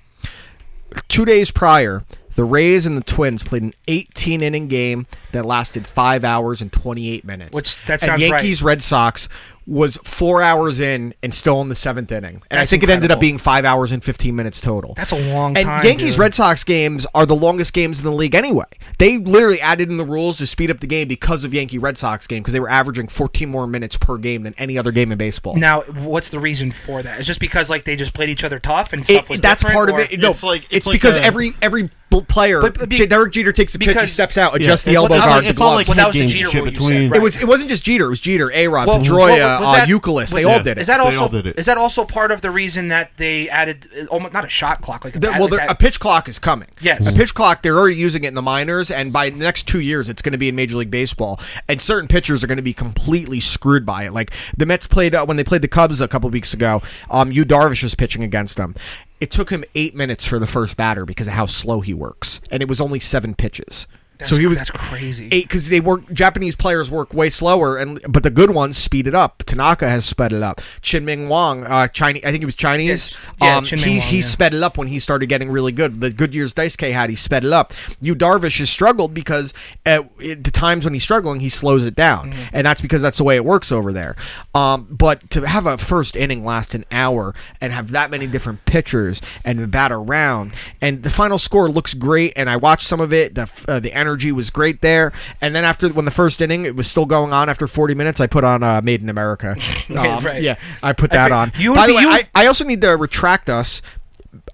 two days prior, the Rays and the Twins played an 18 inning game that lasted five hours and 28 minutes. Which- that and sounds right. Yankees Red Sox was four hours in and still in the seventh inning, and I That's think it ended up incredible. being five hours and 15 minutes total. That's a long and time. Yankees dude. Red Sox games are the longest games in the league anyway. They literally added in the rules to speed up the game because of Yankee Red Sox game because they were averaging 14 more minutes per game than any other game in baseball. Now, what's the reason for that? It's just because like they just played each other tough and stuff. It- was that's different, part of or- it. No, it's because every every bl- player, J- Derek Jeter takes a pitch, he because- steps out, Yeah, adjusts the it's- elbow it's all guard. like- the it's all gloves. like Well, that was the head games Jeter shit rule you between- said, right. It was. It wasn't just Jeter. It was Jeter, A Rod, Well, Pedroia, was that- uh, Euclid. They was all that- did it. Is that also is that also part of the reason that they added uh, almost not a shot clock like a, The- bat- well, like there- that- a pitch clock is coming. Yes. a pitch clock. They're already using it in the minors, and by the next two years, it's going to be in Major League Baseball. And certain pitchers are going to be completely screwed by it. Like the Mets played uh, when they played the Cubs a couple weeks ago. Um, Yu Darvish was pitching against them. It took him eight minutes for the first batter because of how slow he works, and it was only seven pitches. so he was that's crazy. eight because they work Japanese players work way slower, and but the good ones speed it up. Tanaka has sped it up. Chin Ming Wang, uh, Chinese, I think he was Chinese. yeah, um, Chin he Ming Wang, he yeah. sped it up when he started getting really good. The good years Dice K had, he sped it up. You Darvish has struggled because at, at the times when he's struggling, he slows it down, Mm-hmm. and that's because that's the way it works over there. Um, but to have a first inning last an hour and have that many different pitchers and to bat around, and the final score looks great. And I watched some of it. The uh, the energy was great there. And then after when the first inning, it was still going on. After 40 minutes, I put on uh, Made in America. Um, Right. Yeah, I put I that fi- on. you would By the be- way, you I, would- I also need to retract us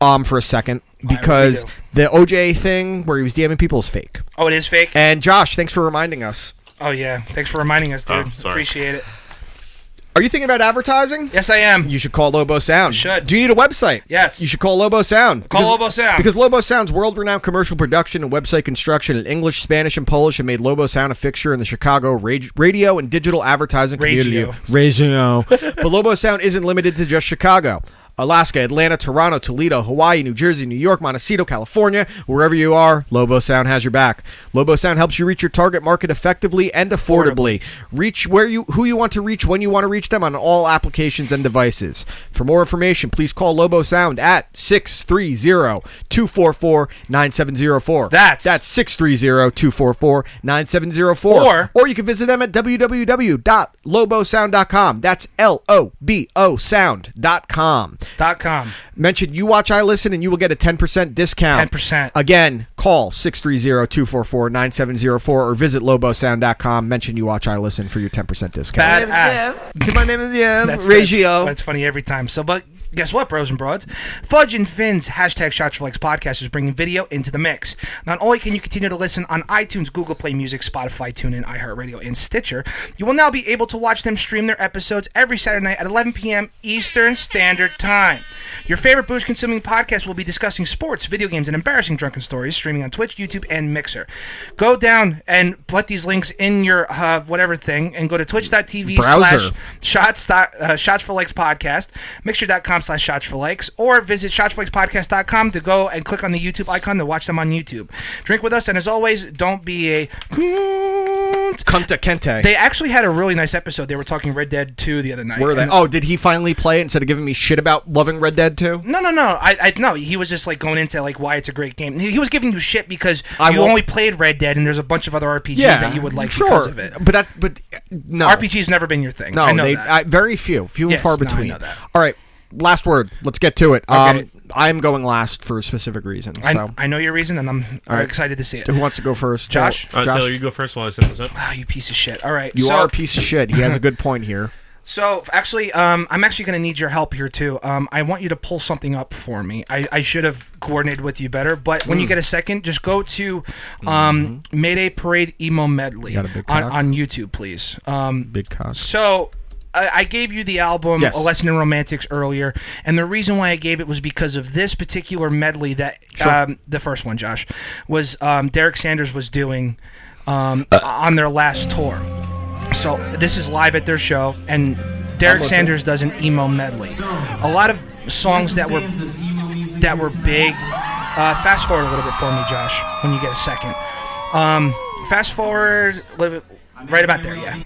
um for a second because the OJ thing where he was DMing people is fake. Oh, it is fake. And Josh, thanks for reminding us. Oh yeah, thanks for reminding us, dude. Oh, sorry. Appreciate it. Are you thinking about advertising? Yes, I am. You should call Lobo Sound. should. Do you need a website? Yes. You should call Lobo Sound. Call Because- Lobo Sound. Because Lobo Sound's world renowned commercial production and website construction in English, Spanish, and Polish have made Lobo Sound a fixture in the Chicago rag- radio and digital advertising Radio. community. Radio. but Lobo Sound isn't limited to just Chicago. Alaska, Atlanta, Toronto, Toledo, Hawaii, New Jersey, New York, Montecito, California, wherever you are, Lobo Sound has your back. Lobo Sound helps you reach your target market effectively and affordably. Reach where you who you want to reach when you want to reach them on all applications and devices. For more information, please call Lobo Sound at 630-244-9704. That's that's 630-244-9704 Or- or you can visit them at www.lobosound.com. That's L O B O sound.com. Dot com. Mention you watch, I listen, and you will get a 10% discount. 10%. Again, call 630 244 9704 or visit lobosound.com. Mention you watch, I listen for your 10% discount. Bad app. My name is um, yeah. That's, Reggio. That's, that's funny every time. So, but guess what, bros and broads? Fudge and Fins hashtag Shots for Legs podcast is bringing video into the mix. Not only can you continue to listen on iTunes, Google Play Music, Spotify, TuneIn, iHeartRadio, and Stitcher, you will now be able to watch them stream their episodes every Saturday night at 11 p.m. Eastern Standard Time. Your favorite booze consuming podcast will be discussing sports, video games, and embarrassing drunken stories streaming on Twitch, YouTube, and Mixer. Go down and put these links in your uh, whatever thing and go to twitch.tv Browser. slash shots dot, uh, shots for likes podcast mixture.com slash shots for likes or visit shots for likes podcast.com to go and click on the youtube icon to watch them on youtube drink with us and as always don't be a Kunta Kente. they actually had a really nice episode they were talking red dead 2 the other night Where are they? And- Oh, did he finally play it instead of giving me shit about loving Red Dead 2? no no no i i no he was just like going into like why it's a great game he he was giving you shit because I you won't- only played red dead and there's a bunch of other rpgs that you would like sure, because of it But that, but uh, no. rpg's never been your thing No, I know they that. I, very few, few Yes, and far no, I between. know that. All right, last word. Let's get to it. Okay. Um, I'm going last for a specific reason. So, I, I know your reason and i'm All right. excited to see it Who wants to go first? Josh? Taylor- Josh, you go first while I set this up. Oh, you piece of shit. All right. you so, are a piece of shit. He has a good point here. So, actually, um, I'm actually going to need your help here, too. Um, I want you to pull something up for me. I, I should have coordinated with you better, but when you Mm. Mm-hmm. get a second, just go to um, Mayday Parade Emo Medley You got a big on, cock? on YouTube, please. Um, Big cock. So. I I gave you the album Yes. A Lesson in Romantics earlier, and the reason why I gave it was because of this particular medley that Sure. um, the first one, Josh, was um, Derek Sanders was doing um, on their last tour. So this is live at their show, and Derek Almost. Sanders does an emo medley. A lot of songs that were that were big. Uh, fast forward a little bit for me, Josh, when you get a second. Um, fast forward, a little bit- right about there, yeah.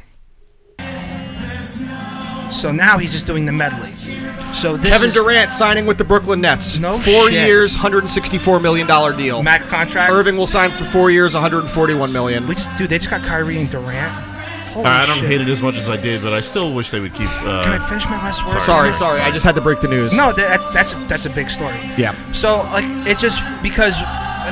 So now he's just doing the medley. So this Kevin is Durant signing with the Brooklyn Nets. No Four shit. years, $164 million deal. Max contract. Irving will sign for four years, $141 million. Which, dude, they just got Kyrie and Durant. Holy I don't shit. hate it as much as I did, but I still wish they would keep. Uh, Can I finish my last word? Sorry, sorry. I just had to break the news. No, that- that's that's that's a big story. Yeah. So like it just because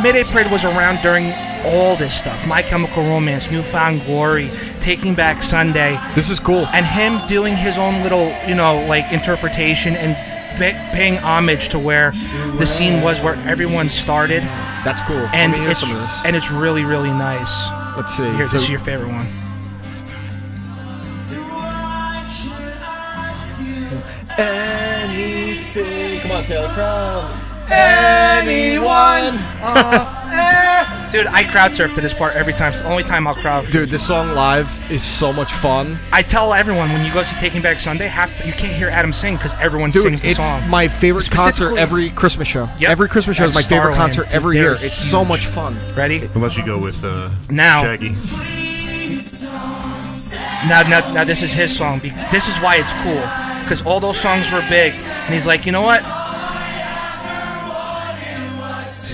Mayday Parade was around during all this stuff. My Chemical Romance, Newfound Glory, Taking Back Sunday. This is cool. And him doing his own little, you know, like interpretation and pa- paying homage to where the scene was where everyone started. That's cool. Let And me hear it's some of this. and it's really really nice. Let's see. Here, So- this is your favorite one. Anything. Come on, Taylor. From anyone. uh, Dude, I crowd surf to this part every time. It's the only time I'll crowd. Dude, this song live is so much fun. I tell everyone when you go see Taking Back Sunday, half you can't hear Adam sing because everyone Dude, sings the it's song. my favorite concert Specifically- every Christmas show. Every Christmas show is my That's favorite Starland, concert dude. every They're year. It's so huge. much fun. Ready? Unless you go with uh, Now. Shaggy. Now, now, now this is his song. Be- This is why it's cool because all those songs were big, and he's like, you know what?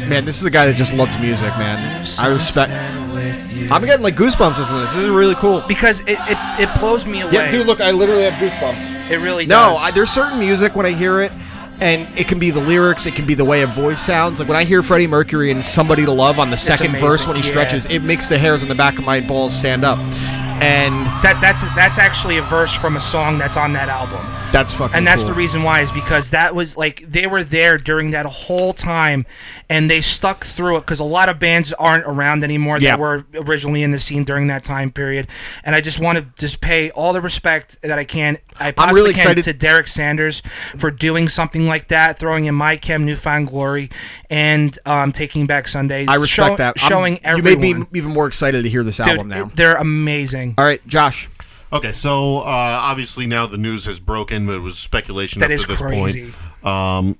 Man, this is a guy that just loves music, man. I respect. I'm getting like goosebumps listening to this. This is really cool. Because it, it, it blows me away. Yeah, dude, look, I literally have goosebumps. It really No, does. I, there's certain music when I hear it, and it can be the lyrics, it can be the way a voice sounds. Like when I hear Freddie Mercury and "Somebody to Love" on the It's second verse amazing, when he yeah. stretches, it makes the hairs on the back of my balls stand up, and that that's that's actually a verse from a song that's on that album. that's fucking. and that's cool. the reason why is because that was like they were there during that whole time and they stuck through it because a lot of bands aren't around anymore Yeah. that were originally in the scene during that time period and i just want to just pay all the respect that i can i possibly really can excited- to derek sanders for doing something like that throwing in my chem newfound glory and um, taking back sunday I respect show- that. I'm- showing You everyone made me even more excited to hear this Dude, album now. it- they're amazing All right, Josh. Okay, so uh, obviously now the news has broken, but it was speculation That up is to this crazy. point. Um,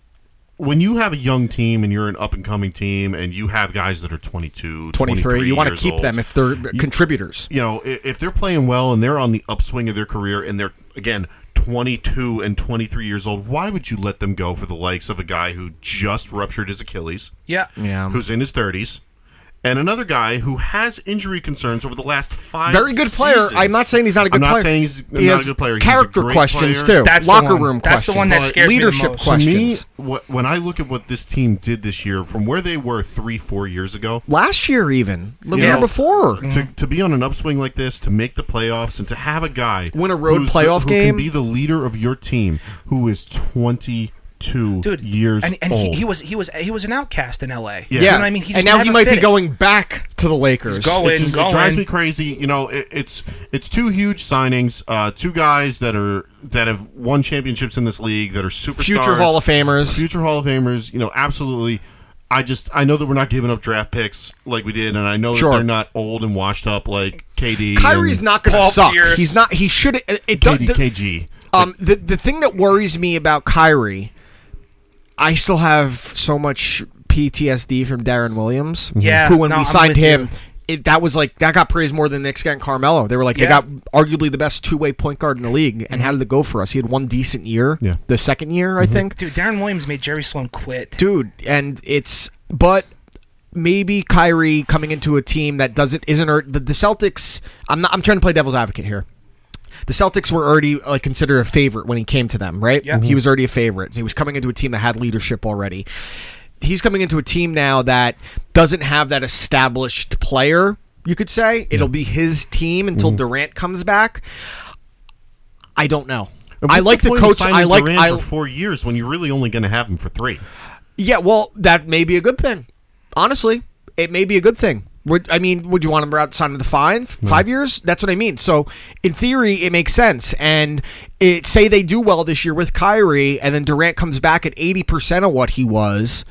when you have a young team and you're an up and coming team, and you have guys that are 22, 23. 23 You want to years keep old, them if they're contributors. you know, i- if they're playing well and they're on the upswing of their career and they're, again, 22 and 23 years old, why would you let them go for the likes of a guy who just ruptured his Achilles? Yeah. Yeah. Who's in his 30s. And another guy who has injury concerns over the last five. Very good player. seasons. I'm not saying he's not a good I'm player. not saying he's He not has a good player. He's a character great questions, player. too. That's the Locker one. room That's the one questions. that scares me the Leadership most. questions. To me, what, when I look at what this team did this year, from where they were three, four years ago, Last year, even the Mm. You year know, before, to, to be on an upswing like this, to make the playoffs, and to have a guy Win a road who's the- playoff who game? can be the leader of your team, who is twenty two Dude, years and, and old. he, he was he was he was an outcast in LA. Yeah. you know what I mean. He and just now he never might fit be it. going back to the Lakers. going, it, just- it going. drives me crazy. You know, it, it's it's two huge signings, uh, two guys that are that have won championships in this league, that are superstars, Future Hall of Famers. future Hall of Famers. You know, absolutely. I just I know that we're not giving up draft picks like we did, and I know Sure. that they're not old and washed up like KD. Kyrie's and not going to suck. He's not. He should. It, it does- KD, the- KG. Um, the the thing that worries me about Kyrie, I still have so much PTSD from Darren Williams. Yeah, who when no, we I'm signed with him, you. it, that was like that got praised more than Knicks got Carmelo. They were like Yeah. they got arguably the best two way point guard in the league. And how did it go for us? He had one decent year. Yeah. the second year I think. Dude, Darren Williams made Jerry Sloan quit. dude. And it's but maybe Kyrie coming into a team that doesn't isn't or the, the Celtics. I'm not. I'm trying to play devil's advocate here. The Celtics were already like considered a favorite when he came to them, right? Yeah. Mhm. He was already a favorite. He was coming into a team that had leadership already. He's coming into a team now that doesn't have that established player. You could say it'll be his team until Mhm. Durant comes back. I don't know. And I what's like the, point of coach. signing I like. Durant I, for four years when you're really only going to have him for three. yeah, well, that may be a good thing. Honestly, it may be a good thing. Would I mean, would you want him outside of the five five years? That's what I mean. So, in theory, it makes sense. And it say they do well this year with Kyrie, and then Durant comes back at eighty percent of what he was.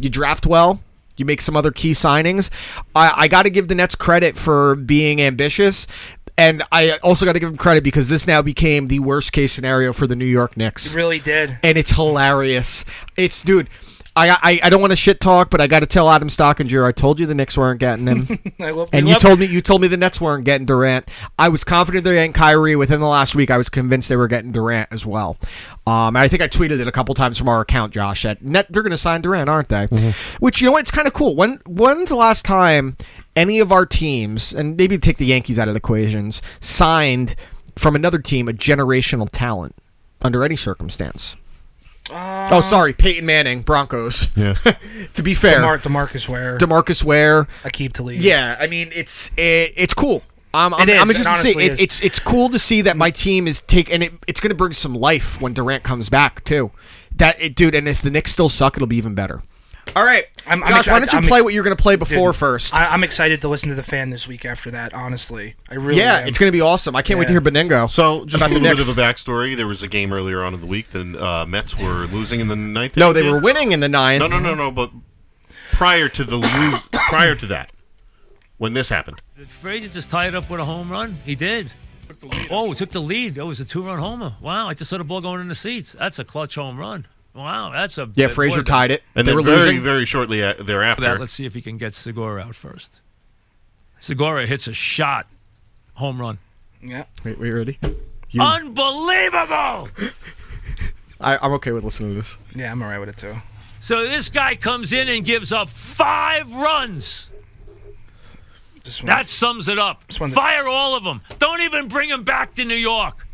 You draft well. You make some other key signings. I, I got to give the Nets credit for being ambitious. And I also got to give them credit because this now became the worst case scenario for the New York Knicks. He really did. And it's hilarious. It's dude. I I, I don't want to shit talk, but I got to tell Adam Stockinger. I told you the Knicks weren't getting him, I love- and we you love- told me you told me the Nets weren't getting Durant. I was confident they were getting Kyrie. Within the last week, I was convinced they were getting Durant as well. Um, and I think I tweeted it a couple times from our account, Josh. That net, they're going to sign Durant, aren't they? Which you know what, it's kind of cool. When when's the last time any of our teams, and maybe take the Yankees out of the equations, signed from another team a generational talent under any circumstance? oh, sorry, Peyton Manning, Broncos. Yeah. to be fair, DeMar- DeMarcus Ware. DeMarcus Ware, Akeem Talib. Yeah, I mean it's it, it's cool. Um, I'm, eh, It is, I'm interested it to see. honestly is. It, it's it's cool to see that my team is take and it, it's going to bring some life when Durant comes back too. That it, dude, and if the Knicks still suck, it'll be even better. All right, I'm, Josh, why don't you I'm play what you're gonna play before Dude, first? I, I'm excited to listen to the fan this week. After that, honestly, I really yeah, am. it's going to be awesome. I can't wait to Yeah. hear Benengo. So just about a the little Knicks. bit of a backstory. There was a game earlier on in the week. The uh, Mets were losing in the ninth. No, I they think. were winning in the ninth. No, no, no, no. But prior to the lose, prior to that, when this happened, Frazier just tied up with a home run. He did. Oh, took the lead. That was a two-run homer. Wow, I just saw the ball going in the seats. That's a clutch home run. Wow, that's a Yeah, boy, Frazier that- tied it. and they then were very, losing. very shortly a- After that, thereafter, let's see if he can get Segura out first. Segura hits a shot, home run. Yeah. Wait, wait, ready? You- Unbelievable! I, I'm okay with listening to this. Yeah, I'm alright with it too. So this guy comes in and gives up five runs. That sums it up. Fire all of them. Don't even bring them back to New York.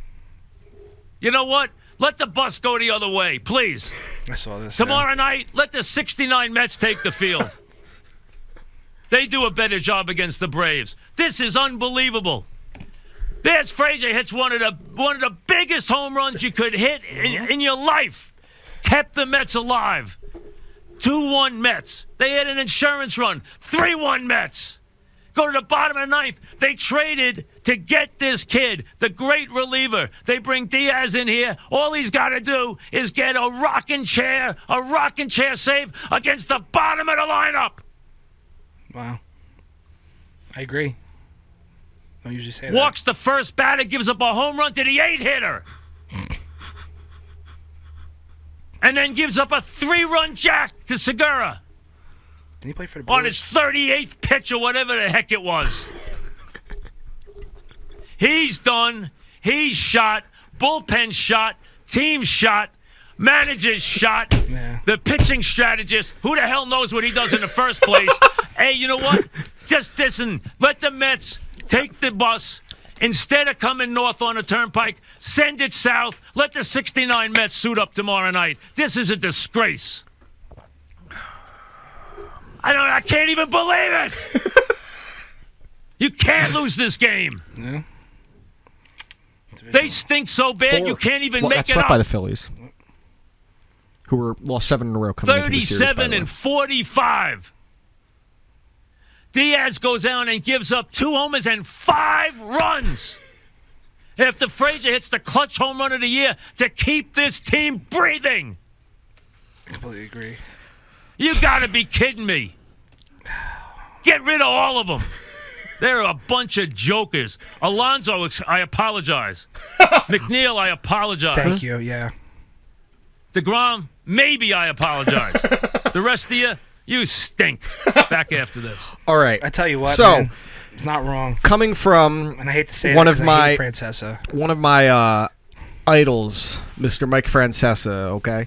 You know what? Let the bus go the other way, please. I saw this. Tomorrow night, let the 69 Mets take the field. they do a better job against the Braves. This is unbelievable. There's Frazier hits one of the one of the biggest home runs you could hit in, in your life. Kept the Mets alive. 2-1 Mets. They had an insurance run. 3-1 Mets. Go to the bottom of the ninth. They traded to get this kid, the great reliever. They bring Diaz in here. All he's got to do is get a rocking chair, a rocking chair save against the bottom of the lineup. Wow. I agree. Don't usually say that. Walks the first batter, gives up a home run to the eight hitter. and then gives up a three run jack to Segura Did he play for the on Brewers? his 38th pitch or whatever the heck it was. He's done. He's shot. Bullpen shot. Team shot. Manager's shot. The pitching strategist. Who the hell knows what he does in the first place? hey, you know what? Just listen. Let the Mets take the bus. Instead of coming north on a turnpike, send it south. Let the 69 Mets suit up tomorrow night. This is a disgrace. I don't. I can't even believe it. you can't lose this game. Yeah. They stink so bad you can't even Well, got make it swept up. by the Phillies, who were lost seven in a row coming into the series. by Thirty-seven the way. and forty-five. Diaz goes down and gives up two homers and five runs. After Frazier hits the clutch home run of the year to keep this team breathing. I completely agree. You gotta be kidding me. Get rid of all of them. They're a bunch of jokers. Alonzo, ex- I apologize. McNeil, I apologize. Thank you. Yeah. DeGrom, maybe I apologize. the rest of you, you stink. Back after this. All right. I tell you what. So- man, it's not wrong. coming from And I hate to say one that of 'cause I my hate Francesa. one of my uh, idols, Mr. Mike Francesa. Okay,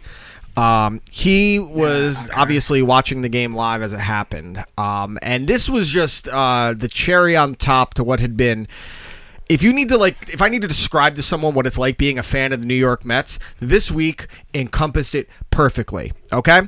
um, he was obviously watching the game live as it happened, um, and this was just uh, the cherry on top to what had been. If you need to like, if I need to describe to someone what it's like being a fan of the New York Mets, this week encompassed it perfectly. Okay.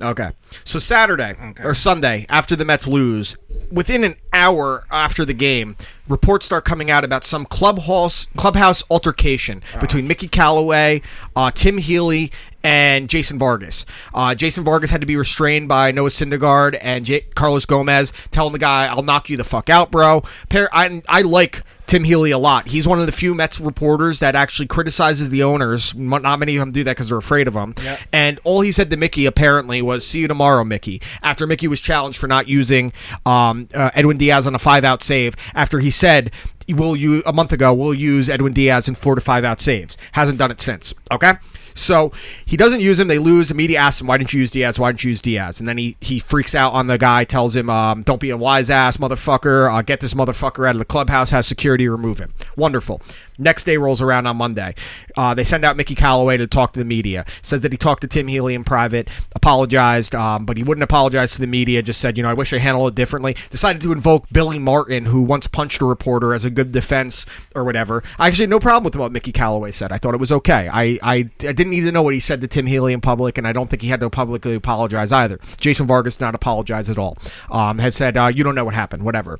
Okay. So Saturday or Sunday after the Mets lose, within an hour after the game, reports start coming out about some clubhouse clubhouse altercation between Mickey Callaway, uh, Tim Healy, and Jason Vargas. Uh, Jason Vargas had to be restrained by Noah Syndergaard and J- Carlos Gomez, telling the guy, "I'll knock you the fuck out, bro." Par- I, I like Tim Healy a lot. He's one of the few Mets reporters that actually criticizes the owners. M- Not many of them do that because they're afraid of them. Yep. And all he said to Mickey apparently was, "See you tomorrow, Mickey." After Mickey was challenged for not using um, uh, Edwin Diaz on a five-out save, after he said, "Will you a month ago? We'll use Edwin Diaz in four to five-out saves." Hasn't done it since. Okay. So he doesn't use him. They lose. The media asks him, "Why didn't you use Diaz? Why didn't you use Diaz?" And then he he freaks out on the guy, tells him, um, "Don't be a wise ass motherfucker. Uh, get this motherfucker out of the clubhouse. Has security remove him." Wonderful. Next day rolls around on Monday. Uh, they send out Mickey Calloway to talk to the media. Says that he talked to Tim Healy in private, apologized, um, but he wouldn't apologize to the media. Just said, "You know, I wish I handled it differently." Decided to invoke Billy Martin, who once punched a reporter as a good defense or whatever. I actually had no problem with what Mickey Calloway said. I thought it was okay. I, I, I didn't need to know what he said to Tim Healy in public, and I don't think he had to publicly apologize either. Jason Vargas not apologize at all. Um, had said, uh, "You don't know what happened." Whatever.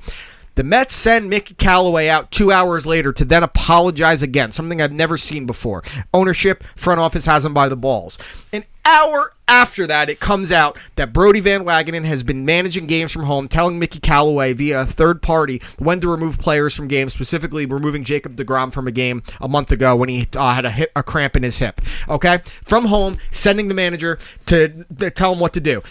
The Mets send Mickey Callaway out two hours later to then apologize again, something I've never seen before. Ownership, front office has him by the balls. An hour after that, it comes out that Brody Van Wagenen has been managing games from home, telling Mickey Callaway via a third party when to remove players from games, specifically removing Jacob DeGrom from a game a month ago when he uh, had a, hip, a cramp in his hip. Okay? From home, sending the manager to, to tell him what to do.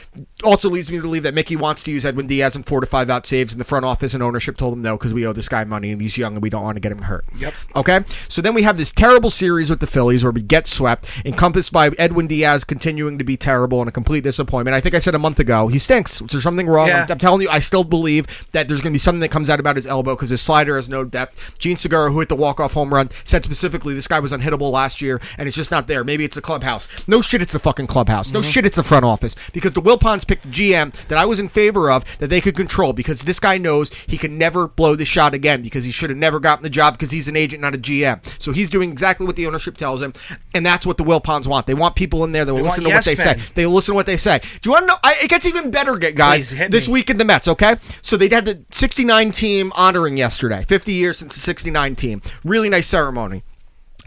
Also leads me to believe that Mickey wants to use Edwin Diaz in four to five out saves, and the front office and ownership told him no because we owe this guy money and he's young and we don't want to get him hurt. Yep. Okay? So then we have this terrible series with the Phillies where we get swept, encompassed by Edwin Diaz continuing to be terrible and a complete disappointment. I think I said a month ago, he stinks. There's something wrong. Yeah. I'm, I'm telling you, I still believe that there's going to be something that comes out about his elbow because his slider has no depth. Gene Segura, who hit the walk-off home run, said specifically this guy was unhittable last year and it's just not there. Maybe it's the clubhouse. No shit, it's the fucking clubhouse. No Mm-hmm. Mhm. shit, it's the front office because the Wilpons picked a GM that I was in favor of that they could control because this guy knows he can never blow the shot again because he should have never gotten the job because he's an agent, not a GM. So he's doing exactly what the ownership tells him, and that's what the Wilpons want. They want people in there that will They want listen to yes what they men. say. They listen to what they say. Do you want to know? I, it gets even better, gu- guys. Please, hit this week in the Mets, okay? So they had the 69 team honoring yesterday. 50 years since the 69 team. Really nice ceremony.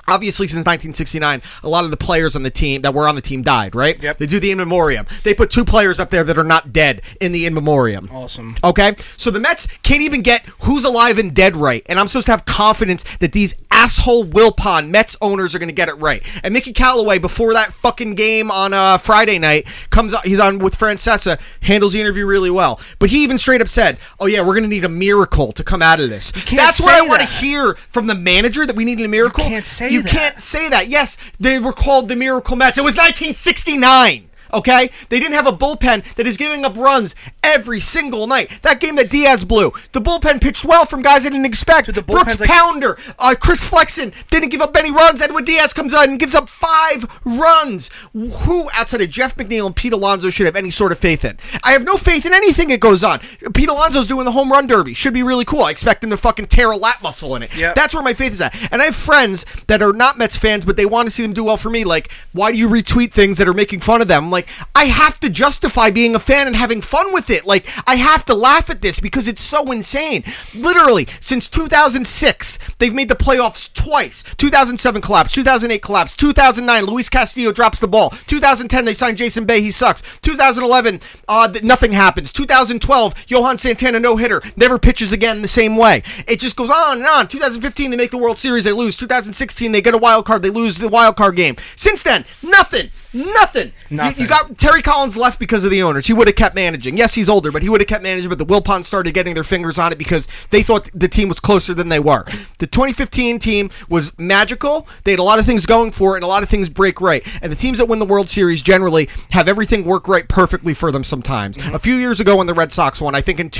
Obviously, since 1969, a lot of the players on the team that were on the team died, right? Yep. They do the in memoriam. They put two players up there that are not dead in the in memoriam. Awesome. Okay? So the Mets can't even get who's alive and dead right. And I'm supposed to have confidence that these asshole Wilpon Mets owners are going to get it right. And Mickey Callaway, before that fucking game on uh, Friday night, comes out, he's on with Francesa, handles the interview really well. But he even straight up said, oh, yeah, we're going to need a miracle to come out of this. That's what say I want to that. hear from the manager that we needed a miracle. You can't say you that. can't say that. Yes, they were called the Miracle Mets. It was 1969. Okay, they didn't have a bullpen that is giving up runs every single night. That game that Diaz blew, the bullpen pitched well from guys I didn't expect. Brooks like- Pounder, uh, Chris Flexen didn't give up any runs. Edwin Diaz comes out and gives up five runs. Who outside of Jeff McNeil and Pete Alonso should have any sort of faith in? I have no faith in anything that goes on. Pete Alonso's doing the home run derby. Should be really cool. I expect him to fucking tear a lap muscle in it. Yep. That's where my faith is at. And I have friends that are not Mets fans, but they want to see them do well for me. Like, why do you retweet things that are making fun of them? I'm like, I have to justify being a fan and having fun with it. Like, I have to laugh at this because it's so insane. Literally, since 2006, they've made the playoffs twice. 2007 collapse, 2008 collapse, 2009 Luis Castillo drops the ball. 2010 they signed Jason Bay, he sucks. 2011 uh, th- nothing happens. 2012 Johan Santana no hitter, never pitches again the same way. It just goes on and on. 2015 they make the World Series, they lose. 2016 they get a wild card, they lose the wild card game. Since then, nothing. Nothing. You- You, got Terry Collins left because of the owners. He would have kept managing. Yes, he's older, but he would have kept managing. But the Wilpons started getting their fingers on it because they thought the team was closer than they were. The 2015 team was magical. They had a lot of things going for it, and a lot of things break right. And the teams that win the World Series generally have everything work right perfectly for them sometimes. Mm-hmm. A few years ago when the Red Sox won, I think in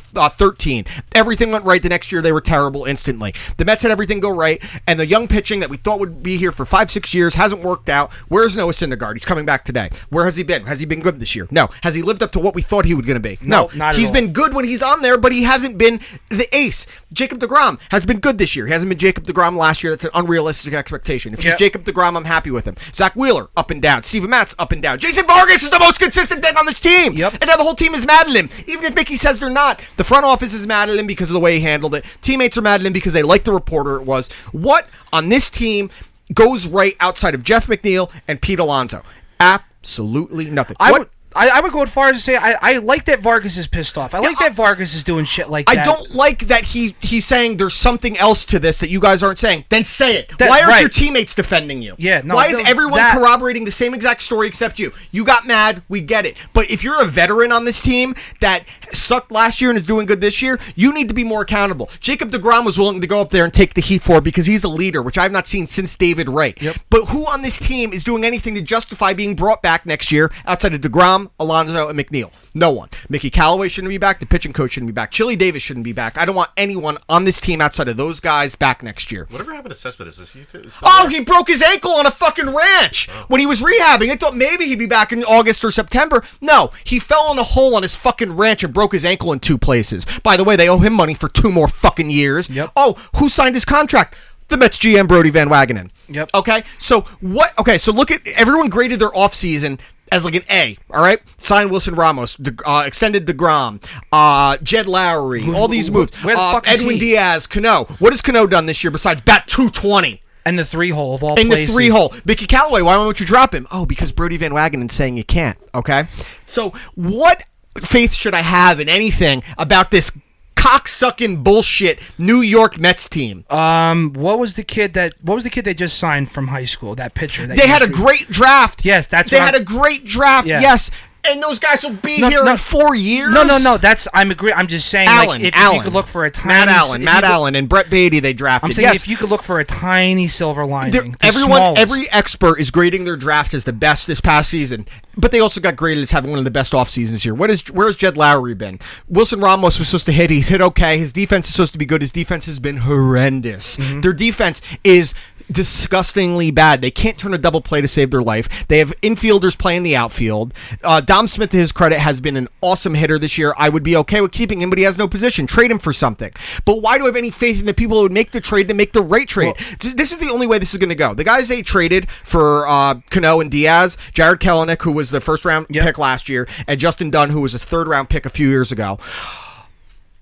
2013, everything went right. The next year they were terrible instantly. The Mets had everything go right, and the young pitching that we thought would be here for five, six years hasn't worked out. Where's Noah Syndergaard? He's coming back today. Where has he been? Has he been good this year? No. Has he lived up to what we thought he was going to be? No. Nope, not at He's all. been good when he's on there, but he hasn't been the ace. Jacob DeGrom has been good this year. He hasn't been Jacob DeGrom last year. That's an unrealistic expectation. If Yep. he's Jacob DeGrom, I'm happy with him. Zach Wheeler, up and down. Steven Matz, up and down. Jason Vargas is the most consistent thing on this team. Yep. And now the whole team is mad at him. Even if Mickey says they're not, the front office is mad at him because of the way he handled it. Teammates are mad at him because they like the reporter it was. What on this team goes right outside of Jeff McNeil and Pete Alonso? Absolutely nothing. I What- would I, I would go as far as to say I, I like that Vargas is pissed off. I like that Vargas is doing shit like I that. don't like that he he's saying there's something else to this that you guys aren't saying. Then say it. That- Why aren't right. your teammates defending you? Yeah, no, Why is th- everyone that- corroborating the same exact story except you? You got mad. We get it. But if you're a veteran on this team that sucked last year and is doing good this year, you need to be more accountable. Jacob Degrom was willing to go up there and take the heat for it because he's a leader, which I've not seen since David Ray. But who on this team is doing anything to justify being brought back next year outside of Degrom, Alonso, and McNeil? No one. Mickey Callaway shouldn't be back. The pitching coach shouldn't be back. Chili Davis shouldn't be back. I don't want anyone on this team outside of those guys back next year. Whatever happened to Cespedes? Is he still Oh, he broke his ankle on a fucking ranch Oh. when he was rehabbing. I thought maybe he'd be back in August or September. No, he fell in a hole on his fucking ranch and broke his ankle in two places. By the way, they owe him money for two more fucking years. Yep. Oh, who signed his contract? The Mets GM Brody Van Wagenen. Yep. Okay. So what? Okay. So look at everyone graded their offseason as like an A. All right. Sign Wilson Ramos, De, uh, extended Degrom, uh, Jed Lowry, all these moves. where the Uh, fuck is Edwin he? Diaz, Cano. What has Cano done this year besides bat two twenty? And the three hole of all in places. the three hole. Mickey Callaway, why won't you drop him? Oh, because Brody Van Wagenen's saying you can't. Okay, so what faith should I have in anything about this cocksucking bullshit New York Mets team? Um, what was the kid that? What was the kid they just signed from high school? That pitcher. That They you had a just- great draft. Yes, that's. they what had I'm- a great draft. Yeah. Yes, and those guys will be here in four years. No, no, no. That's I'm agree. I'm just saying. like, Allen, if, if Allen, you could look for a tiny, Matt s- Allen, if Matt you could- Allen, and Brett Beatty, they drafted. I'm saying yes, if you could look for a tiny silver lining, They're- the everyone, smallest. every expert is grading their draft as the best this past season, but they also got graded as having one of the best off seasons here. What is where's Jed Lowry been? Wilson Ramos was supposed to hit. He's hit okay. His defense is supposed to be good. His defense has been horrendous. Their defense is disgustingly bad. They can't turn a double play to save their life. They have infielders playing the outfield. Uh, Dom Smith, to his credit, has been an awesome hitter this year. I would be okay with keeping him, but he has no position. Trade him for something. But why do I have any faith in the people who would make the trade to make the right trade? Th- this is the only way this is going to go. The guys they traded for uh, Cano and Diaz, Jared Kelenic, who was the first round pick last year, and Justin Dunn, who was a third round pick a few years ago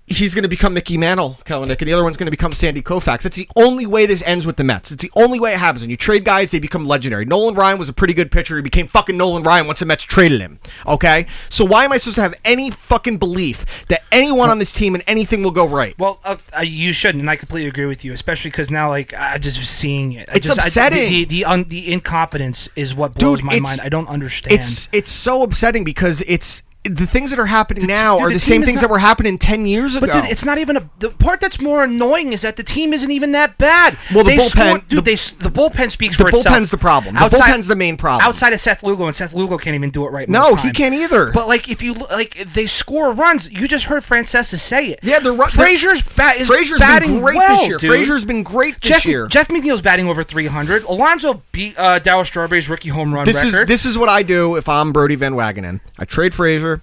he's going to become Mickey Mantle, Kellenick, and the other one's going to become Sandy Koufax. That's the only way this ends with the Mets. It's the only way it happens. When you trade guys, they become legendary. Nolan Ryan was a pretty good pitcher. He became fucking Nolan Ryan once the Mets traded him. Okay? So why am I supposed to have any fucking belief that anyone on this team and anything will go right? Well, uh, uh, you shouldn't, and I completely agree with you, especially because now, like, I'm just seeing it. I It's just, I- the- upsetting. the the, un, the incompetence is what blows my it's- mind. I don't understand. It's it's so upsetting because it's the things that are happening now dude, are the the team same is things not- that were happening 10 years ago. But dude, it's not even a. The part that's more annoying is that the team isn't even that bad. Well, the They bullpen- scored- dude, the- they s- the bullpen speaks the for itself. bullpen's the problem. The bullpen's the main problem. Outside of Seth Lugo, and Seth Lugo can't even do it right. No, most he time. can't either. But like, if you lo- like, they score runs. You just heard Francesa say it. Yeah, the Frazier's bat is Frazier's been batting great well, this year. Dude. Frazier's been great this Jeff, year. Jeff McNeil's batting over 300. Alonzo beat uh, Dallas Strawberry's rookie home run this record. is this is what I do if I'm Brody Van Wagenen. I trade Frazier,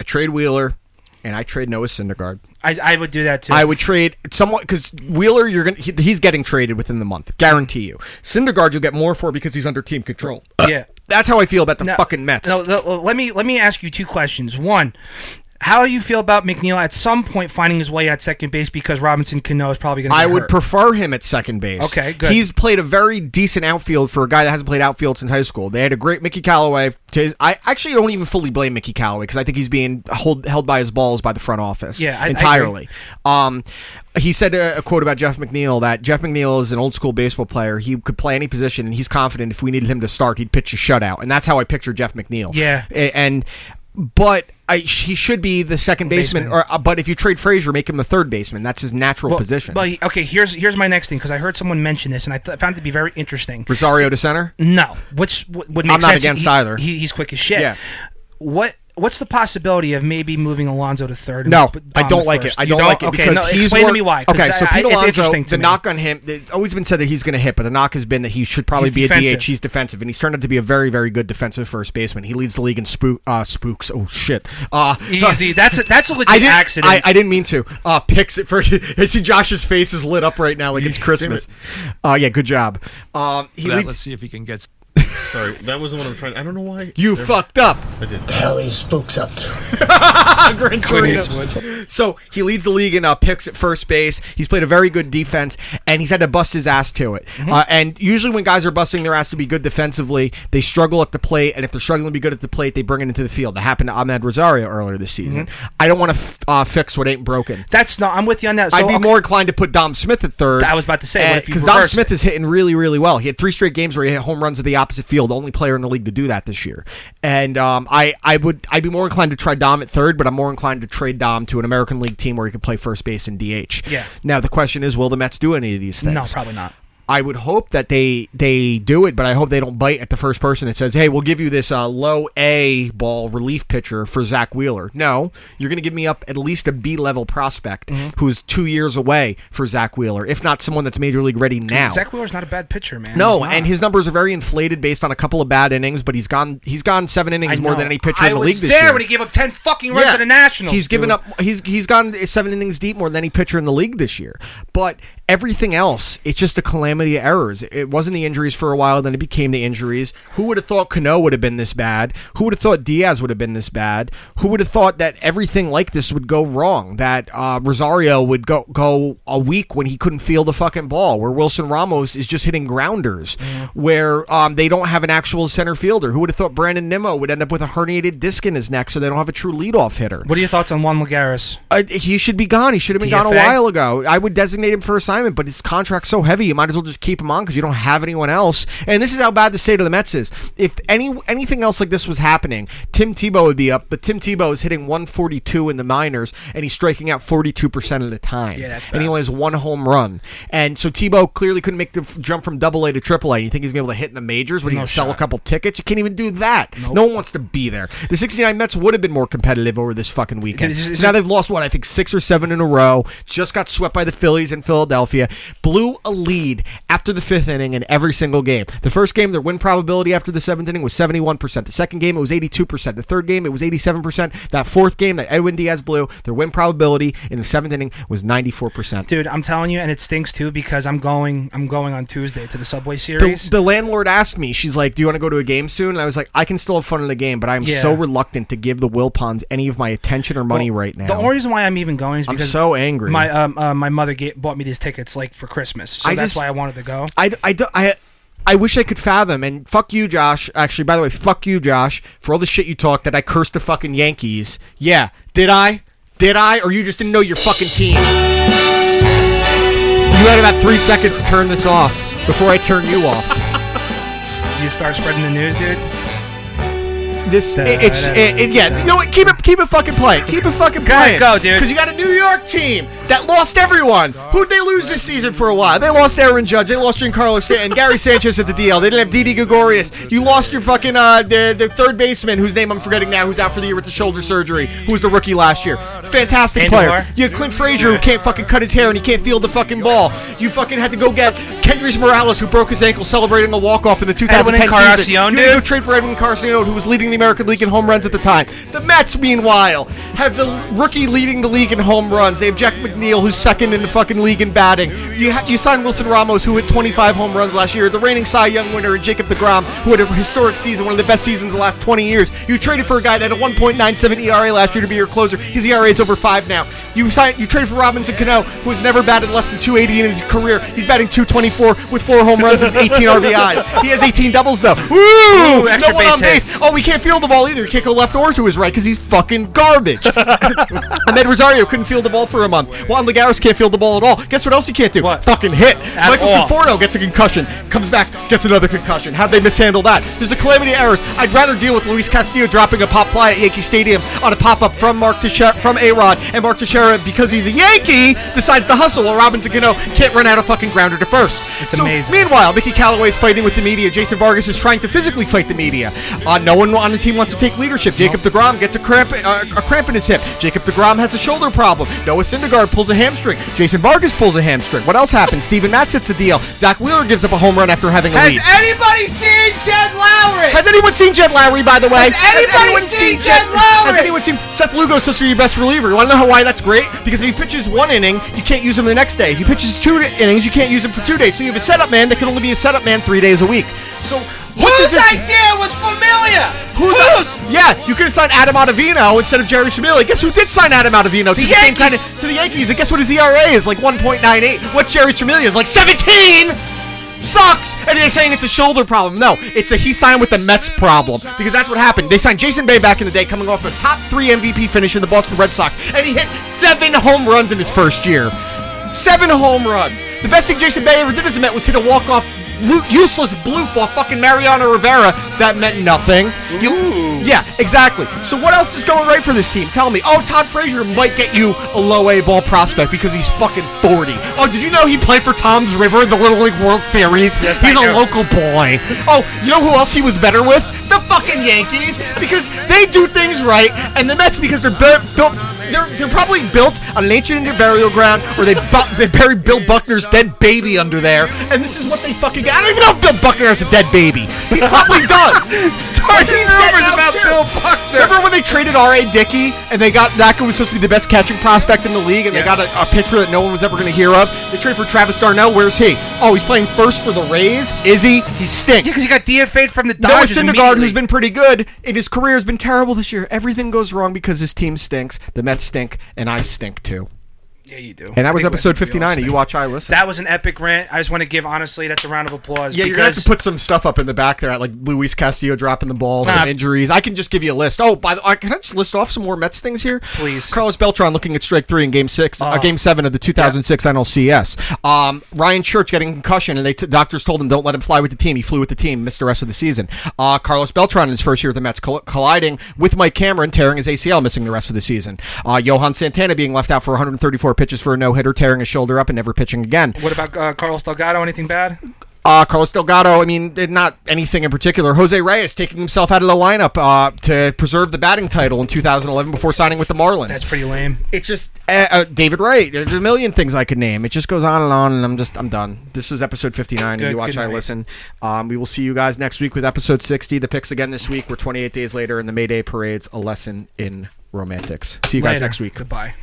I trade Wheeler, and I trade Noah Syndergaard. I, I would do that too. I would trade someone because Wheeler, you're gonna he, he's getting traded within the month, guarantee you. Syndergaard, you'll get more for because he's under team control. yeah. That's how I feel about the fucking Mets. Uh, No, no, no, let me let me ask you two questions. One, how do you feel about McNeil at some point finding his way at second base because Robinson Cano is probably going to. I would prefer him at second base. Okay, good. He's played a very decent outfield for a guy that hasn't played outfield since high school. They had a great Mickey Callaway. To his, I actually don't even fully blame Mickey Callaway because I think he's being hold, held by his balls by the front office. Yeah, I- I entirely. um, he said a, a quote about Jeff McNeil that Jeff McNeil is an old school baseball player. He could play any position, and he's confident if we needed him to start, he'd pitch a shutout. And that's how I picture Jeff McNeil. Yeah. A- and. But I, he should be the second baseman, Baseman. or uh, but if you trade Frazier, make him the third baseman. That's his natural Well, position. But okay, here's here's my next thing because I heard someone mention this and I th- found it to be very interesting. Rosario to center? No, which w- would I'm make not sense. against He- either. He, he's quick as shit. Yeah. What what's the possibility of maybe moving Alonzo to third? and No, put I Dom don't to like it. first? I You don't, like it okay, because no, he's explain wor- to me why. 'cause Okay, so I- I- Pete it's Alonso, interesting to the me. knock on him, it's always been said that he's going to hit, but the knock has been that he should probably He's be a defensive. DH. He's defensive, and he's turned out to be a very, very good defensive first baseman. He leads the league in spook, uh, spooks. Oh shit! Uh, Easy. That's a, that's a legit I didn't, accident. I, I didn't mean to. Uh, picks it for. I see Josh's face is lit up right now, like it's Christmas. Uh, yeah, good job. Um, he That- leads. Let's see if he can get. Sorry, that wasn't what I'm trying. I don't know why. You There- fucked up. I did. hell is spooks up to? Gran Torino. So he leads the league in uh, picks at first base. He's played a very good defense, and he's had to bust his ass to it. Mm-hmm. Uh, and usually, when guys are busting their ass to be good defensively, they struggle at the plate. And if they're struggling to be good at the plate, they bring it into the field. That happened to Ahmed Rosario earlier this season. Mm-hmm. I don't want to f- uh, fix what ain't broken. That's not. I'm with you on that. So, I'd be okay. more inclined to put Dom Smith at third. I was about to say, what if you because Dom reverse Smith is hitting really, really well. He had three straight games where he hit home runs at the opposite field. Only player in the league to do that this year. And um, I, I would, I'd be more inclined to try Dom at third, but I'm more inclined to trade Dom to an American League team where he could play first base and DH. Yeah. Now the question is, will the Mets do any of these things? No, probably not. I would hope that they they do it, but I hope they don't bite at the first person that says, "Hey, we'll give you this uh, low A ball relief pitcher for Zach Wheeler." No, you're going to give me up at least a B level prospect Mm-hmm. who's two years away for Zach Wheeler, if not someone that's major league ready now. Zach Wheeler's not a bad pitcher, man. He's no, not. and his numbers are very inflated based on a couple of bad innings, but he's gone he's gone seven innings I more know. than any pitcher I in the was league this there year. when he gave up ten fucking runs to the Nationals. He's given dude. up. He's he's gone seven innings deep more than any pitcher in the league this year. But everything else, it's just a calamity of errors. It wasn't the injuries for a while, then it became the injuries. Who would have thought Cano would have been this bad? Who would have thought Diaz would have been this bad? Who would have thought that everything like this would go wrong? That uh, Rosario would go go a week when he couldn't feel the fucking ball. Where Wilson Ramos is just hitting grounders. Where um, they don't have an actual center fielder. Who would have thought Brandon Nimmo would end up with a herniated disc in his neck, so they don't have a true leadoff hitter? What are your thoughts on Juan Lagares? Uh, he should be gone. He should have been gone a TFA? while ago. I would designate him for assignment, but his contract's so heavy, you might as well just keep him on because you don't have anyone else. And this is how bad the state of the Mets is. If any anything else like this was happening, Tim Tebow would be up, but Tim Tebow is hitting 142 in the minors, and he's striking out 42 percent of the time. Yeah, that's bad. and he only has one home run. And so Tebow clearly couldn't make the f- jump from Double A to Triple A. You think he's gonna be able to hit in the majors? Would he No can sell a shot. couple tickets? You can't even do that. No one wants to be there. The 69 Mets would have been more competitive over this fucking weekend. It's just- it's So now they've lost what I think six or seven in a row. Just got swept by the Phillies in Philadelphia. Blew a lead after the fifth inning in every single game. The first game, their win probability after the seventh inning was seventy one percent. The second game, it was eighty two percent. The third game, it was eighty seven percent. That fourth game that Edwin Diaz blew, their win probability in the seventh inning was ninety four percent. Dude, I'm telling you, and it stinks too because I'm going. I'm going on Tuesday to the Subway Series. The, the landlord asked me, she's like, Do you want to go to a game soon? And I was like, I can still have fun in the game, but I'm Yeah. so reluctant to give the Wilpons any of my attention or money Well, right now. The only reason why I'm even going is I'm because so angry. My um, uh, my mother ga- bought me these tickets like for Christmas, so I that's just- why I wanted to go. I, I, do- I, I wish I could fathom. And fuck you, Josh. Actually, by the way, fuck you, Josh, for all the shit you talked that I cursed the fucking Yankees. Yeah, did I? Did I? Or you just didn't know your fucking team? You had about three seconds to turn this off before I turn you off. You start spreading the news, dude. This It- it's it, it- yeah. You know what? Keep it keep it fucking playing. Keep it fucking Go playing. ahead, go, dude. Because you got a New York team that lost everyone. Who'd they lose this season for a while? They lost Aaron Judge. They lost Giancarlo Stanton. Gary Sanchez at the DL. They didn't have Didi Gregorius. You lost your fucking uh the, the third baseman whose name I'm forgetting now, who's out for the year with the shoulder surgery, who was the rookie last year. Fantastic Andy player. Moore. You had Clint Frazier who can't fucking cut his hair and he can't field the fucking ball. You fucking had to go get Kendrys Morales who broke his ankle celebrating the walk off in the 2010 season. Encarnacion, You had to go trade for Edwin Carcion, who was leading the American League in home runs at the time. The Mets, meanwhile, have the rookie leading the league in home runs. They have Jack McNeil, who's second in the fucking league in batting. You ha- you signed Wilson Ramos, who hit 25 home runs last year. The reigning Cy Young winner, and Jacob DeGrom, who had a historic season, one of the best seasons in the last 20 years. You traded for a guy that had E a 1.97 ERA last year to be your closer. His ERA is over five now. You signed you traded for Robinson Cano, who has never batted less than 280 in his career. He's batting 224 with four home runs and 18 RBIs. He has 18 doubles though. Ooh, Ooh, extra no one base on base. hits. Oh, we can't field the ball either. He can't go left or to his right because he's fucking garbage. Ahmed Rosario couldn't field the ball for a month. Juan Lagares can't field the ball at all. Guess what else he can't do? Fucking hit. At Michael all. Conforto gets a concussion, comes back, gets another concussion. How'd they mishandle that? There's a calamity of errors. I'd rather deal with Luis Castillo dropping a pop fly at Yankee Stadium on a pop up from Mark Teixeira, from A-Rod, and Mark Teixeira, because he's a Yankee, decides to hustle while Robinson Cano can't run out of fucking grounder to first. It's so, amazing. Meanwhile, Mickey Callaway's fighting with the media. Jason Vargas is trying to physically fight the media. Uh, no one on the team wants to take leadership. Jacob DeGrom gets a cramp, uh, a cramp in his hip. Jacob DeGrom has a shoulder problem. Noah Syndergaard pulls a hamstring. Jason Vargas pulls a hamstring. What else happens? Steven Matz hits a deal. Zach Wheeler gives up a home run after having a lead. anybody seen Jed Lowry? Has anyone seen Jed Lowry, by the way? Has anybody anyone seen Jed Lowry? Has anyone seen Seth Lugo supposed to be your best reliever? You want to know how why that's great? Because if he pitches one inning, you can't use him the next day. If he pitches two innings, you can't use him for two days. So you have a setup man that can only be a setup man three days a week. So What does Whose this- idea was familiar? Who's? Yeah, you could have signed Adam Ottavino instead of Jerry Familia. Guess who did sign Adam Ottavino to the same kind of to the Yankees? And guess what his ERA is like 1.98. What's Jerry Familia's like 17? Sucks. And they're saying it's a shoulder problem. No, it's a he signed with the Mets problem because that's what happened. They signed Jason Bay back in the day, coming off a top three MVP finish in the Boston Red Sox, and he hit seven home runs in his first year. Seven home runs. The best thing Jason Bay ever did as a Met was hit a walk off. Useless bloop off fucking Mariano Rivera that meant nothing. You- yeah, exactly. So what else is going right for this team? Tell me. Oh, Todd Frazier might get you a low A ball prospect because he's fucking 40. Oh, did you know he played for Tom's River in the Little League World Series? he's a local boy. Oh, you know who else he was better with? The fucking Yankees because they do things right, and the Mets because they're bu- built. They're, they're probably built on an ancient Indian burial ground where they bu- they buried Bill Buckner's dead baby under there, and this is what they fucking got. I don't even know if Bill Buckner has a dead baby. He probably does. Start these rumors about Bill Buckner. Remember when they traded R.A. Dickey and they got that guy was supposed to be the best catching prospect in the league and they got a, a pitcher that no one was ever going to hear of? They traded for Travis Darnell. Where's he? Oh, he's playing first for the Rays. Is he? He stinks. because he got DFA'd from the Noah Dodgers. Syndergaard, immediately. who's been pretty good, and his career has been terrible this year. Everything goes wrong because his team stinks. The Mets stink, and I stink too. Yeah, you do. And that was Big episode Western 59 of Real You Estate. Watch, I Listen. That was an epic rant. I just want to give honestly, that's a round of applause. Yeah, you're gonna have because to put some stuff up in the back there, like Luis Castillo dropping the ball, Nah. some injuries. I can just give you a list. Oh, by the way, can I just list off some more Mets things here? Please. Carlos Beltran looking at strike three in game six, Uh-huh. uh, game seven of the 2006 NLCS. Um, Ryan Church getting concussion, and they t- doctors told him don't let him fly with the team. He flew with the team, missed the rest of the season. Uh, Carlos Beltran in his first year with the Mets coll- colliding with Mike Cameron, tearing his ACL, missing the rest of the season. Uh, Johan Santana being left out for 134 pitches for a no hitter, tearing his shoulder up and never pitching again. What about uh, Carlos Delgado? Anything bad? Uh, Carlos Delgado, I mean, did not anything in particular. Jose Reyes taking himself out of the lineup uh, to preserve the batting title in 2011 before signing with the Marlins. That's pretty lame. It's just uh, uh, David Wright. There's a million things I could name. It just goes on and on, and I'm just I'm done. This was episode 59. Good- and you watch, good I night. listen. Um, we will see you guys next week with episode 60. The picks again this week. We're 28 days later, and the May Day parade's a lesson in romantics. See you guys Later. next week. Goodbye.